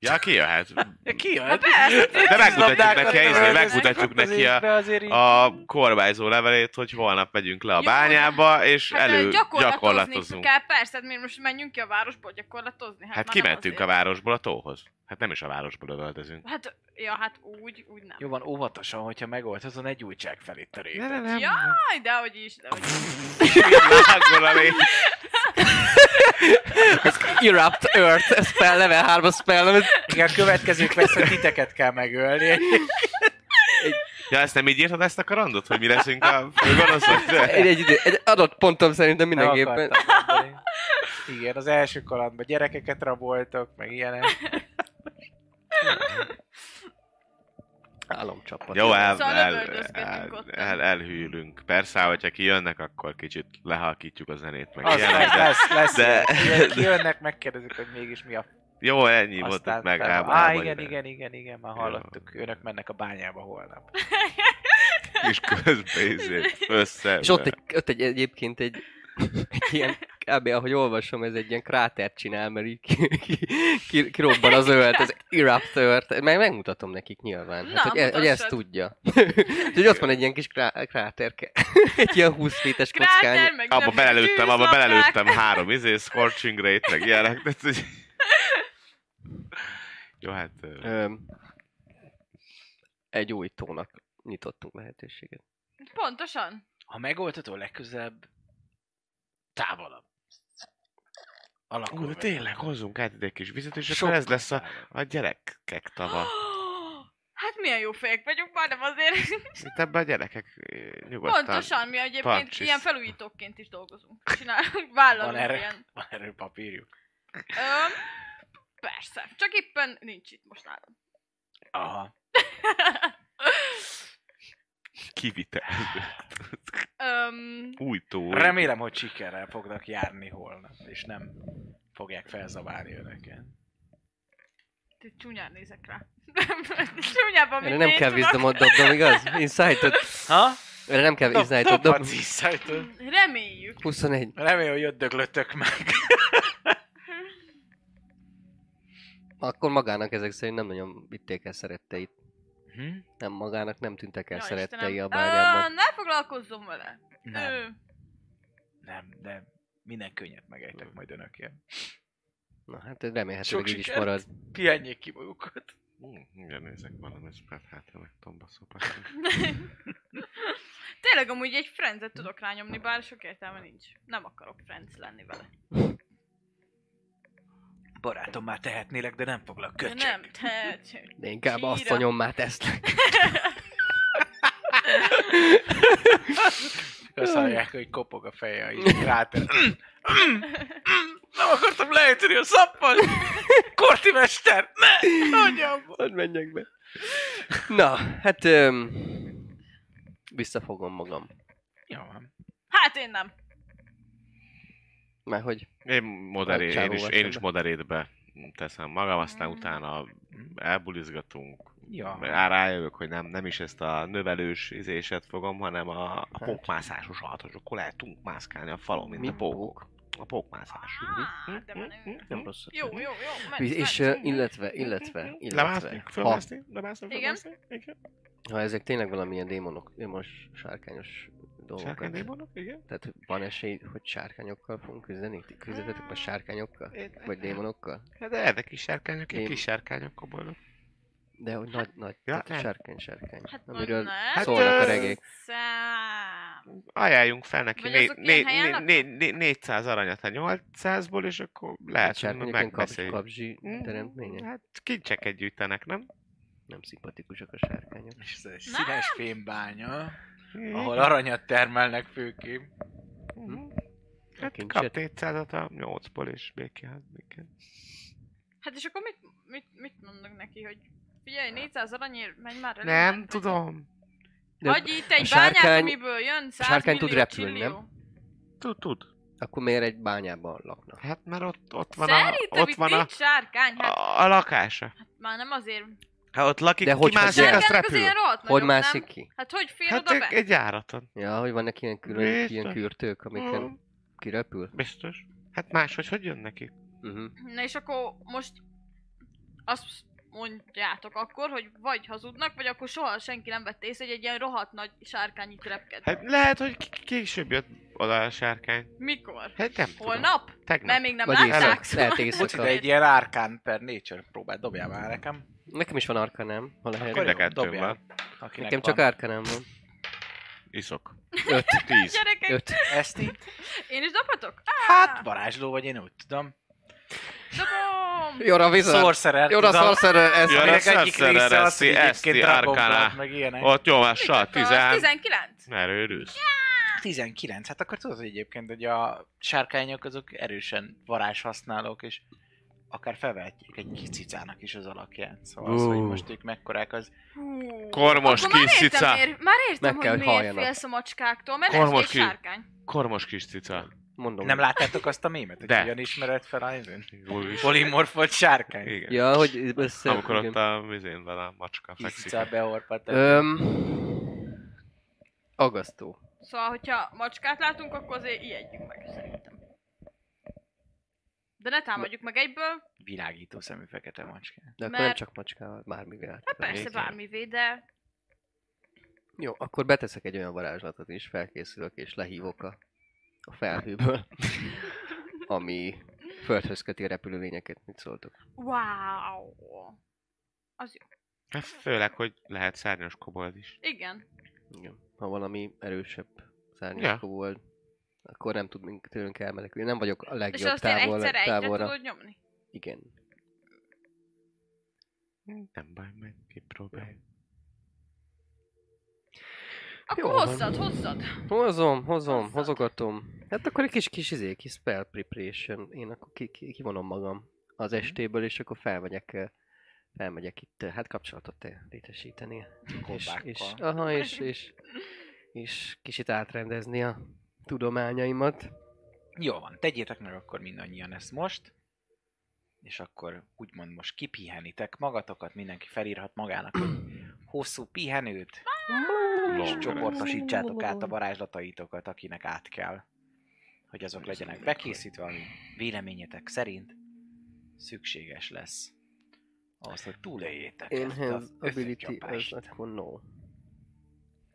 Speaker 4: Ja, ki
Speaker 3: [laughs]
Speaker 4: jöhet?
Speaker 1: Ja, Ki jön?
Speaker 3: Hát persze,
Speaker 4: De megmutatjuk
Speaker 1: Labdákat
Speaker 4: neki, izé,
Speaker 1: lövöldöznek,
Speaker 4: megmutatjuk neki
Speaker 1: azért
Speaker 4: a,
Speaker 1: be azért így-
Speaker 4: a kormányzó levelét, hogy holnap megyünk le a
Speaker 3: Jó,
Speaker 4: bányába, és
Speaker 3: Hát
Speaker 4: elő
Speaker 3: ö, gyakorlatozni
Speaker 4: gyakorlatozunk.
Speaker 3: Kell, persze, hát miért most menjünk ki a városból gyakorlatozni? Hát,
Speaker 4: Hát
Speaker 3: már nem
Speaker 4: kimentünk a
Speaker 3: azért.
Speaker 4: városból a tóhoz. Hát nem is a városból lövöldözünk.
Speaker 3: Hát, ja, hát úgy, úgy nem.
Speaker 1: Jó van, óvatosan, hogyha megoldozon egy újság felé törét.
Speaker 4: nem. [laughs]
Speaker 3: Jaj, de hogy is, de hogy
Speaker 4: Lángol a lé-
Speaker 2: Erupt Earth, spell level 3 spell, amit
Speaker 1: Igen, a következők persze titeket kell megölni.
Speaker 4: Ja, ezt nem így írtad ezt a karandot, hogy mi leszünk a gonoszok?
Speaker 2: egy, egy, idő- egy adott pontom szerintem
Speaker 1: Nem
Speaker 2: mindenképpen.
Speaker 1: akartam mondani. Igen, az első kalandban gyerekeket raboltok, meg ilyenek.
Speaker 2: Álomcsapat.
Speaker 4: Jó, el,
Speaker 3: Szóval
Speaker 4: el,
Speaker 3: lövöldözgetünk
Speaker 4: el,
Speaker 3: ott.
Speaker 4: el, elhűlünk. Persze, hogyha kijönnek, akkor kicsit lehalkítjuk a zenét, meg
Speaker 1: Az
Speaker 4: ilyenek,
Speaker 1: lesz,
Speaker 4: de
Speaker 1: lesz, lesz.
Speaker 4: de-
Speaker 1: ilyen. Kijönnek, megkérdezik, hogy mégis mi a
Speaker 4: jó, ennyi volt
Speaker 1: aztán
Speaker 4: itt meg.
Speaker 1: fel-
Speaker 4: ám-
Speaker 1: Á,
Speaker 4: ám-
Speaker 1: igen,
Speaker 4: ide.
Speaker 1: igen, igen, igen, már
Speaker 4: Ja.
Speaker 1: hallottuk. Önök mennek a bányába holnap.
Speaker 4: És közben izé, össze.
Speaker 2: És ott, egy, ott egy, egyébként egy, egy ilyen, kb. ahogy olvasom, ez egy ilyen krátert csinál, mert így ki, ki, ki, kirobban az ölt, az Erupt Earth. Meg megmutatom nekik nyilván, hát,
Speaker 3: Na,
Speaker 2: hogy, e, hogy
Speaker 3: mutassad.
Speaker 2: ezt tudja. [laughs] Úgyhogy ott van egy ilyen kis krá, kráterke, [laughs] egy ilyen 20 méteres
Speaker 3: [laughs] kráter,
Speaker 2: kockány.
Speaker 3: meg
Speaker 4: Abba
Speaker 3: nem-
Speaker 4: belelőttem, abba
Speaker 3: tűzlapták.
Speaker 4: belelőttem három izé, Scorching Rate, meg ilyenek. Tehát, hogy... Jó, hát... ö,
Speaker 2: Öm, egy új tónak nyitottunk lehetőséget.
Speaker 3: Pontosan.
Speaker 1: Ha megoldható legközelebb, távolabb. Alakul.
Speaker 4: Ú,
Speaker 1: vele.
Speaker 4: tényleg, hozzunk át ide egy kis vizet, és
Speaker 1: Sok
Speaker 4: akkor ez lesz a,
Speaker 1: távolabb.
Speaker 4: a gyerekek tava.
Speaker 3: [gasps] Hát milyen jó fejek vagyunk már, nem
Speaker 4: [laughs]
Speaker 3: azért.
Speaker 4: Itt ebben a gyerekek ö, nyugodtan.
Speaker 3: Pontosan, mi egyébként
Speaker 4: Pancsiz.
Speaker 3: ilyen felújítóként is dolgozunk. Csinálunk, vállalunk
Speaker 1: Van erre?
Speaker 3: ilyen.
Speaker 1: Van erről papírjuk.
Speaker 3: Öm, persze, csak éppen nincs itt most nálam.
Speaker 1: Aha.
Speaker 4: Kivitelező.
Speaker 1: [laughs]
Speaker 3: Öm,
Speaker 4: Új tó.
Speaker 1: Remélem, hogy sikerrel fognak járni holnap, és nem fogják felzaválni önöket.
Speaker 3: te csúnyán nézek rá. [laughs] Csúnyában,
Speaker 2: Erre
Speaker 3: mint
Speaker 2: nem
Speaker 3: én
Speaker 2: kell
Speaker 3: tudok.
Speaker 2: vízdomot dobnom,
Speaker 3: [laughs]
Speaker 2: igaz? Insight-ot.
Speaker 1: Ha?
Speaker 2: Erre nem kell insight-ot dobnom.
Speaker 1: Dobhatsz insight-ot.
Speaker 3: Reméljük.
Speaker 2: 21.
Speaker 1: Remélem, hogy ott döglöttök meg.
Speaker 2: Akkor magának ezek szerint nem nagyon vitték el szeretteit.
Speaker 1: Hm?
Speaker 2: Nem magának nem tűntek el
Speaker 3: Ja,
Speaker 2: szerettei
Speaker 3: Istenem.
Speaker 2: a bányában.
Speaker 3: Ö, Ne foglalkozzon vele.
Speaker 1: Nem,
Speaker 3: Ö,
Speaker 1: nem, de minden könnyet megejtek majd önökért.
Speaker 2: Na hát
Speaker 1: Sok
Speaker 2: remélhetőleg így is
Speaker 1: sikert.
Speaker 2: marad.
Speaker 1: Pihenjék ki magukat.
Speaker 4: Ú, Mindjárt nézek hát, valamit, mert hátra meg tomba szopa.
Speaker 3: [laughs] Tényleg amúgy egy frenzet tudok rányomni, bár sok értelme nincs. Nem akarok frenz lenni vele.
Speaker 1: Barátom, már tehetnélek, de nem foglak
Speaker 3: De
Speaker 1: köcsög.
Speaker 3: nem, te...
Speaker 2: De inkább
Speaker 3: Síra.
Speaker 2: azt a nyom már tesznek.
Speaker 1: Azt hallják, hogy kopog a feje a
Speaker 2: [laughs]
Speaker 1: így kráter. Nem akartam leütni a szappan! Korti mester! Ne! Anyám!
Speaker 2: Hadd menjek be. Na, hát... Öm, visszafogom magam.
Speaker 1: Jó van.
Speaker 3: Hát én nem.
Speaker 2: Már hogy
Speaker 4: Én, moderé, én, is, én is moderétbe teszem magam,
Speaker 2: Mm.
Speaker 4: aztán utána elbulizgatunk.
Speaker 1: Ja.
Speaker 4: Rá- Rájövök, hogy nem, nem is ezt a növelős izéset fogom, hanem a, a pókmászásosat, hogy akkor lehet tudunk mászkálni a falon, mint
Speaker 2: Hát. Mi
Speaker 4: a pókok. A pókmászás. Hm?
Speaker 3: Á, de menő.
Speaker 2: nem rossz. ötlet.
Speaker 3: Jó, hát szóval jó, jó. Menj,
Speaker 2: És, uh, és
Speaker 3: menj.
Speaker 2: ö, illetve, illetve,
Speaker 4: Lemászni?
Speaker 2: illetve, ha,
Speaker 4: Fölmászni? Lemászni?
Speaker 3: Igen.
Speaker 4: fölmászni? Igen.
Speaker 2: ha ezek tényleg valamilyen démonok, démos, sárkányos dolgok,
Speaker 4: Sárkánydémonok? Igen.
Speaker 2: tehát van esély, hogy sárkányokkal fogunk küzdeni? Ti Küzdetek a sárkányokkal?
Speaker 4: Én-
Speaker 2: Vagy démonokkal?
Speaker 4: Hát de ezek is sárkányok, én
Speaker 2: Én-
Speaker 4: kis sárkányok boldog.
Speaker 2: De hogy nagy, nagy,
Speaker 4: Ja,
Speaker 2: ja,
Speaker 4: nem.
Speaker 2: tehát sárkány, sárkány.
Speaker 3: Hát
Speaker 2: amiről
Speaker 3: na,
Speaker 2: nem.
Speaker 3: nem.
Speaker 2: szólnak a
Speaker 4: Hát, ö,
Speaker 2: regék.
Speaker 3: Szám.
Speaker 4: Ajánljunk fel neki
Speaker 3: Vagy
Speaker 4: né-
Speaker 3: azok ilyen
Speaker 4: né-
Speaker 3: helyen
Speaker 4: né-
Speaker 3: laknak?
Speaker 4: né- né- 400 aranyat a 800-ból, és akkor
Speaker 2: Lehet,
Speaker 4: lehet, hogy
Speaker 2: sárkányok kapzsi,
Speaker 4: megbeszéljük.
Speaker 2: kapzsi
Speaker 4: Mm,
Speaker 2: teremtmények.
Speaker 4: Hát kincseket gyűjtenek, nem?
Speaker 2: Nem szimpatikusak a sárkányok.
Speaker 1: És ez egy színes fémbánya, ahol
Speaker 4: Ahol a...
Speaker 1: aranyat termelnek főképp.
Speaker 4: mm. Hát
Speaker 2: Kincset.
Speaker 4: kap 400-at a 8-ból, és békén minket.
Speaker 3: Hát és akkor mit, mit, mit mondok neki, hogy figyelj, 400 aranyért menj már el.
Speaker 4: Nem
Speaker 3: innen,
Speaker 4: tudom.
Speaker 2: De
Speaker 3: Vagy itt egy
Speaker 2: a
Speaker 3: bányát,
Speaker 2: sárkány-
Speaker 3: amiből jön 100
Speaker 2: sárkány tud
Speaker 3: millió
Speaker 2: repülni,
Speaker 3: csillió.
Speaker 2: nem?
Speaker 4: Tud, tud.
Speaker 2: Akkor miért egy bányában laknak?
Speaker 4: Hát mert ott, ott van a,
Speaker 3: Szerintem
Speaker 4: ott
Speaker 3: itt
Speaker 4: van a,
Speaker 3: nincs sárkány, hát
Speaker 4: a, a lakása.
Speaker 3: már nem azért.
Speaker 4: Hát ott lakik,
Speaker 2: De
Speaker 4: ki
Speaker 2: hogyha
Speaker 4: mászik,
Speaker 2: gyerek-
Speaker 4: azt
Speaker 3: Sárkánynak
Speaker 4: repül.
Speaker 3: azért rohadt
Speaker 2: Hogy
Speaker 3: nagyobb,
Speaker 2: mászik
Speaker 3: nem?
Speaker 2: ki?
Speaker 3: Hát hogy fér
Speaker 4: Hát
Speaker 3: oda
Speaker 4: egy,
Speaker 3: be?
Speaker 4: egy járaton.
Speaker 2: Ja, hogy vannak ilyen külön,
Speaker 4: Biztos.
Speaker 2: ilyen kürtők, amiken
Speaker 4: Mm.
Speaker 2: kirepül?
Speaker 4: Biztos. Hát máshogy hogy jön neki?
Speaker 2: Uh-huh.
Speaker 3: Na és akkor most azt mondjátok akkor, hogy vagy hazudnak, vagy akkor soha senki nem vette észre, hogy egy ilyen rohadt nagy sárkány itt repked.
Speaker 4: Hát lehet, hogy k- később jött oda a sárkány.
Speaker 3: Mikor?
Speaker 4: Hát nem tudom.
Speaker 3: Holnap?
Speaker 4: Tegnap.
Speaker 3: Mert még nem
Speaker 2: Vagy
Speaker 3: látták.
Speaker 2: éjszaka.
Speaker 3: szóval.
Speaker 2: Lehet
Speaker 1: Bocs,
Speaker 2: éjszaka.
Speaker 1: de egy ilyen Arcane per Nature próbált, dobjál már nekem.
Speaker 2: Nekem is van arkanám, ha lehet.
Speaker 1: Akkor
Speaker 4: Mind a
Speaker 1: jó,
Speaker 4: kettőm
Speaker 1: dobjál.
Speaker 4: van.
Speaker 1: Akinek van.
Speaker 2: Nekem csak árkanám van.
Speaker 4: Iszok.
Speaker 3: [laughs]
Speaker 2: Öt.
Speaker 4: Tíz.
Speaker 3: Gyerekek,
Speaker 2: Öt.
Speaker 1: Ezt így?
Speaker 3: én is dobhatok?
Speaker 1: Hát, varázsló vagy, én úgy tudom.
Speaker 3: Dobom!
Speaker 2: Jóra vizet!
Speaker 1: Szorszerer
Speaker 2: Jóra
Speaker 1: tudom.
Speaker 2: szarszerre ez.
Speaker 4: Jóra
Speaker 1: Aminek egyik
Speaker 4: szarszerer,
Speaker 1: része az,
Speaker 4: eszti-
Speaker 1: hogy egyébként
Speaker 4: eszti,
Speaker 1: Dragonflight,
Speaker 4: Arcana.
Speaker 1: meg ilyenek.
Speaker 4: Ott nyomással,
Speaker 3: Mikor?
Speaker 4: 10.
Speaker 3: 19.
Speaker 4: Mert őrülsz.
Speaker 1: 19, hát akkor tudod hogy egyébként, hogy a sárkányok azok erősen varázshasználók, és akár felvehetjék egy kis cicának is az alakját. Szóval az,
Speaker 2: Ú.
Speaker 1: hogy most ők mekkorák, az
Speaker 3: Hú.
Speaker 4: Kormos
Speaker 3: Akkor
Speaker 4: kis
Speaker 3: már értem,
Speaker 4: cica.
Speaker 3: miért, már értem,
Speaker 2: Meg kell,
Speaker 3: hogy
Speaker 2: hogy
Speaker 3: miért
Speaker 2: halljanak.
Speaker 3: félsz a macskáktól, mert
Speaker 4: Kormos
Speaker 3: ez egy
Speaker 4: ki.
Speaker 3: sárkány.
Speaker 4: Kormos kis cica.
Speaker 2: Mondom.
Speaker 1: nem láttátok azt a mémet, hogy
Speaker 4: De.
Speaker 1: hogyan ismered fel a izén?
Speaker 4: Jól is.
Speaker 1: Polimorfolt sárkány.
Speaker 4: Igen.
Speaker 2: Ja, hogy össze...
Speaker 4: Amikor
Speaker 2: igen.
Speaker 4: ott a vizén van a macska
Speaker 1: Kis
Speaker 4: fekszik.
Speaker 1: cica beorpat.
Speaker 2: Öm, agasztó.
Speaker 3: Szóval, hogyha macskát látunk, akkor azért ijedjünk meg, szerintem. De ne támadjuk meg egyből,
Speaker 1: Világító szemű fekete macskán.
Speaker 2: De akkor
Speaker 3: Mert-
Speaker 2: nem csak macskával, bármivel.
Speaker 3: hát persze
Speaker 4: Igen.
Speaker 3: bármivé, de
Speaker 2: Jó, akkor beteszek egy olyan varázslatot is, felkészülök és lehívok a, a felhőből,
Speaker 3: [laughs]
Speaker 2: ami földhöz köti a repülőlényeket, mit szóltok.
Speaker 3: wow.
Speaker 4: Hát főleg, hogy lehet szárnyas kobold is.
Speaker 3: Igen.
Speaker 2: Igen. Ha valami erősebb
Speaker 4: Ja.
Speaker 2: szárnyakó volt, akkor nem tudunk tőlünk elmenekülni. Nem vagyok a
Speaker 3: És
Speaker 2: legjobb
Speaker 3: azt én
Speaker 2: távol,
Speaker 3: egyszerre egyre
Speaker 2: távolra.
Speaker 3: tudod nyomni.
Speaker 2: Igen.
Speaker 4: Nem baj, meg kipróbáljuk.
Speaker 3: Akkor
Speaker 2: Jó van.
Speaker 3: hozzad, hozzad.
Speaker 2: Hozom, hozom,
Speaker 3: Hozzad.
Speaker 2: hozogatom. Hát akkor egy kis kis izé, kis spell preparation. Én akkor ki, ki, kivonom magam az
Speaker 3: Mhm.
Speaker 2: estéből, és akkor felmegyek, eh, felmegyek itt, eh, hát kapcsolatot eh, létesíteni. És, és,
Speaker 1: Kombákkal.
Speaker 2: aha, és, és, és kicsit átrendezni a tudományaimat.
Speaker 1: Jó van, tegyétek meg akkor mindannyian ezt most, és akkor úgymond most kipihenitek magatokat, mindenki felírhat magának egy [clears throat] hosszú pihenőt, és
Speaker 4: Long
Speaker 1: csoportosítsátok át a varázslataitokat, akinek át kell, hogy azok legyenek bekészítve, ami véleményetek szerint szükséges lesz ahhoz, hogy túléljétek ezt
Speaker 2: Enhance
Speaker 1: az
Speaker 2: ability
Speaker 1: összecsapást.
Speaker 2: az akkor no.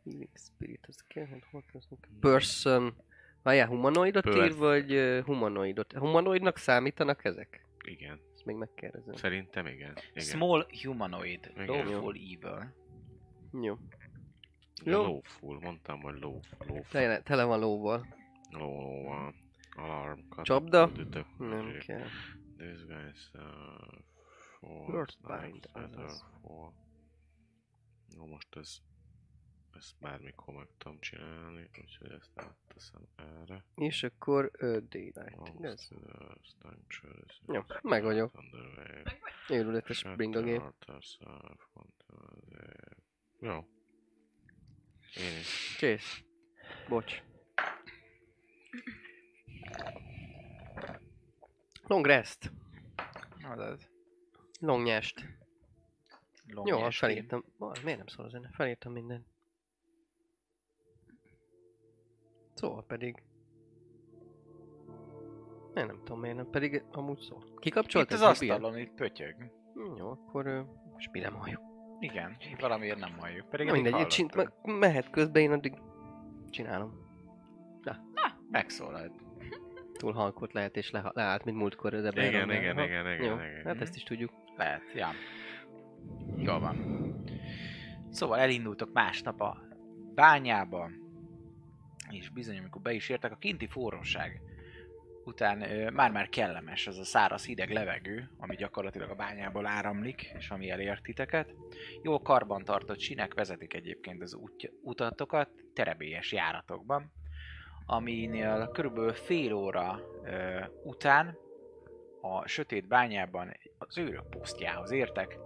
Speaker 2: Healing spirit, az kell, hát hol kezdünk? Person. Várjál, humanoidot
Speaker 4: Person.
Speaker 2: ír, vagy ö, humanoidot? Humanoidnak számítanak ezek?
Speaker 4: Igen.
Speaker 2: Ezt még megkérdezem.
Speaker 4: Szerintem igen. igen.
Speaker 1: Small humanoid,
Speaker 4: Igen.
Speaker 1: lawful evil.
Speaker 2: Jó.
Speaker 4: De
Speaker 2: Ló.
Speaker 4: Lóful, mondtam, hogy lóful. Lóful.
Speaker 2: Tele, tele van lóval.
Speaker 4: Lóval. Alarm. katapult,
Speaker 2: Csapda?
Speaker 4: ütök,
Speaker 2: Nem
Speaker 4: izé.
Speaker 2: kell.
Speaker 4: This guy's uh, four.
Speaker 2: Bird
Speaker 4: nine,
Speaker 2: bind,
Speaker 4: better
Speaker 2: azaz.
Speaker 4: four. Jó, most ez ezt bármikor meg tudom csinálni, úgyhogy ezt átteszem erre.
Speaker 2: És akkor ö, Daylight, igaz? Jó, meg vagyok. Hát Őrületes bringagép.
Speaker 4: uh, Jó. Én is.
Speaker 2: Kész. Bocs. Long rest.
Speaker 1: Azaz.
Speaker 2: Long nyest.
Speaker 1: Long
Speaker 2: Jó,
Speaker 1: esti.
Speaker 2: felírtam. Bar, miért nem szól a zene? Felírtam mindent. Szól Szóval pedig. Én nem tudom miért nem, pedig amúgy szól. Kikapcsolt
Speaker 1: Itt az
Speaker 2: ez a mobil?
Speaker 1: asztalon, itt pötyög.
Speaker 2: Hm, Jó, akkor ö, most mi nem halljuk.
Speaker 1: Igen, valamiért nem halljuk. Pedig
Speaker 2: Na
Speaker 1: eddig
Speaker 2: Mindegy, csin-
Speaker 1: hallottuk.
Speaker 2: me- mehet közben, én addig csinálom.
Speaker 1: Megszólalt.
Speaker 2: Túl halkott lehet és leha- leállt, mint múltkor. Az Eberron-nál.
Speaker 4: Igen, igen,
Speaker 2: Aha.
Speaker 4: igen,
Speaker 2: Jó,
Speaker 4: igen, igen.
Speaker 2: hát ezt is tudjuk.
Speaker 1: Lehet, ja. Jól van. Szóval elindultok másnap a bányába, és bizony, amikor be is értek, a kinti forróság után ö, már-már kellemes az a száraz hideg levegő, ami gyakorlatilag a bányából áramlik, és ami elért titeket. Jól karbantartott sinek vezetik egyébként az útja, utatokat terebélyes járatokban, aminél körülbelül fél óra ö, után a sötét bányában az őrök posztjához értek.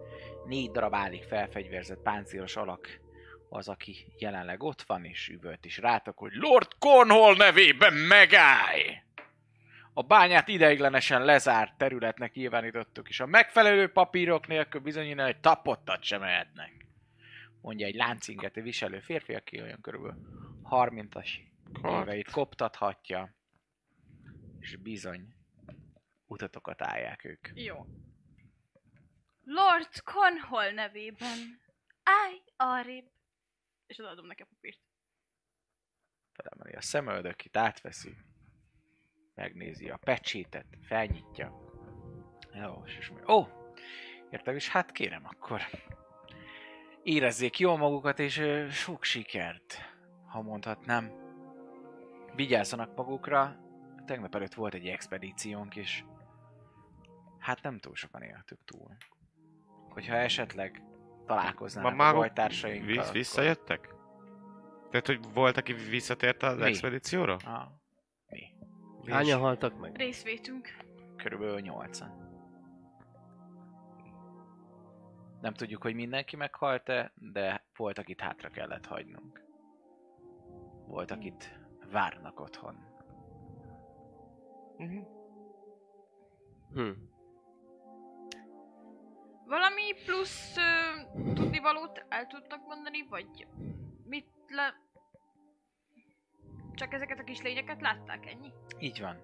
Speaker 1: Négy darab állig felfegyverzett páncélos alak az, aki jelenleg ott van, és üvölt is rátok, hogy Lord Cornhall nevében megállj! A bányát ideiglenesen lezárt területnek nyilvánítottuk, és a megfelelő papírok nélkül bizonyítani, hogy tapottat sem mehetnek. Mondja egy láncinget viselő férfi, aki olyan körülbelül 30-as éveit koptathatja, és bizony utatokat állják ők.
Speaker 3: Jó. Lord Conhol nevében. Állj arrébb. És odaadom neki a papírt.
Speaker 1: felemeli a szemöldökét, átveszi, megnézi a pecsétet, felnyitja. Jó, és is mondja, ó, értem is, hát kérem akkor. Érezzék jól magukat, és ö, sok sikert, ha mondhatnám. Vigyázzanak magukra, tegnap előtt volt egy expedíciónk, és hát nem túl sokan éltük túl. Hogyha esetleg találkoznának a
Speaker 4: maguk
Speaker 1: bajtársainkkal,
Speaker 4: Visz,
Speaker 1: akkor-
Speaker 4: visszajöttek? Tehát, hogy volt, aki visszatért az
Speaker 1: Mi?
Speaker 4: expedícióra?
Speaker 1: Ah,
Speaker 4: És-
Speaker 2: Hányan haltak meg?
Speaker 3: Részvétünk.
Speaker 1: körülbelül 80. Nem tudjuk, hogy mindenki meghalt-e, de volt, akit hátra kellett hagynunk. Volt, akit várnak otthon.
Speaker 4: Mhm.
Speaker 2: Hm.
Speaker 3: Valami plusz ö, tudnivalót el tudtak mondani, vagy mit le... Csak ezeket a kis lényeket látták ennyi?
Speaker 1: Így van.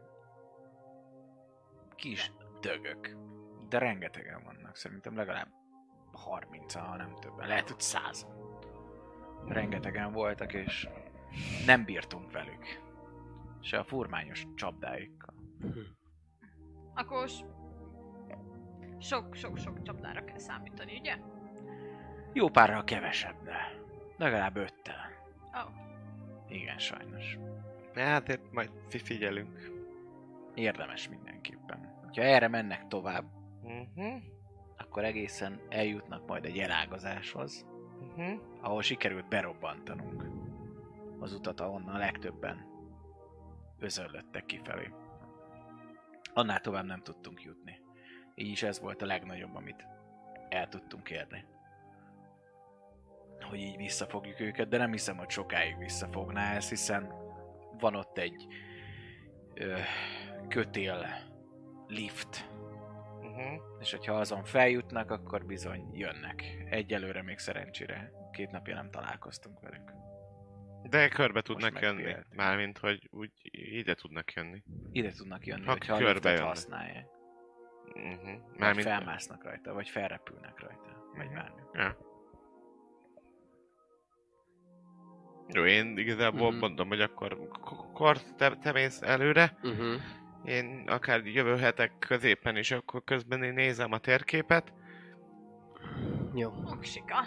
Speaker 1: Kis dögök. De rengetegen vannak, szerintem legalább 30 ha nem többen. Lehet, hogy 100 Rengetegen voltak, és nem bírtunk velük. Se a furmányos csapdáikkal.
Speaker 3: Akkor sok-sok-sok csapdára kell számítani, ugye?
Speaker 1: Jó párra kevesebb, de legalább öttel.
Speaker 3: Ó.
Speaker 1: Igen, sajnos.
Speaker 4: Hát, hát majd fi- figyelünk.
Speaker 1: Érdemes mindenképpen. Ha erre mennek tovább,
Speaker 4: Mhm.
Speaker 1: akkor egészen eljutnak majd egy elágazáshoz,
Speaker 4: Mhm.
Speaker 1: ahol sikerült berobbantanunk az utat, ahonnan a legtöbben özöllöttek kifelé. Annál tovább nem tudtunk jutni. Így is ez volt a legnagyobb, amit el tudtunk érni. Hogy így visszafogjuk őket, de nem hiszem, hogy sokáig visszafogná ez, hiszen van ott egy ö, kötél lift,
Speaker 4: Mhm.
Speaker 1: és hogyha azon feljutnak, akkor bizony jönnek. Egyelőre még szerencsére. Két napja nem találkoztunk velük.
Speaker 4: De körbe tudnak jönni.
Speaker 1: megfigyeltük. Mármint,
Speaker 4: Mármint, hogy úgy ide tudnak jönni.
Speaker 1: Ide tudnak jönni,
Speaker 4: Ha
Speaker 1: hogyha a
Speaker 4: körbe
Speaker 1: liftet
Speaker 4: jönnek.
Speaker 1: használják.
Speaker 4: Mhm.
Speaker 1: Vagy
Speaker 4: Mármint...
Speaker 1: felmásznak rajta, vagy felrepülnek rajta. Vagy
Speaker 4: Mhm.
Speaker 1: bármi.
Speaker 4: Jó, én igazából
Speaker 2: Mhm.
Speaker 4: mondom, hogy akkor kor te, te mész előre,
Speaker 2: Uh-huh.
Speaker 4: én akár jövő hetek középen is, akkor közben én nézem a térképet,
Speaker 2: Jó.
Speaker 3: Oksika.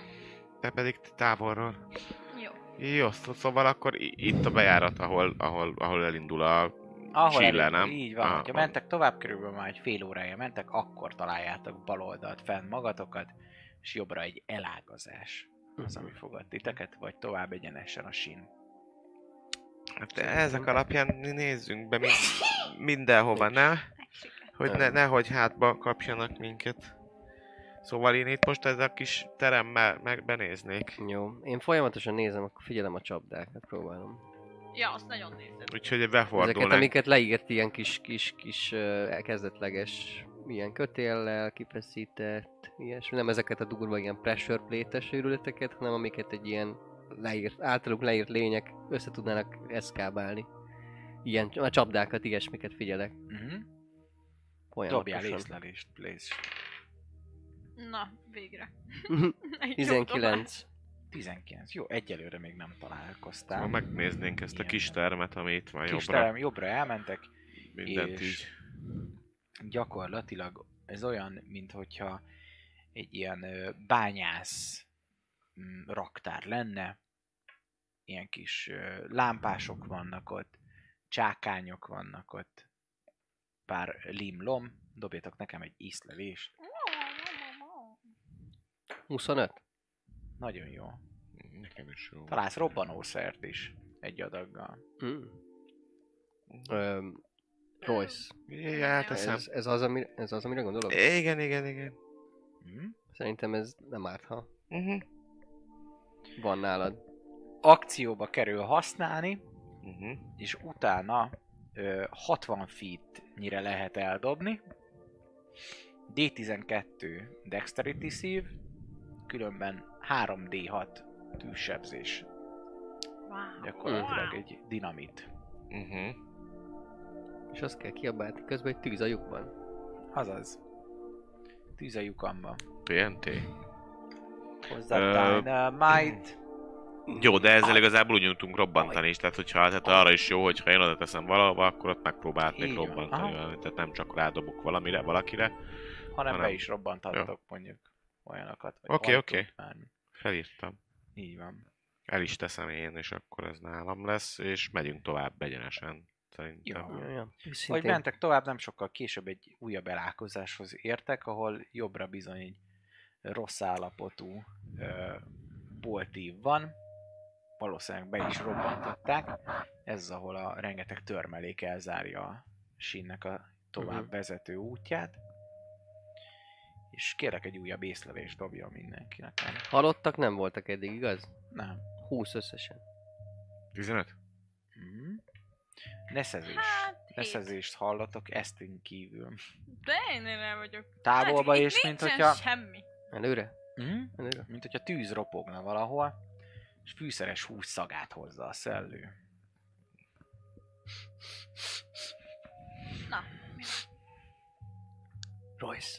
Speaker 4: te pedig távolról.
Speaker 3: Jó.
Speaker 4: Jó, szó- szóval akkor i- itt a bejárat, ahol, ahol, ahol elindul a...
Speaker 1: Ahol
Speaker 4: Chile,
Speaker 1: elindul,
Speaker 4: nem?
Speaker 1: Így van,
Speaker 4: Ah,
Speaker 1: hogyha
Speaker 4: ah.
Speaker 1: mentek tovább, körülbelül már egy fél órája mentek, akkor találjátok baloldalt fenn magatokat, és jobbra egy elágazás.
Speaker 4: Mhm.
Speaker 1: az, ami fogad titeket, vagy tovább egyenesen a sin.
Speaker 4: Hát de ezek alapján mi nézzünk be mind, mindenhova, ne? Hogy ne, nehogy hátba kapjanak minket. Szóval én itt most ez a kis teremmel megbenéznék.
Speaker 2: Jó, én folyamatosan nézem, akkor figyelem a csapdákat, próbálom.
Speaker 3: Ja, azt nagyon nézem.
Speaker 4: Úgyhogy
Speaker 2: Ezeket,
Speaker 4: befordulnánk.
Speaker 2: amiket leírt ilyen kis, kis, kis ö, kezdetleges ilyen kötéllel kifeszített, ilyesmi. Nem ezeket a durva ilyen pressure plate-es őrületeket, hanem amiket egy ilyen leírt, általuk leírt lények össze tudnának eszkábálni. Ilyen a csapdákat, ilyesmiket figyelek.
Speaker 1: Uh-huh. Dobjál
Speaker 2: Folyamatosan.
Speaker 1: észlelést, lész.
Speaker 3: Na, végre. [laughs]
Speaker 2: Mhm.
Speaker 3: Egy jó
Speaker 2: 19.
Speaker 1: 19. Jó, egyelőre még nem találkoztál.
Speaker 4: Ha Szóval megnéznénk ezt a
Speaker 1: Ilyen
Speaker 4: kis
Speaker 1: nem.
Speaker 4: termet, ami itt van
Speaker 1: Kis
Speaker 4: jobbra.
Speaker 1: terem, jobbra elmentek,
Speaker 4: Mindent
Speaker 1: és-
Speaker 4: így.
Speaker 1: gyakorlatilag ez olyan, mint hogyha egy ilyen ö, bányász mm, raktár lenne. Ilyen kis ö, lámpások vannak ott, csákányok vannak ott, pár limlom, dobjatok nekem egy ízlelést.
Speaker 2: 25.
Speaker 1: Nagyon jó.
Speaker 4: Nekem is jó.
Speaker 1: Találsz robbanószert is egy adaggal.
Speaker 2: Mm. Öm, Royce.
Speaker 4: Jé, elteszem.
Speaker 2: Ez, ez, az, ami, ez az, amire gondolok?
Speaker 4: Igen, igen, igen.
Speaker 1: Hm?
Speaker 2: Szerintem ez nem árt, ha
Speaker 4: Mhm.
Speaker 2: van nálad.
Speaker 1: Akcióba kerül használni,
Speaker 4: Mhm.
Speaker 1: és utána ö, 60 feet-nyire lehet eldobni. D12 Dexterity szív, különben 3D6 tűzsebzés.
Speaker 3: Wow.
Speaker 1: Gyakorlatilag egy dinamit.
Speaker 4: Mhm.
Speaker 2: És azt kell kiabálni közben, hogy tűz a lyukban.
Speaker 1: Azaz. Tűz a lyukamban.
Speaker 4: PNT.
Speaker 1: Hozzátán uh, Might. Mm.
Speaker 4: Jó, de
Speaker 1: Ah.
Speaker 4: ezzel igazából úgy jutunk robbantani is, tehát hogyha tehát arra is jó, hogyha én oda teszem valahova, akkor ott megpróbálhatnék
Speaker 1: Így van,
Speaker 4: hát robbantani
Speaker 1: aha.
Speaker 4: valamit, tehát nem csak rádobok valamire, valakire.
Speaker 1: hanem be
Speaker 4: hanem-
Speaker 1: is robbanthattok mondjuk olyanokat. vagy
Speaker 4: Oké,
Speaker 1: hajtót,
Speaker 4: oké.
Speaker 1: bármi.
Speaker 4: Felírtam.
Speaker 1: Így van.
Speaker 4: El is teszem én, és akkor ez nálam lesz, és megyünk tovább egyenesen. Szerintem.
Speaker 1: Jó.
Speaker 2: Olyan.
Speaker 1: Hogy
Speaker 2: Szintén
Speaker 1: mentek tovább, nem sokkal később egy újabb elálkozáshoz értek, ahol jobbra bizony egy rossz állapotú ö, boltív van. Valószínűleg be is robbantották. Ez az, ahol a rengeteg törmelék elzárja a sínnek a tovább
Speaker 2: Mhm.
Speaker 1: vezető útját. És kérek egy újabb észlelést dobja mindenkinek. nem?
Speaker 2: halottak nem voltak eddig, igaz?
Speaker 1: Nem.
Speaker 2: 20 összesen.
Speaker 4: 15?
Speaker 1: Mm. Neszezés.
Speaker 3: Hát, hét.
Speaker 1: Neszezést hallatok, Esztin kívül.
Speaker 3: De én el vagyok.
Speaker 1: Távolba
Speaker 3: Hát, itt
Speaker 1: és mint
Speaker 3: nincsen
Speaker 1: hogyha...
Speaker 3: semmi.
Speaker 2: Előre?
Speaker 1: Mm?
Speaker 2: Előre?
Speaker 1: mint hogyha tűz ropogna valahol, és fűszeres hús szagát hozza a szellő.
Speaker 3: Na,
Speaker 2: Royce.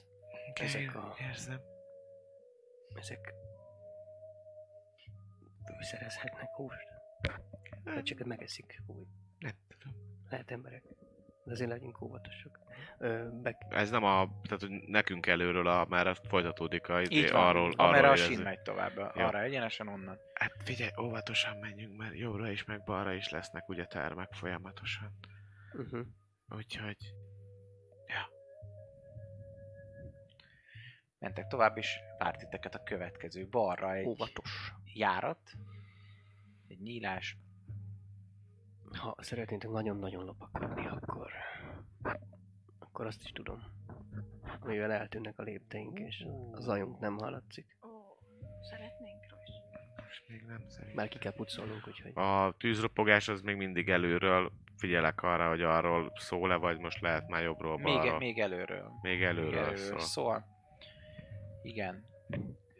Speaker 2: Ezek a... Érzem. Ezek... Fűszerezhetnek húst. Vagy csak megeszik úgy.
Speaker 4: Nem
Speaker 2: Lehet emberek. De azért legyünk óvatosak. Ö, be...
Speaker 4: Ez nem a, tehát hogy nekünk előről, a, már az folytatódik a,
Speaker 1: Így
Speaker 4: izé,
Speaker 1: van,
Speaker 4: arról,
Speaker 1: amerre
Speaker 4: arról
Speaker 1: a
Speaker 4: érezzük.
Speaker 1: sín megy tovább, arra egyenesen onnan.
Speaker 4: Hát figyelj, óvatosan menjünk, mert jobbra is, meg balra is lesznek ugye termek folyamatosan.
Speaker 2: Uh-huh.
Speaker 4: Úgyhogy...
Speaker 1: Mentek tovább, és várt titeket a következő. Balra egy
Speaker 2: Óvatos.
Speaker 1: járat, egy nyílás.
Speaker 2: Ha szeretnétek nagyon-nagyon lopakodni, akkor... Akkor azt is tudom. Mivel eltűnnek a lépteink, és a zajunk nem hallatszik.
Speaker 3: ó, szeretnénk Royce.
Speaker 4: Most még nem szerintem.
Speaker 2: Már ki kell pucolnunk, úgyhogy...
Speaker 4: A tűzropogás az még mindig előről. Figyelek arra, hogy arról szól-e, vagy most lehet már jobbról,
Speaker 1: Még,
Speaker 4: balról.
Speaker 1: még előről.
Speaker 4: még előről,
Speaker 1: Igen,
Speaker 4: szól.
Speaker 1: szól. szóval, Igen.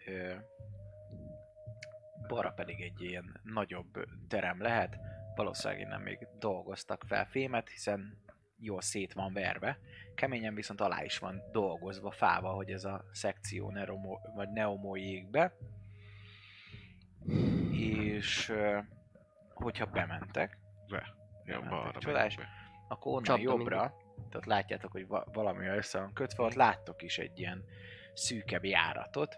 Speaker 1: Ö, balra pedig egy ilyen nagyobb terem lehet. Valószínűleg innen még dolgoztak fel fémet, hiszen jól szét van verve. Keményen viszont alá is van dolgozva fával, hogy ez a szekció ne romo, vagy ne omoljék be. És ö, hogyha bementek,
Speaker 4: Be. Jó,
Speaker 1: Hát,
Speaker 4: balra.
Speaker 1: csodás.
Speaker 4: megyünk be.
Speaker 1: akkor onnan
Speaker 2: Csapda
Speaker 1: jobbra, Mm. tehát látjátok, hogy va- valami össze van kötve, ott láttok is egy ilyen szűkebb járatot,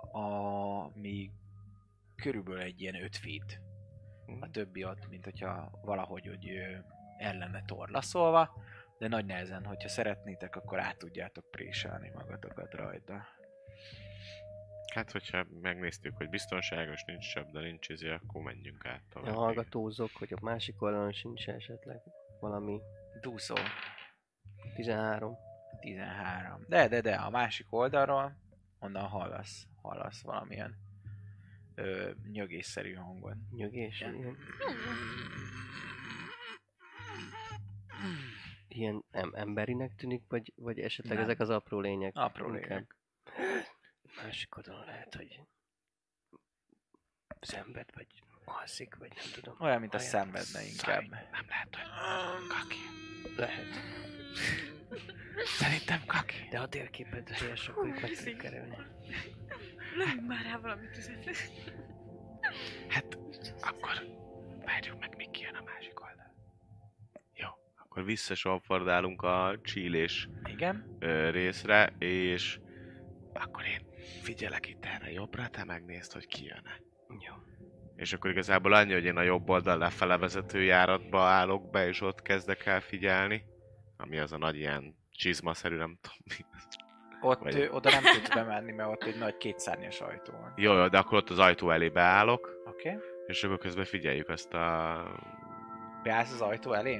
Speaker 1: ami körülbelül egy ilyen 5 feet. A többi ott, mint hogyha valahogy hogy ö, ellene torlaszolva, de nagy nehezen, hogyha szeretnétek, akkor át tudjátok préselni magatokat rajta.
Speaker 4: Hát, hogyha megnéztük, hogy biztonságos, nincs sebb, de nincs izé, akkor menjünk át
Speaker 2: Ja,
Speaker 4: tovább.
Speaker 2: hallgatózok, hogy a másik oldalon sincs esetleg valami
Speaker 1: Dúszó
Speaker 2: 13.
Speaker 1: 13. De, de, de, a másik oldalról onnan hallasz, hallasz valamilyen ö, nyögésszerű hangot.
Speaker 2: Nyögés?
Speaker 1: Igen.
Speaker 2: Ilyen, ilyen em- emberinek tűnik, vagy, vagy esetleg
Speaker 1: Nem.
Speaker 2: ezek az apró lények?
Speaker 1: Apró
Speaker 2: Inkább.
Speaker 1: lények.
Speaker 2: Másik oldalon lehet, hogy szenved, vagy alszik, vagy nem tudom.
Speaker 1: Olyan, mint a
Speaker 2: Olyan.
Speaker 1: szenvedne inkább.
Speaker 4: Nem lehet, hogy kaki.
Speaker 2: Lehet.
Speaker 1: Szerintem kaki.
Speaker 2: De a térképet helyes, akkor itt meg tudjuk kerülni.
Speaker 3: Lőjünk már rá valami tüzet.
Speaker 4: Hát, akkor várjuk meg, míg kijön a másik oldal. Jó, akkor visszasonfordálunk a csílés
Speaker 1: Igen?
Speaker 4: ö, részre, és akkor én figyelek itt erre jobbra, te megnézd, hogy ki jön-e.
Speaker 2: Jó.
Speaker 4: És akkor igazából annyi, hogy én a jobb oldal lefele vezető járatba állok be, és ott kezdek el figyelni. Ami az a nagy ilyen csizmaszerű, nem tudom mi.
Speaker 1: Ott,
Speaker 4: Vagy-
Speaker 1: ö, oda nem tudsz bemenni, mert ott egy nagy kétszárnyas ajtó van.
Speaker 4: Jó, jó, de akkor ott az ajtó elé beállok,
Speaker 1: Oké? Okay?
Speaker 4: és akkor közben figyeljük azt a
Speaker 1: Beállsz az ajtó elé?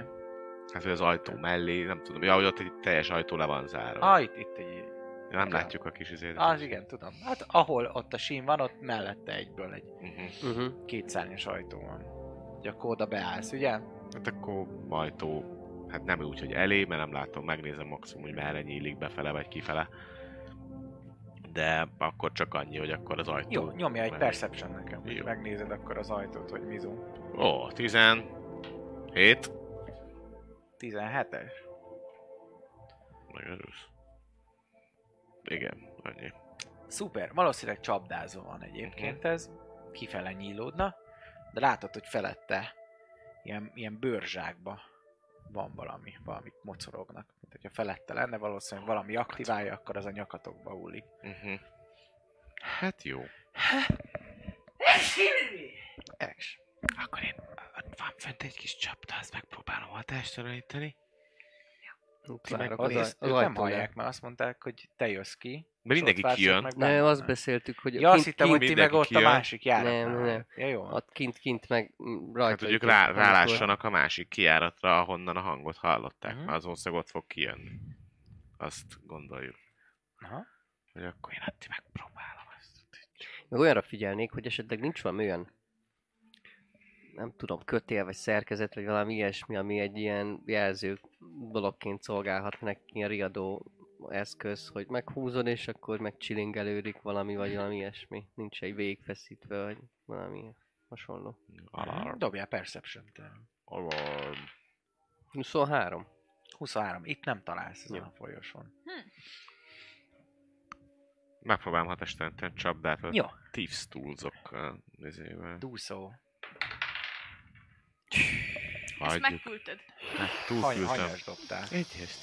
Speaker 4: Hát, hogy az ajtó mellé, nem tudom. Ja, hogy ott egy teljes ajtó le van zárva.
Speaker 1: Ah, itt, itt egy...
Speaker 4: Ja, nem látjuk a kis izét.
Speaker 1: Az igen, tudom. Hát ahol ott a sín van, ott mellette egyből egy
Speaker 4: Uh-huh.
Speaker 1: Mhm.
Speaker 2: Uh-huh.
Speaker 1: kétszárnyas ajtó van. Hogy akkor oda beállsz, ugye?
Speaker 4: Hát akkor ajtó, hát nem úgy, hogy elé, mert nem látom, megnézem maximum, hogy merre nyílik befele vagy kifele. De akkor csak annyi, hogy akkor az ajtó.
Speaker 1: Jó, nyomja egy
Speaker 4: mellé.
Speaker 1: perception nekem, hogy
Speaker 4: Jó.
Speaker 1: megnézed akkor az ajtót, hogy mizum.
Speaker 4: Ó, 17.
Speaker 1: 17-es?
Speaker 4: Meg örülsz. Igen, annyi.
Speaker 1: Szuper, valószínűleg csapdázó van egyébként
Speaker 4: Mhm.
Speaker 1: ez, kifele nyílódna, de látod, hogy felette ilyen, ilyen bőrzsákba van valami, valamit mocorognak. Mint hogyha felette lenne, valószínűleg valami aktiválja, akkor az a nyakatokba hullik.
Speaker 4: Uh-huh. Hát jó.
Speaker 2: Ex.
Speaker 4: Akkor én, van fent egy kis csapda, azt megpróbálom hatástalanítani.
Speaker 1: Ti meg
Speaker 2: az,
Speaker 1: az,
Speaker 2: az,
Speaker 1: ők
Speaker 2: az
Speaker 1: nem
Speaker 2: ajtónál.
Speaker 1: hallják, mert azt mondták, hogy te jössz ki.
Speaker 4: De
Speaker 1: és
Speaker 4: mindenki
Speaker 1: ott vársz,
Speaker 4: kijön.
Speaker 1: ott meg
Speaker 2: Ne,
Speaker 1: bent
Speaker 2: azt
Speaker 1: vannak.
Speaker 2: beszéltük, hogy
Speaker 1: Ja, azt
Speaker 2: kint,
Speaker 1: hittem, hogy ti
Speaker 4: mindenki
Speaker 1: meg ott a
Speaker 4: kijön.
Speaker 1: másik járatnál.
Speaker 2: Nem, nem.
Speaker 1: Ja, jó.
Speaker 2: ott kint, kint meg mm, rajta.
Speaker 4: Hát, hogy ők
Speaker 2: itt-
Speaker 4: rá,
Speaker 2: amikor-
Speaker 4: rálássanak a másik kijáratra, ahonnan a hangot hallották.
Speaker 1: Mhm.
Speaker 4: Mm-hmm. Az ország ott fog kijönni. Azt gondoljuk.
Speaker 1: Aha.
Speaker 4: Hogy akkor én hát megpróbálom ezt.
Speaker 2: Meg olyanra figyelnék, hogy esetleg nincs valami olyan, nem tudom, kötél, vagy szerkezet, vagy valami ilyesmi, ami egy ilyen jelző dologként szolgálhat neki, ilyen riadó eszköz, hogy meghúzod, és akkor megcsilingelődik valami, vagy valami ilyesmi. Nincs egy végigfeszítve, vagy valami hasonló.
Speaker 4: Alarm.
Speaker 1: Mhm. Dobjál perception te.
Speaker 4: Alarm.
Speaker 2: 23.
Speaker 1: 23. Itt nem találsz ezen
Speaker 2: Jó.
Speaker 1: a folyosón.
Speaker 3: Hm,
Speaker 4: Megpróbálom hatástalanítani a csapdát a
Speaker 1: Jó.
Speaker 4: Thieves Tools-ok ö, izével.
Speaker 1: Dúszó.
Speaker 3: Ezt
Speaker 4: Hagyjuk.
Speaker 3: megküldted.
Speaker 4: Hát,
Speaker 1: Hany,
Speaker 4: túlküldtem.
Speaker 1: hanyas dobtál?
Speaker 4: Egyest.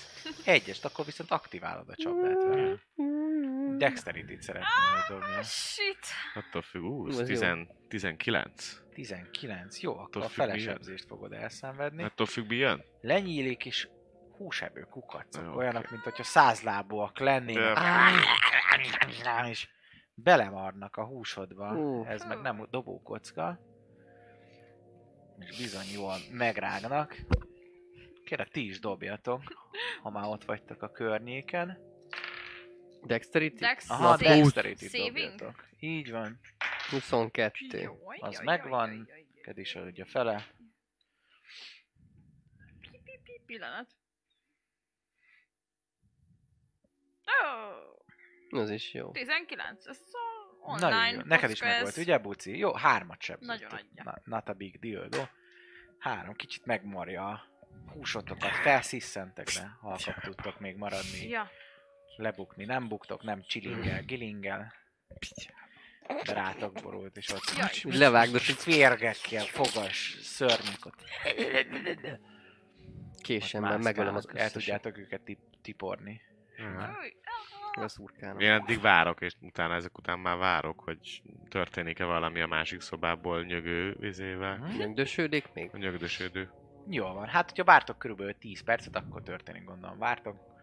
Speaker 1: Egyest, akkor viszont aktiválod a csapdát vele. Dexterity-t szeretném hogy dobni.
Speaker 3: Ah, shit.
Speaker 4: Attól függ, ú,
Speaker 2: Ú,
Speaker 4: ez
Speaker 2: ez jó.
Speaker 4: 10, 19.
Speaker 1: 19. Jó, akkor a
Speaker 4: Attól függ, milyen.
Speaker 1: felesebzést fogod elszenvedni.
Speaker 4: Attól függ, mi jön?
Speaker 1: Lenyílik és húsebő
Speaker 4: Jó,
Speaker 1: kukacok.
Speaker 4: oké.
Speaker 1: Olyanok, mint hogyha százlábúak lennének.
Speaker 4: De-
Speaker 1: Áh, És belemarnak a húsodba.
Speaker 2: Ú.
Speaker 1: Ez meg nem dobókocka. És bizony jól megrágnak. Kérlek, ti is dobjatok, ha már ott vagytok a környéken.
Speaker 2: Dexterity?
Speaker 3: Dex
Speaker 1: Aha,
Speaker 3: save-
Speaker 1: dexterity
Speaker 3: saving?
Speaker 1: dobjatok. Így van.
Speaker 2: 22.
Speaker 3: Jaj,
Speaker 1: Az
Speaker 3: jaj,
Speaker 1: megvan.
Speaker 3: jaj, jaj, jaj.
Speaker 1: Neked is ugye fele.
Speaker 3: Pi, pi, pi, Pillanat. Oh,
Speaker 2: Az is jó.
Speaker 3: 19. Ez a
Speaker 1: Nagyon
Speaker 3: online
Speaker 1: jó. Neked is
Speaker 3: kocka, ez-
Speaker 1: megvolt, ugye, Buci? Jó, hármat sem.
Speaker 3: Nagyon adja.
Speaker 1: Na, not a big deal, do? Három, kicsit megmarja a húsotokat, felsziszentek be, halkak tudtok még maradni,
Speaker 3: Ja,
Speaker 1: lebukni, nem buktok, nem csilingel, gilingel. De rátok borult, és ott
Speaker 3: Jaj.
Speaker 2: Így Levágdod,
Speaker 1: és
Speaker 2: hogy
Speaker 1: férgekkel, fogas, szörnyek ott.
Speaker 2: késemben
Speaker 1: ott
Speaker 2: megölöm az
Speaker 1: mászkálnak. El
Speaker 2: összeset.
Speaker 1: tudjátok őket tip- tiporni.
Speaker 4: Hát.
Speaker 3: Új, ah,
Speaker 2: Az urkánom.
Speaker 4: Én addig várok, és utána ezek után már várok, hogy történik-e valami a másik szobából nyögő vizével.
Speaker 1: Mhm.
Speaker 2: Nyögdösődik még?
Speaker 4: A nyögdösödő.
Speaker 1: Jó van, hát hogyha vártok körülbelül 10 percet, akkor történik gondolom. Vártok,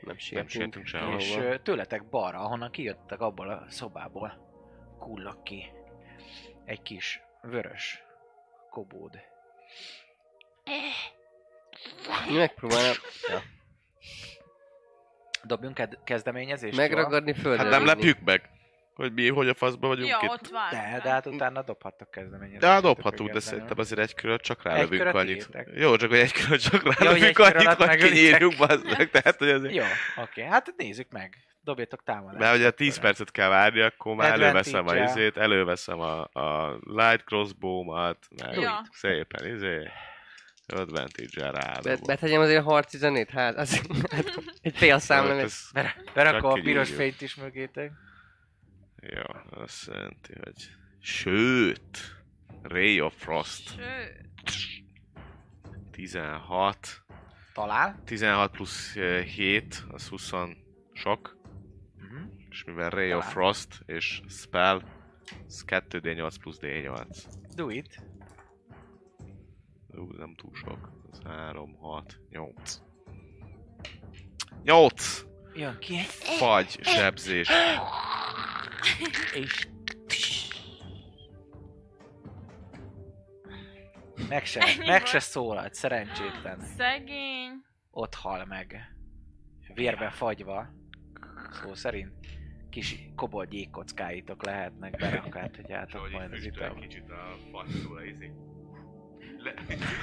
Speaker 2: Nem
Speaker 4: Nem
Speaker 2: sietünk.
Speaker 4: sietünk sehova.
Speaker 2: Valahova.
Speaker 1: És ö, tőletek balra, ahonnan kijöttek abból a szobából, kullak ki egy kis vörös kobód. [laughs]
Speaker 2: Megpróbálom ja.
Speaker 1: Dobjunk ked- kezdeményezést? jól?
Speaker 2: megragadni földre.
Speaker 4: Hát nem
Speaker 2: vinni.
Speaker 4: lepjük meg, hogy mi, hogy a faszba vagyunk
Speaker 3: Ja,
Speaker 4: itt.
Speaker 3: ott vár.
Speaker 1: De, de hát utána dobhattok kezdeményezést.
Speaker 4: De hát dobhatunk, de
Speaker 1: függetlenül.
Speaker 4: szerintem azért egy köröt csak
Speaker 1: Egy
Speaker 4: rálövünk
Speaker 1: köröt
Speaker 4: annyit.
Speaker 1: írtek.
Speaker 4: Jó, csak hogy egy köröt csak
Speaker 1: hogy egy
Speaker 4: rálövünk
Speaker 1: kör
Speaker 4: annyit,
Speaker 1: alatt
Speaker 4: hogy
Speaker 1: megölitek.
Speaker 4: kinyírjuk, bazd meg. Tehát, hogy azért...
Speaker 1: Jó, oké. Hát nézzük meg. Dobjátok támadást.
Speaker 4: Mert ugye 10 percet kell várni, akkor már
Speaker 1: Hát
Speaker 4: előveszem a
Speaker 1: Advantage-el.
Speaker 4: izét, előveszem a, a light crossbow-mat, meg
Speaker 3: Ja.
Speaker 4: szépen izé, advantage-el rá.
Speaker 2: Be- Betegyem azért a harci zenét? Hát, az,
Speaker 1: [laughs]
Speaker 2: hát egy fél szám nem egy...
Speaker 4: hát
Speaker 1: Berakom a
Speaker 4: Csak
Speaker 1: piros
Speaker 4: kinyírjuk.
Speaker 1: fényt is mögétek.
Speaker 4: Jó, azt jelenti, hogy... Sőt! Ray of Frost.
Speaker 3: Sőt.
Speaker 4: 16.
Speaker 1: Talál.
Speaker 4: 16 plusz 7, az 20 sok.
Speaker 1: Mhm.
Speaker 4: És mivel Ray of
Speaker 1: Talán.
Speaker 4: Frost és Spell, ez 2d8 plusz d8.
Speaker 1: Do it.
Speaker 4: Ú, nem túl sok. Ez 3, 6, 8. 8!
Speaker 1: Jön ki.
Speaker 4: Fagy, sebzés.
Speaker 1: És... Meg se,
Speaker 3: Ennyi
Speaker 1: meg
Speaker 3: volt.
Speaker 1: se szólalt, szerencsétlen.
Speaker 3: Szegény.
Speaker 1: ott hal meg. Vérbe fagyva. Szó szerint kis kobold jégkockáitok lehetnek
Speaker 4: [laughs]
Speaker 1: berakát, hogy álltok majd az italba.
Speaker 4: kicsit a fagyról ízik. Le...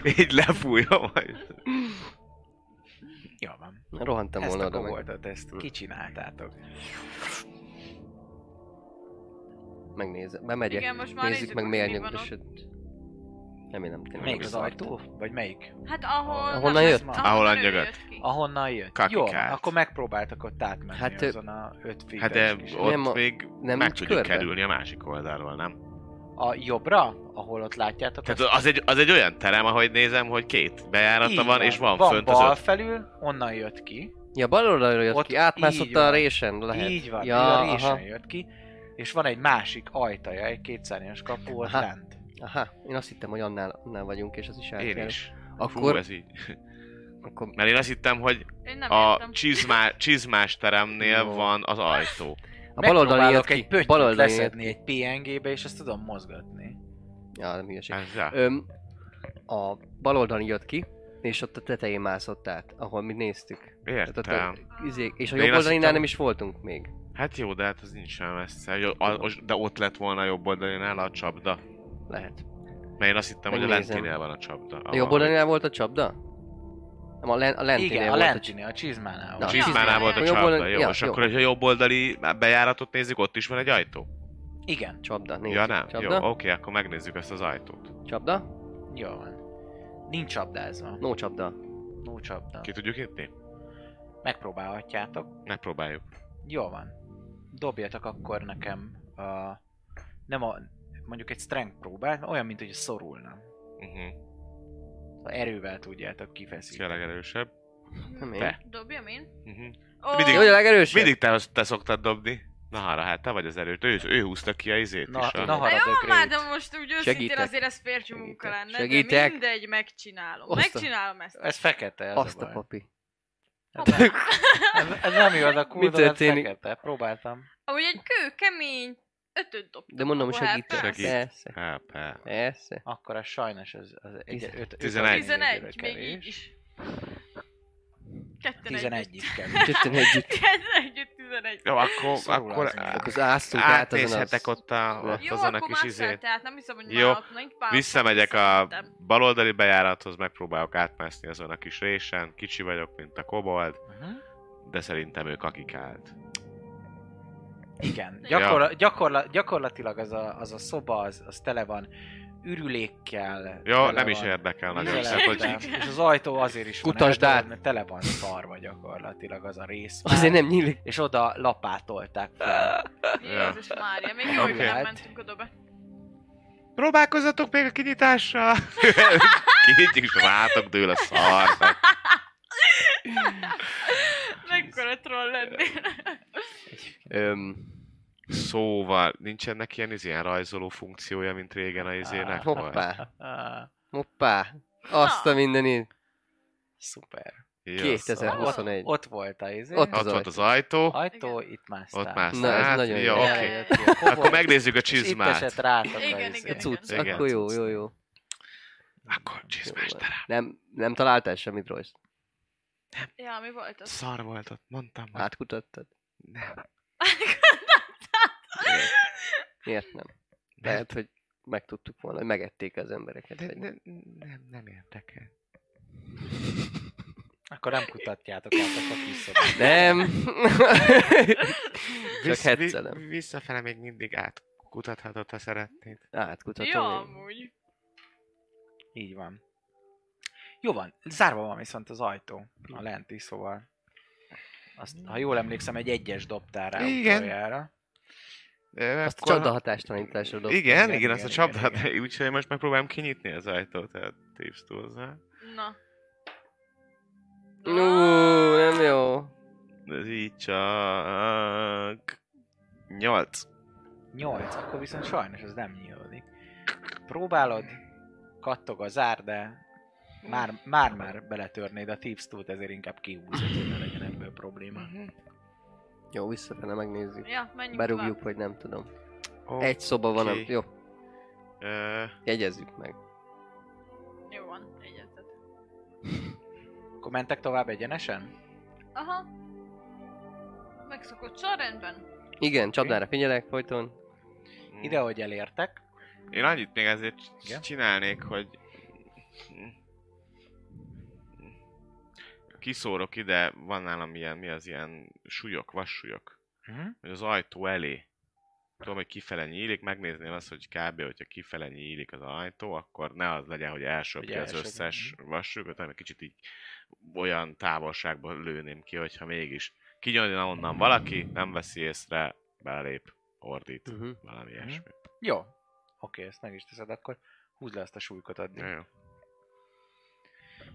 Speaker 4: [laughs] Így lefújja majd.
Speaker 1: Jó van.
Speaker 2: Rohantam
Speaker 1: ezt
Speaker 2: volna
Speaker 1: a
Speaker 2: oda meg.
Speaker 1: koboldot, ezt kicsináltátok.
Speaker 2: Megnézem. Bemegyek.
Speaker 3: Igen, most már
Speaker 2: Nézzük
Speaker 3: nézzük,
Speaker 2: meg
Speaker 3: hogy
Speaker 2: miért
Speaker 3: mi van
Speaker 2: nyugdíjsod. Remélem tényleg.
Speaker 1: Melyik
Speaker 2: nem
Speaker 1: az
Speaker 2: zavar.
Speaker 1: ajtó? Vagy melyik?
Speaker 3: Hát ahol...
Speaker 2: Ahonnan
Speaker 3: nem,
Speaker 2: jött?
Speaker 4: Ahol
Speaker 3: ő
Speaker 4: anyagod.
Speaker 3: jött ki.
Speaker 1: Ahonnan jött. Jó,
Speaker 4: Kakikát.
Speaker 1: van, akkor megpróbáltak ott átmenni
Speaker 2: Hát,
Speaker 1: hát,
Speaker 2: ö,
Speaker 1: azon a öt feet
Speaker 4: Hát de ott
Speaker 2: Nem a-
Speaker 4: még
Speaker 2: nem
Speaker 4: meg
Speaker 2: így
Speaker 4: tudjuk
Speaker 2: körbe?
Speaker 4: kerülni a másik oldalról, nem?
Speaker 1: A jobbra, ahol ott látjátok
Speaker 4: Tehát
Speaker 1: azt?
Speaker 4: az egy, az egy olyan terem, ahogy nézem, hogy két bejárata
Speaker 1: Így
Speaker 4: van, és van,
Speaker 1: van
Speaker 4: fönt az
Speaker 1: bal
Speaker 4: öt.
Speaker 1: felül, onnan jött ki.
Speaker 2: Ja, bal oldalról jött
Speaker 1: Ott
Speaker 2: ki,
Speaker 1: így
Speaker 2: átmászott
Speaker 1: van.
Speaker 2: a résen lehet.
Speaker 1: Így van,
Speaker 2: ja,
Speaker 1: ja, a résen
Speaker 2: aha,
Speaker 1: jött ki. És van egy másik ajtaja, egy kétszárnyas kapu ott
Speaker 2: Aha.
Speaker 1: lent.
Speaker 2: aha, én azt hittem, hogy annál, annál vagyunk, és az is
Speaker 4: Én
Speaker 2: átjár.
Speaker 4: is. Akkor... Hú,
Speaker 2: Akkor,
Speaker 4: ez így.
Speaker 2: akkor
Speaker 4: Mert én azt hittem, hogy
Speaker 3: Én nem
Speaker 4: a
Speaker 3: értem.
Speaker 4: csizmá, csizmás teremnél
Speaker 2: Jó.
Speaker 4: van az ajtó.
Speaker 2: a bal oldalon jött
Speaker 1: Megpróbálok
Speaker 2: ki.
Speaker 1: egy pöttyöt
Speaker 2: Bal oldalon jött
Speaker 1: leszedni egy PNG-be, és azt tudom mozgatni.
Speaker 2: Ja, nem hülyeség.
Speaker 4: Ez, ja.
Speaker 2: Öm, a bal oldalon jött ki, és ott a tetején mászott át, ahol mi néztük. Tehát ott a,
Speaker 4: Értem.
Speaker 2: izé, és a
Speaker 4: De én
Speaker 2: jobb
Speaker 4: azt
Speaker 2: oldalinál
Speaker 4: hittem-
Speaker 2: nem is voltunk még.
Speaker 4: Hát jó, de hát az nincs sem messze. Hogy a- a- os- De ott lett volna a jobb oldalén el a csapda.
Speaker 2: Lehet.
Speaker 4: Mert én azt hittem, hogy a
Speaker 2: Megnézem.
Speaker 4: lentinél van a csapda.
Speaker 2: A jobb oldalnál volt a csapda? Nem, a, len, a lentinél
Speaker 1: Igen, a
Speaker 2: volt
Speaker 1: lentinél, a csizmánál.
Speaker 2: Na,
Speaker 1: volt.
Speaker 4: A
Speaker 2: a
Speaker 4: csizmánál
Speaker 3: csizmánál.
Speaker 4: volt a
Speaker 2: A jobb
Speaker 4: csapda,
Speaker 2: oldali-
Speaker 4: jó.
Speaker 2: ja,
Speaker 4: És
Speaker 2: jó.
Speaker 4: akkor, hogyha a jobb oldali bejáratot nézzük, ott is van egy ajtó.
Speaker 1: Igen,
Speaker 2: csapda. Nézzük.
Speaker 4: Ja nem? Jó,
Speaker 2: Csapda,
Speaker 4: oké, akkor megnézzük ezt az ajtót.
Speaker 2: csapda,
Speaker 1: jó van. Nincs csapdázva.
Speaker 2: no csapda.
Speaker 1: No csapda.
Speaker 4: Ki tudjuk nyitni?
Speaker 1: Megpróbálhatjátok.
Speaker 4: Megpróbáljuk.
Speaker 1: Jó van. Dobjatok akkor nekem a... Nem a... Mondjuk egy strength próbát, olyan, mint hogy szorulna.
Speaker 4: Uh-huh.
Speaker 1: Ha erővel tudjátok
Speaker 4: Ez
Speaker 1: kifeszíteni.
Speaker 4: tényleg erősebb.
Speaker 2: Nem én.
Speaker 4: Te.
Speaker 3: Dobjam én?
Speaker 4: Uh-huh.
Speaker 3: Ó,
Speaker 4: Mindig-
Speaker 2: Jó, hogy a legerősebb?
Speaker 4: Mindig te, te szoktad dobni. Na hára, hát te vagy az erőt. Ő, ő húzta ki a izét
Speaker 1: Na,
Speaker 4: is. A...
Speaker 1: na
Speaker 3: Na
Speaker 1: harad
Speaker 3: jó,
Speaker 1: a
Speaker 3: már de
Speaker 1: great.
Speaker 3: most úgy őszintén
Speaker 2: Segítek.
Speaker 3: azért ez férfi munka
Speaker 2: Segítek.
Speaker 3: lenne, de
Speaker 2: Segítek.
Speaker 3: mindegy, megcsinálom.
Speaker 2: Oszta.
Speaker 3: Megcsinálom ezt.
Speaker 1: Ez fekete, ez
Speaker 2: Azt
Speaker 1: a
Speaker 2: a
Speaker 1: baj. Hát
Speaker 2: papi.
Speaker 1: [laughs] Ez, ez nem jó,
Speaker 2: [laughs]
Speaker 1: az a cooldown, ez
Speaker 2: történik?
Speaker 1: fekete. Próbáltam.
Speaker 3: Amúgy egy kő kemény, ötöt dobtam.
Speaker 2: De mondom,
Speaker 3: Akkor hát
Speaker 2: segítek.
Speaker 3: persze.
Speaker 4: Segít.
Speaker 2: Persze.
Speaker 4: Há, pá.
Speaker 2: Persze.
Speaker 1: [laughs] Akkor az sajnos az, az egy,
Speaker 2: Tizen-
Speaker 1: öt, öt,
Speaker 4: 11.
Speaker 3: 11, még
Speaker 1: kevés.
Speaker 3: így is. Ketten
Speaker 1: 11
Speaker 3: együtt.
Speaker 1: is
Speaker 2: [laughs]
Speaker 1: kevés.
Speaker 2: Ketten együtt.
Speaker 3: Ketten együtt [laughs] 11.
Speaker 4: Jó, akkor,
Speaker 1: Szorul
Speaker 4: akkor
Speaker 1: az
Speaker 4: á-
Speaker 1: meg.
Speaker 2: Akkor az ászunk át azon az...
Speaker 4: átnézhetek ott, a, ott
Speaker 3: Jó,
Speaker 4: azon a
Speaker 3: akkor
Speaker 4: kis
Speaker 3: más fel,
Speaker 4: izét.
Speaker 3: tehát nem hiszem, hogy
Speaker 4: izé- Jó,
Speaker 3: már ott nekik pár
Speaker 4: Visszamegyek a
Speaker 3: szerintem.
Speaker 4: baloldali bejárathoz, megpróbálok átmászni azon a kis résen. Kicsi vagyok, mint a kobold,
Speaker 1: Mhm.
Speaker 4: de szerintem ő kakikált.
Speaker 1: Igen,
Speaker 4: Ja.
Speaker 1: gyakorla, gyakorla, gyakorlatilag az a, az a szoba, az, az tele van ürülékkel.
Speaker 4: Jó,
Speaker 1: tele
Speaker 4: nem is
Speaker 1: van
Speaker 4: érdekel nagyon.
Speaker 1: mindenféle-
Speaker 4: Szóval, hogy
Speaker 1: És az ajtó azért is
Speaker 2: Kutasd
Speaker 1: van,
Speaker 2: át!
Speaker 1: eltolva, mert tele van szarva gyakorlatilag az a rész.
Speaker 2: Azért nem nyílik.
Speaker 1: És oda lapátolták
Speaker 2: [laughs]
Speaker 1: fel.
Speaker 3: Jézus Mária, még jó, hogy
Speaker 4: Oké.
Speaker 3: nem mentünk oda be.
Speaker 4: próbálkozzatok még a kinyitással! Kinyitjuk, és rátok dől a szar.
Speaker 3: [laughs] Mekkora troll lennél.
Speaker 2: Öm,
Speaker 4: Szóval, nincsenek ilyen, ilyen rajzoló funkciója, mint régen a izének volt?
Speaker 2: hoppá.
Speaker 1: Ah,
Speaker 2: Hoppá. Azt a mindenit.
Speaker 1: szuper.
Speaker 4: Jassza.
Speaker 2: 2000.
Speaker 1: Ott,
Speaker 2: 21.
Speaker 1: ott volt a izé.
Speaker 2: Ott
Speaker 4: Ott volt az ajtó,
Speaker 1: Ajtó,
Speaker 3: Igen.
Speaker 1: itt másztál.
Speaker 4: ott már
Speaker 2: Na, ez
Speaker 4: szállt.
Speaker 2: nagyon
Speaker 4: Ja,
Speaker 2: jó.
Speaker 4: oké.
Speaker 3: Jaj, jaj.
Speaker 4: Akkor megnézzük a
Speaker 1: És itt esett
Speaker 4: csizmát.
Speaker 1: rátok a
Speaker 3: Igen,
Speaker 1: izé.
Speaker 3: igen,
Speaker 2: Cucc,
Speaker 4: igen.
Speaker 2: akkor jó, jó, jó.
Speaker 4: Akkor csizmás,
Speaker 2: Jó
Speaker 4: de rá.
Speaker 2: Szóval Nem, nem találtál semmit, Royce?
Speaker 3: Ja, mi volt az?
Speaker 4: Szar volt ott, mondtam. hogy
Speaker 2: Hát, Átkutattad?
Speaker 4: Nem.
Speaker 2: Miért nem? Lehet, hogy megtudtuk volna, hogy megették az embereket.
Speaker 4: De,
Speaker 2: vagy-
Speaker 4: de, nem, nem érdekel.
Speaker 1: Akkor nem kutatjátok át a kis szobát.
Speaker 4: [laughs]
Speaker 2: Nem! Csak
Speaker 4: Visz- vi-
Speaker 2: hetszelem.
Speaker 4: Visszafele még mindig átkutathatod, ha szeretnéd.
Speaker 2: Átkutató.
Speaker 3: Ja,
Speaker 2: még.
Speaker 3: amúgy.
Speaker 1: Így van. Jó van, zárva van viszont az ajtó, a lenti, szóval. Azt, ha jól emlékszem, egy egyes dobtál rá
Speaker 4: Igen.
Speaker 1: utoljára.
Speaker 4: Ö,
Speaker 2: Azt
Speaker 4: akkor-
Speaker 2: csapda hatástalanításra dobtam.
Speaker 4: Igen,
Speaker 1: igen,
Speaker 4: igen, azt a
Speaker 1: igen,
Speaker 4: csapdát.
Speaker 1: igen,
Speaker 4: Úgyhogy most megpróbálom kinyitni az ajtót, hát tehát Thieves tools
Speaker 3: Na.
Speaker 2: Ú, nem jó.
Speaker 4: Ez így csak... Nyolc.
Speaker 1: 8, akkor viszont sajnos ez nem nyílódik. Próbálod, kattog a zár, de már- már-már beletörnéd a Thieves Tool-t, ezért inkább kihúzod, hogy ne legyen ebből probléma.
Speaker 2: Mhm.
Speaker 4: Mhm.
Speaker 2: Jó, visszafele megnézzük.
Speaker 3: Ja, menjünk
Speaker 2: Berúgjuk, vagy nem tudom. Egy szoba van,
Speaker 4: Oké.
Speaker 2: okay. jó,
Speaker 4: Ö,
Speaker 2: jegyezzük meg.
Speaker 3: tovább. Jó van, egyetet.
Speaker 1: Akkor mentek tovább egyenesen?
Speaker 3: Aha. Megszokott sorrendben.
Speaker 2: Igen, csapdára figyelek folyton.
Speaker 1: Ide, hogy elértek,
Speaker 4: mm. Én annyit még ezért c-
Speaker 1: Igen?
Speaker 4: csinálnék, hogy... Kiszórok ide, van nálam ilyen, mi az ilyen súlyok, vassúlyok,
Speaker 1: Mhm.
Speaker 4: hogy az ajtó elé. Tudom, hogy kifele nyílik, megnézném azt, hogy kb. hogyha kifele nyílik az ajtó, akkor ne az legyen, hogy
Speaker 1: Hogy
Speaker 4: elsöpje
Speaker 1: mhm.
Speaker 4: az
Speaker 1: elsöpje,
Speaker 4: összes vassúlyot, hanem kicsit így olyan távolságban lőném ki, hogyha mégis kinyomja onnan valaki, nem veszi észre, belép, ordít,
Speaker 2: Uh-huh.
Speaker 4: valami
Speaker 1: Mhm.
Speaker 4: ilyesmi.
Speaker 1: Jó. Oké, ezt meg is teszed, akkor húzd le azt a súlykot addig.
Speaker 4: Jó, jó.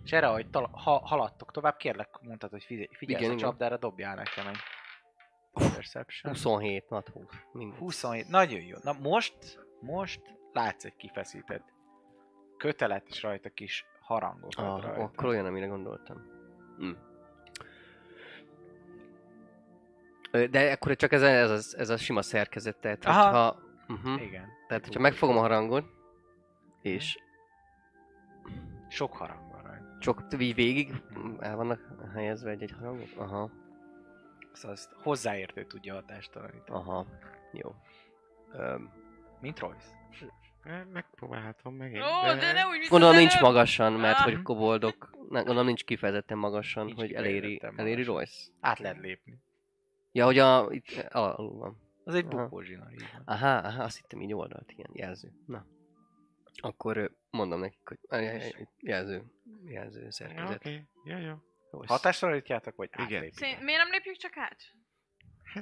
Speaker 1: És erre, hogy tal- ha haladtok tovább, kérlek, mondtad, hogy figyelj, figyelj a
Speaker 2: Igen, igen.
Speaker 1: csapdára, dobjál nekem egy perception.
Speaker 2: 27, not 20. Mindegy.
Speaker 1: 27, nagyon jó. Na most, most látsz egy kifeszített kötelet, és rajta kis harangokat
Speaker 2: Ah,
Speaker 1: rajta.
Speaker 2: akkor olyan, amire gondoltam. Hm. Ö, De akkor csak ez, ez, ez, ez a sima szerkezet, tehát
Speaker 1: Aha.
Speaker 2: hogyha... Uh-huh.
Speaker 1: Igen.
Speaker 2: Tehát, hogyha megfogom a harangot, és
Speaker 1: Sok harang van rajta.
Speaker 2: csak így végig el vannak helyezve egy-egy harangot? Aha,
Speaker 1: Szóval azt hozzáértő tudja hatástalanítani.
Speaker 2: aha, jó. Öm,
Speaker 1: Mint Royce.
Speaker 4: Hát, Megpróbálhatom megint. hát-
Speaker 3: Ó, de ne úgy vissza
Speaker 2: Gondolom nincs
Speaker 3: előbb.
Speaker 2: magasan, mert
Speaker 3: Ah.
Speaker 2: hogy koboldok. Nem, gondolom nincs kifejezetten magasan,
Speaker 1: Nincs
Speaker 2: hogy eléri,
Speaker 1: kifejezetten
Speaker 2: eléri
Speaker 1: magasan.
Speaker 2: Royce.
Speaker 1: Át lehet lépni.
Speaker 2: Ja, hogy a... Itt, alul van.
Speaker 1: Az egy
Speaker 2: Aha.
Speaker 1: bukózsina, így van.
Speaker 2: Aha, aha, azt hittem így oldalt, igen, jelző. Na. Akkor ö, mondom nekik, hogy aj, aj, aj, jelző, jelző
Speaker 4: Ja,
Speaker 2: szerkezet.
Speaker 4: Oké, jó, jó.
Speaker 2: Royce.
Speaker 1: Hatástalanítjátok, vagy
Speaker 4: Igen.
Speaker 1: átlépjátok?
Speaker 3: Szerint- Miért nem lépjük csak át?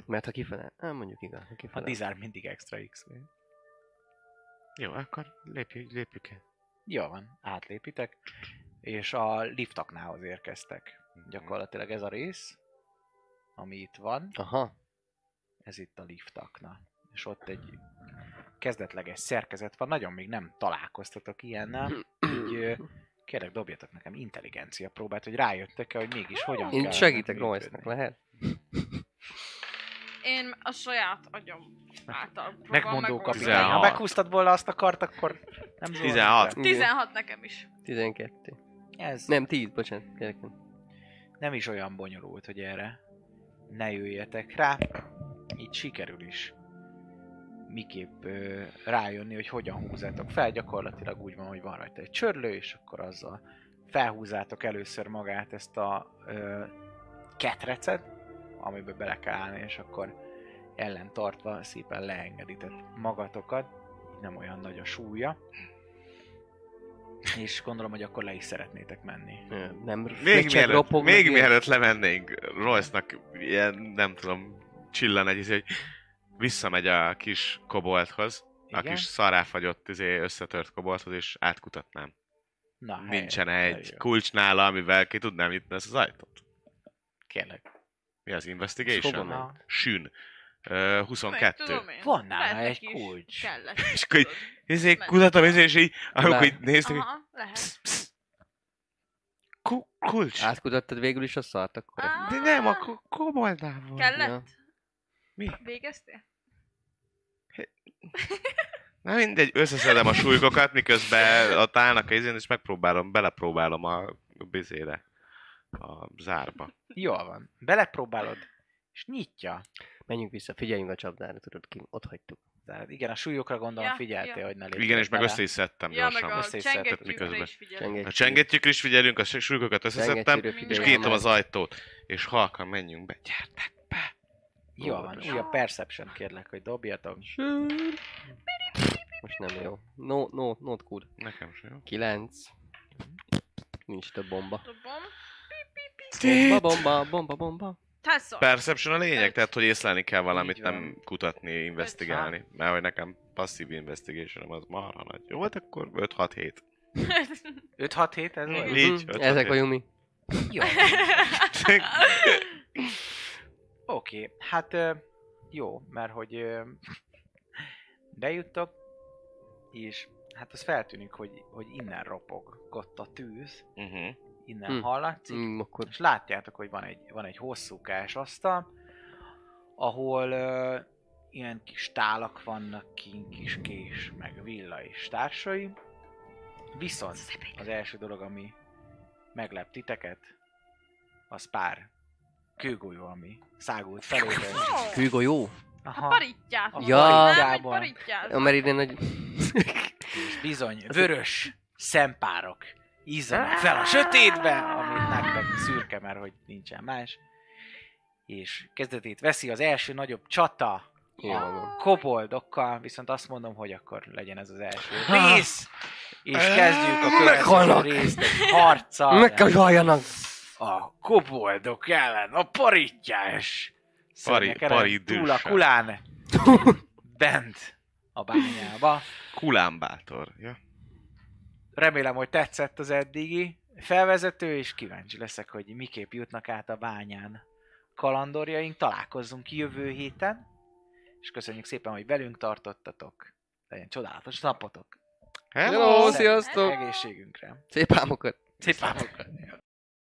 Speaker 2: Mert ha kifele, nem mondjuk igaz, ha
Speaker 1: A
Speaker 2: kifele.
Speaker 1: dizár mindig extra x -nél.
Speaker 4: Jó, akkor lépjük, lépjük el.
Speaker 1: Jó van, átlépitek, és a liftaknához érkeztek. Gyakorlatilag ez a rész, ami itt van,
Speaker 2: Aha,
Speaker 1: ez itt a liftakna. És ott egy kezdetleges szerkezet van, nagyon még nem találkoztatok ilyennel, így ö, kérlek dobjatok nekem intelligencia próbát, hogy rájöttek-e, hogy mégis hogyan
Speaker 2: én
Speaker 1: kell
Speaker 2: segítek
Speaker 1: működni.
Speaker 2: Royce-nak, lehet?
Speaker 3: Én a saját agyam által próbálom
Speaker 1: Megmondó
Speaker 3: megoldani.
Speaker 1: kapitány. Ha
Speaker 4: 16.
Speaker 1: meghúztad volna azt a kart, akkor nem zuhant
Speaker 4: 16.
Speaker 1: be.
Speaker 3: 16 nekem is.
Speaker 2: 12.
Speaker 1: Ez
Speaker 2: Nem, 10, bocsánat, gyerekem.
Speaker 1: nem is olyan bonyolult, hogy erre ne jöjjetek rá. Így sikerül is miképp ö, rájönni, hogy hogyan húzátok fel. Gyakorlatilag úgy van, hogy van rajta egy csörlő, és akkor azzal felhúzátok először magát ezt a ö, ketrecet, amiben bele kell állni, és akkor ellen tartva szépen leengeditek magatokat. Nem olyan nagy a súlya. És gondolom, hogy akkor le is szeretnétek menni.
Speaker 2: Ö, Nem,
Speaker 4: Még
Speaker 2: csak
Speaker 4: mielőtt,
Speaker 2: ropognak
Speaker 4: még
Speaker 2: ilyen?
Speaker 4: mielőtt lemennénk Royce-nak ilyen, nem tudom, csillan egy izé, hogy visszamegy a kis kobolthoz, a
Speaker 1: Igen?
Speaker 4: kis szaráfagyott izé, összetört kobolthoz, és átkutatnám.
Speaker 1: Na,
Speaker 4: Ah,
Speaker 1: helyes,
Speaker 4: Nincsen
Speaker 1: nagyon
Speaker 4: egy
Speaker 1: jó.
Speaker 4: kulcs nála, amivel ki tudnám nyitni ezt az ajtót.
Speaker 1: Kérlek.
Speaker 4: Mi az
Speaker 2: És hova
Speaker 4: investigation?
Speaker 2: ment?
Speaker 1: Na,
Speaker 4: Sűn. Ö,
Speaker 3: Meg
Speaker 4: 22.
Speaker 3: tudom én.
Speaker 1: Van nála
Speaker 3: Lehet
Speaker 1: egy
Speaker 3: neki is
Speaker 1: kulcs.
Speaker 3: Kellett.
Speaker 4: És akkor így-
Speaker 3: tudod.
Speaker 4: Izé,
Speaker 3: Ment.
Speaker 4: kutatom, izé, és így, amikor
Speaker 2: Lá-
Speaker 4: így néztük, hogy
Speaker 3: Aha, lehet.
Speaker 4: Psz, psz. Ku- kulcs.
Speaker 2: Átkutattad végül is a szart, akkor...
Speaker 3: Á,
Speaker 4: De nem, a ko- koboldával.
Speaker 2: Ja.
Speaker 3: Kellett?
Speaker 4: Mi?
Speaker 3: Végeztél?
Speaker 4: Na mindegy, összeszedem a súlykokat, miközben a tálnak izén, és megpróbálom, belepróbálom a bizére, a zárba.
Speaker 1: Jól van. Belepróbálod, és nyitja.
Speaker 2: Menjünk vissza, figyeljünk a csapdára, tudod ki, ott hagytuk.
Speaker 1: De igen, a súlyokra gondolom
Speaker 3: Ja,
Speaker 1: figyeltél,
Speaker 3: ja.
Speaker 1: hogy ne lépjél
Speaker 4: Igen, és meg
Speaker 1: bele.
Speaker 4: össze is szedtem
Speaker 3: Ja, meg
Speaker 4: gyorsan.
Speaker 3: a
Speaker 1: most észre tett
Speaker 3: csengettyűkre
Speaker 4: miközben.
Speaker 3: is figyelek.
Speaker 2: Csengettyű.
Speaker 4: A csengetjükre is figyelünk, a súlykokat összeszedtem,
Speaker 2: Csengettyűre
Speaker 4: és
Speaker 2: figyelj,
Speaker 4: kinyitom
Speaker 2: amely-
Speaker 4: az ajtót. És halkan menjünk be, gyertek be.
Speaker 1: Jól van, új a perception kérlek, hogy dobjatok.
Speaker 2: Most nem jó. No, no, not cool.
Speaker 4: Nekem sem jó.
Speaker 2: 9. Nincs több bomba.
Speaker 3: Dobom.
Speaker 2: Bomba, bomba, bomba, bomba.
Speaker 3: Hányszor? [laughs]
Speaker 4: Perception a lényeg,
Speaker 3: Öt.
Speaker 4: tehát hogy észlelni kell valamit,
Speaker 1: Így van.
Speaker 4: nem kutatni, investigálni. Mert hogy nekem passzív investigation az marha nagy. Jó, hát akkor 5-6-7.
Speaker 3: [laughs]
Speaker 1: 5-6-7 ez
Speaker 4: Mm.
Speaker 1: volt?
Speaker 4: Így,
Speaker 2: Mhm,
Speaker 4: öt,
Speaker 2: Ezek
Speaker 4: öt.
Speaker 2: vagyunk mi.
Speaker 1: Jó. Oké, okay, hát ö, jó, mert hogy ö, [laughs] bejuttok, és hát az feltűnik, hogy, hogy innen ropogott a tűz,
Speaker 4: Mhm.
Speaker 1: innen
Speaker 2: Hm.
Speaker 1: hallatszik,
Speaker 2: Mm, akkor
Speaker 1: és látjátok, hogy van egy, van egy hosszúkás asztal, ahol ö, ilyen kis tálak vannak kint, kis kés, meg villa és társai. Viszont az első dolog, ami meglep titeket, az pár kőgolyó, ami szágult felétek.
Speaker 2: kőgolyó.
Speaker 3: A paritját.
Speaker 1: A
Speaker 3: mondom,
Speaker 2: Ja.
Speaker 3: Nem, hogy
Speaker 1: paritjában.
Speaker 3: paritját.
Speaker 2: Ja, mert idén nagy...
Speaker 1: És bizony, vörös szempárok izzanak fel a sötétbe, ami nektek szürke, mert hogy nincsen más. És kezdetét veszi az első nagyobb csata
Speaker 2: Jó van.
Speaker 1: a koboldokkal, viszont azt mondom, hogy akkor legyen ez az első rész! És kezdjük a következő
Speaker 2: Meghalnak!
Speaker 1: részt egy harccal
Speaker 2: Meg kell, hogy halljanak!
Speaker 1: a koboldok ellen, a parittyás szörnyek ellen,
Speaker 4: paridűsek.
Speaker 1: túl a kulán, bent a bányába.
Speaker 4: Kulán bátor. Ja.
Speaker 1: Remélem, hogy tetszett az eddigi felvezető, és kíváncsi leszek, hogy miképp jutnak át a bányán kalandorjaink. Találkozzunk jövő héten, és köszönjük szépen, hogy velünk tartottatok. Legyen csodálatos napotok!
Speaker 2: Hello,
Speaker 4: Hello!
Speaker 2: sziasztok!
Speaker 1: Egészségünkre!
Speaker 2: Szép álmokat!
Speaker 1: Szép napot!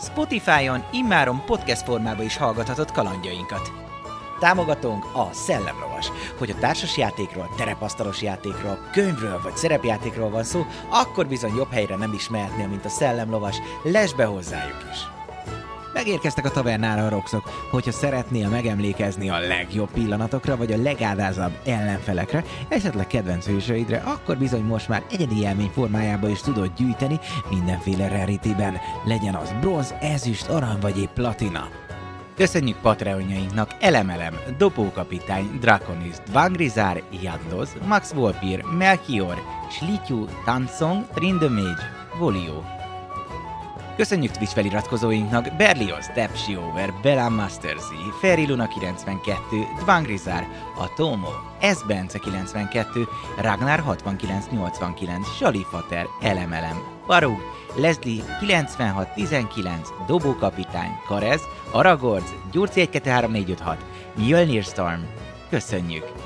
Speaker 5: Spotify-on immáron podcast formában is hallgathatod kalandjainkat. Támogatónk a Szellemlovas. Hogy a társas játékról, terepasztalos játékról, könyvről vagy szerepjátékról van szó, akkor bizony jobb helyre nem is mehetnél, mint a Szellemlovas. Lesz be hozzájuk is! Megérkeztek a tavernára a roxok. Hogyha szeretnél megemlékezni a legjobb pillanatokra, vagy a legádázabb ellenfelekre, esetleg kedvenc hősöidre, akkor bizony most már egyedi élmény formájába is tudod gyűjteni mindenféle rarityben. Legyen az bronz, ezüst, arany vagy épp platina. Köszönjük Patreonjainknak Elemelem, Dobókapitány, Draconis, Dvangrizár, Jadloz, Max Volpir, Melchior, Slityu, Tansong, Trindemage, Volio, Köszönjük Twitch feliratkozóinknak Berlioz, Depsiover, Bella Masterzi, Ferry Luna 92, Dvangrizár, Atomo, S. Bence 92, Ragnar 6989, Salifater, Elemelem, Barug, Leslie 9619, Dobókapitány, Karez, Aragorz, Gyurci 123456, Mjölnir Storm. Köszönjük!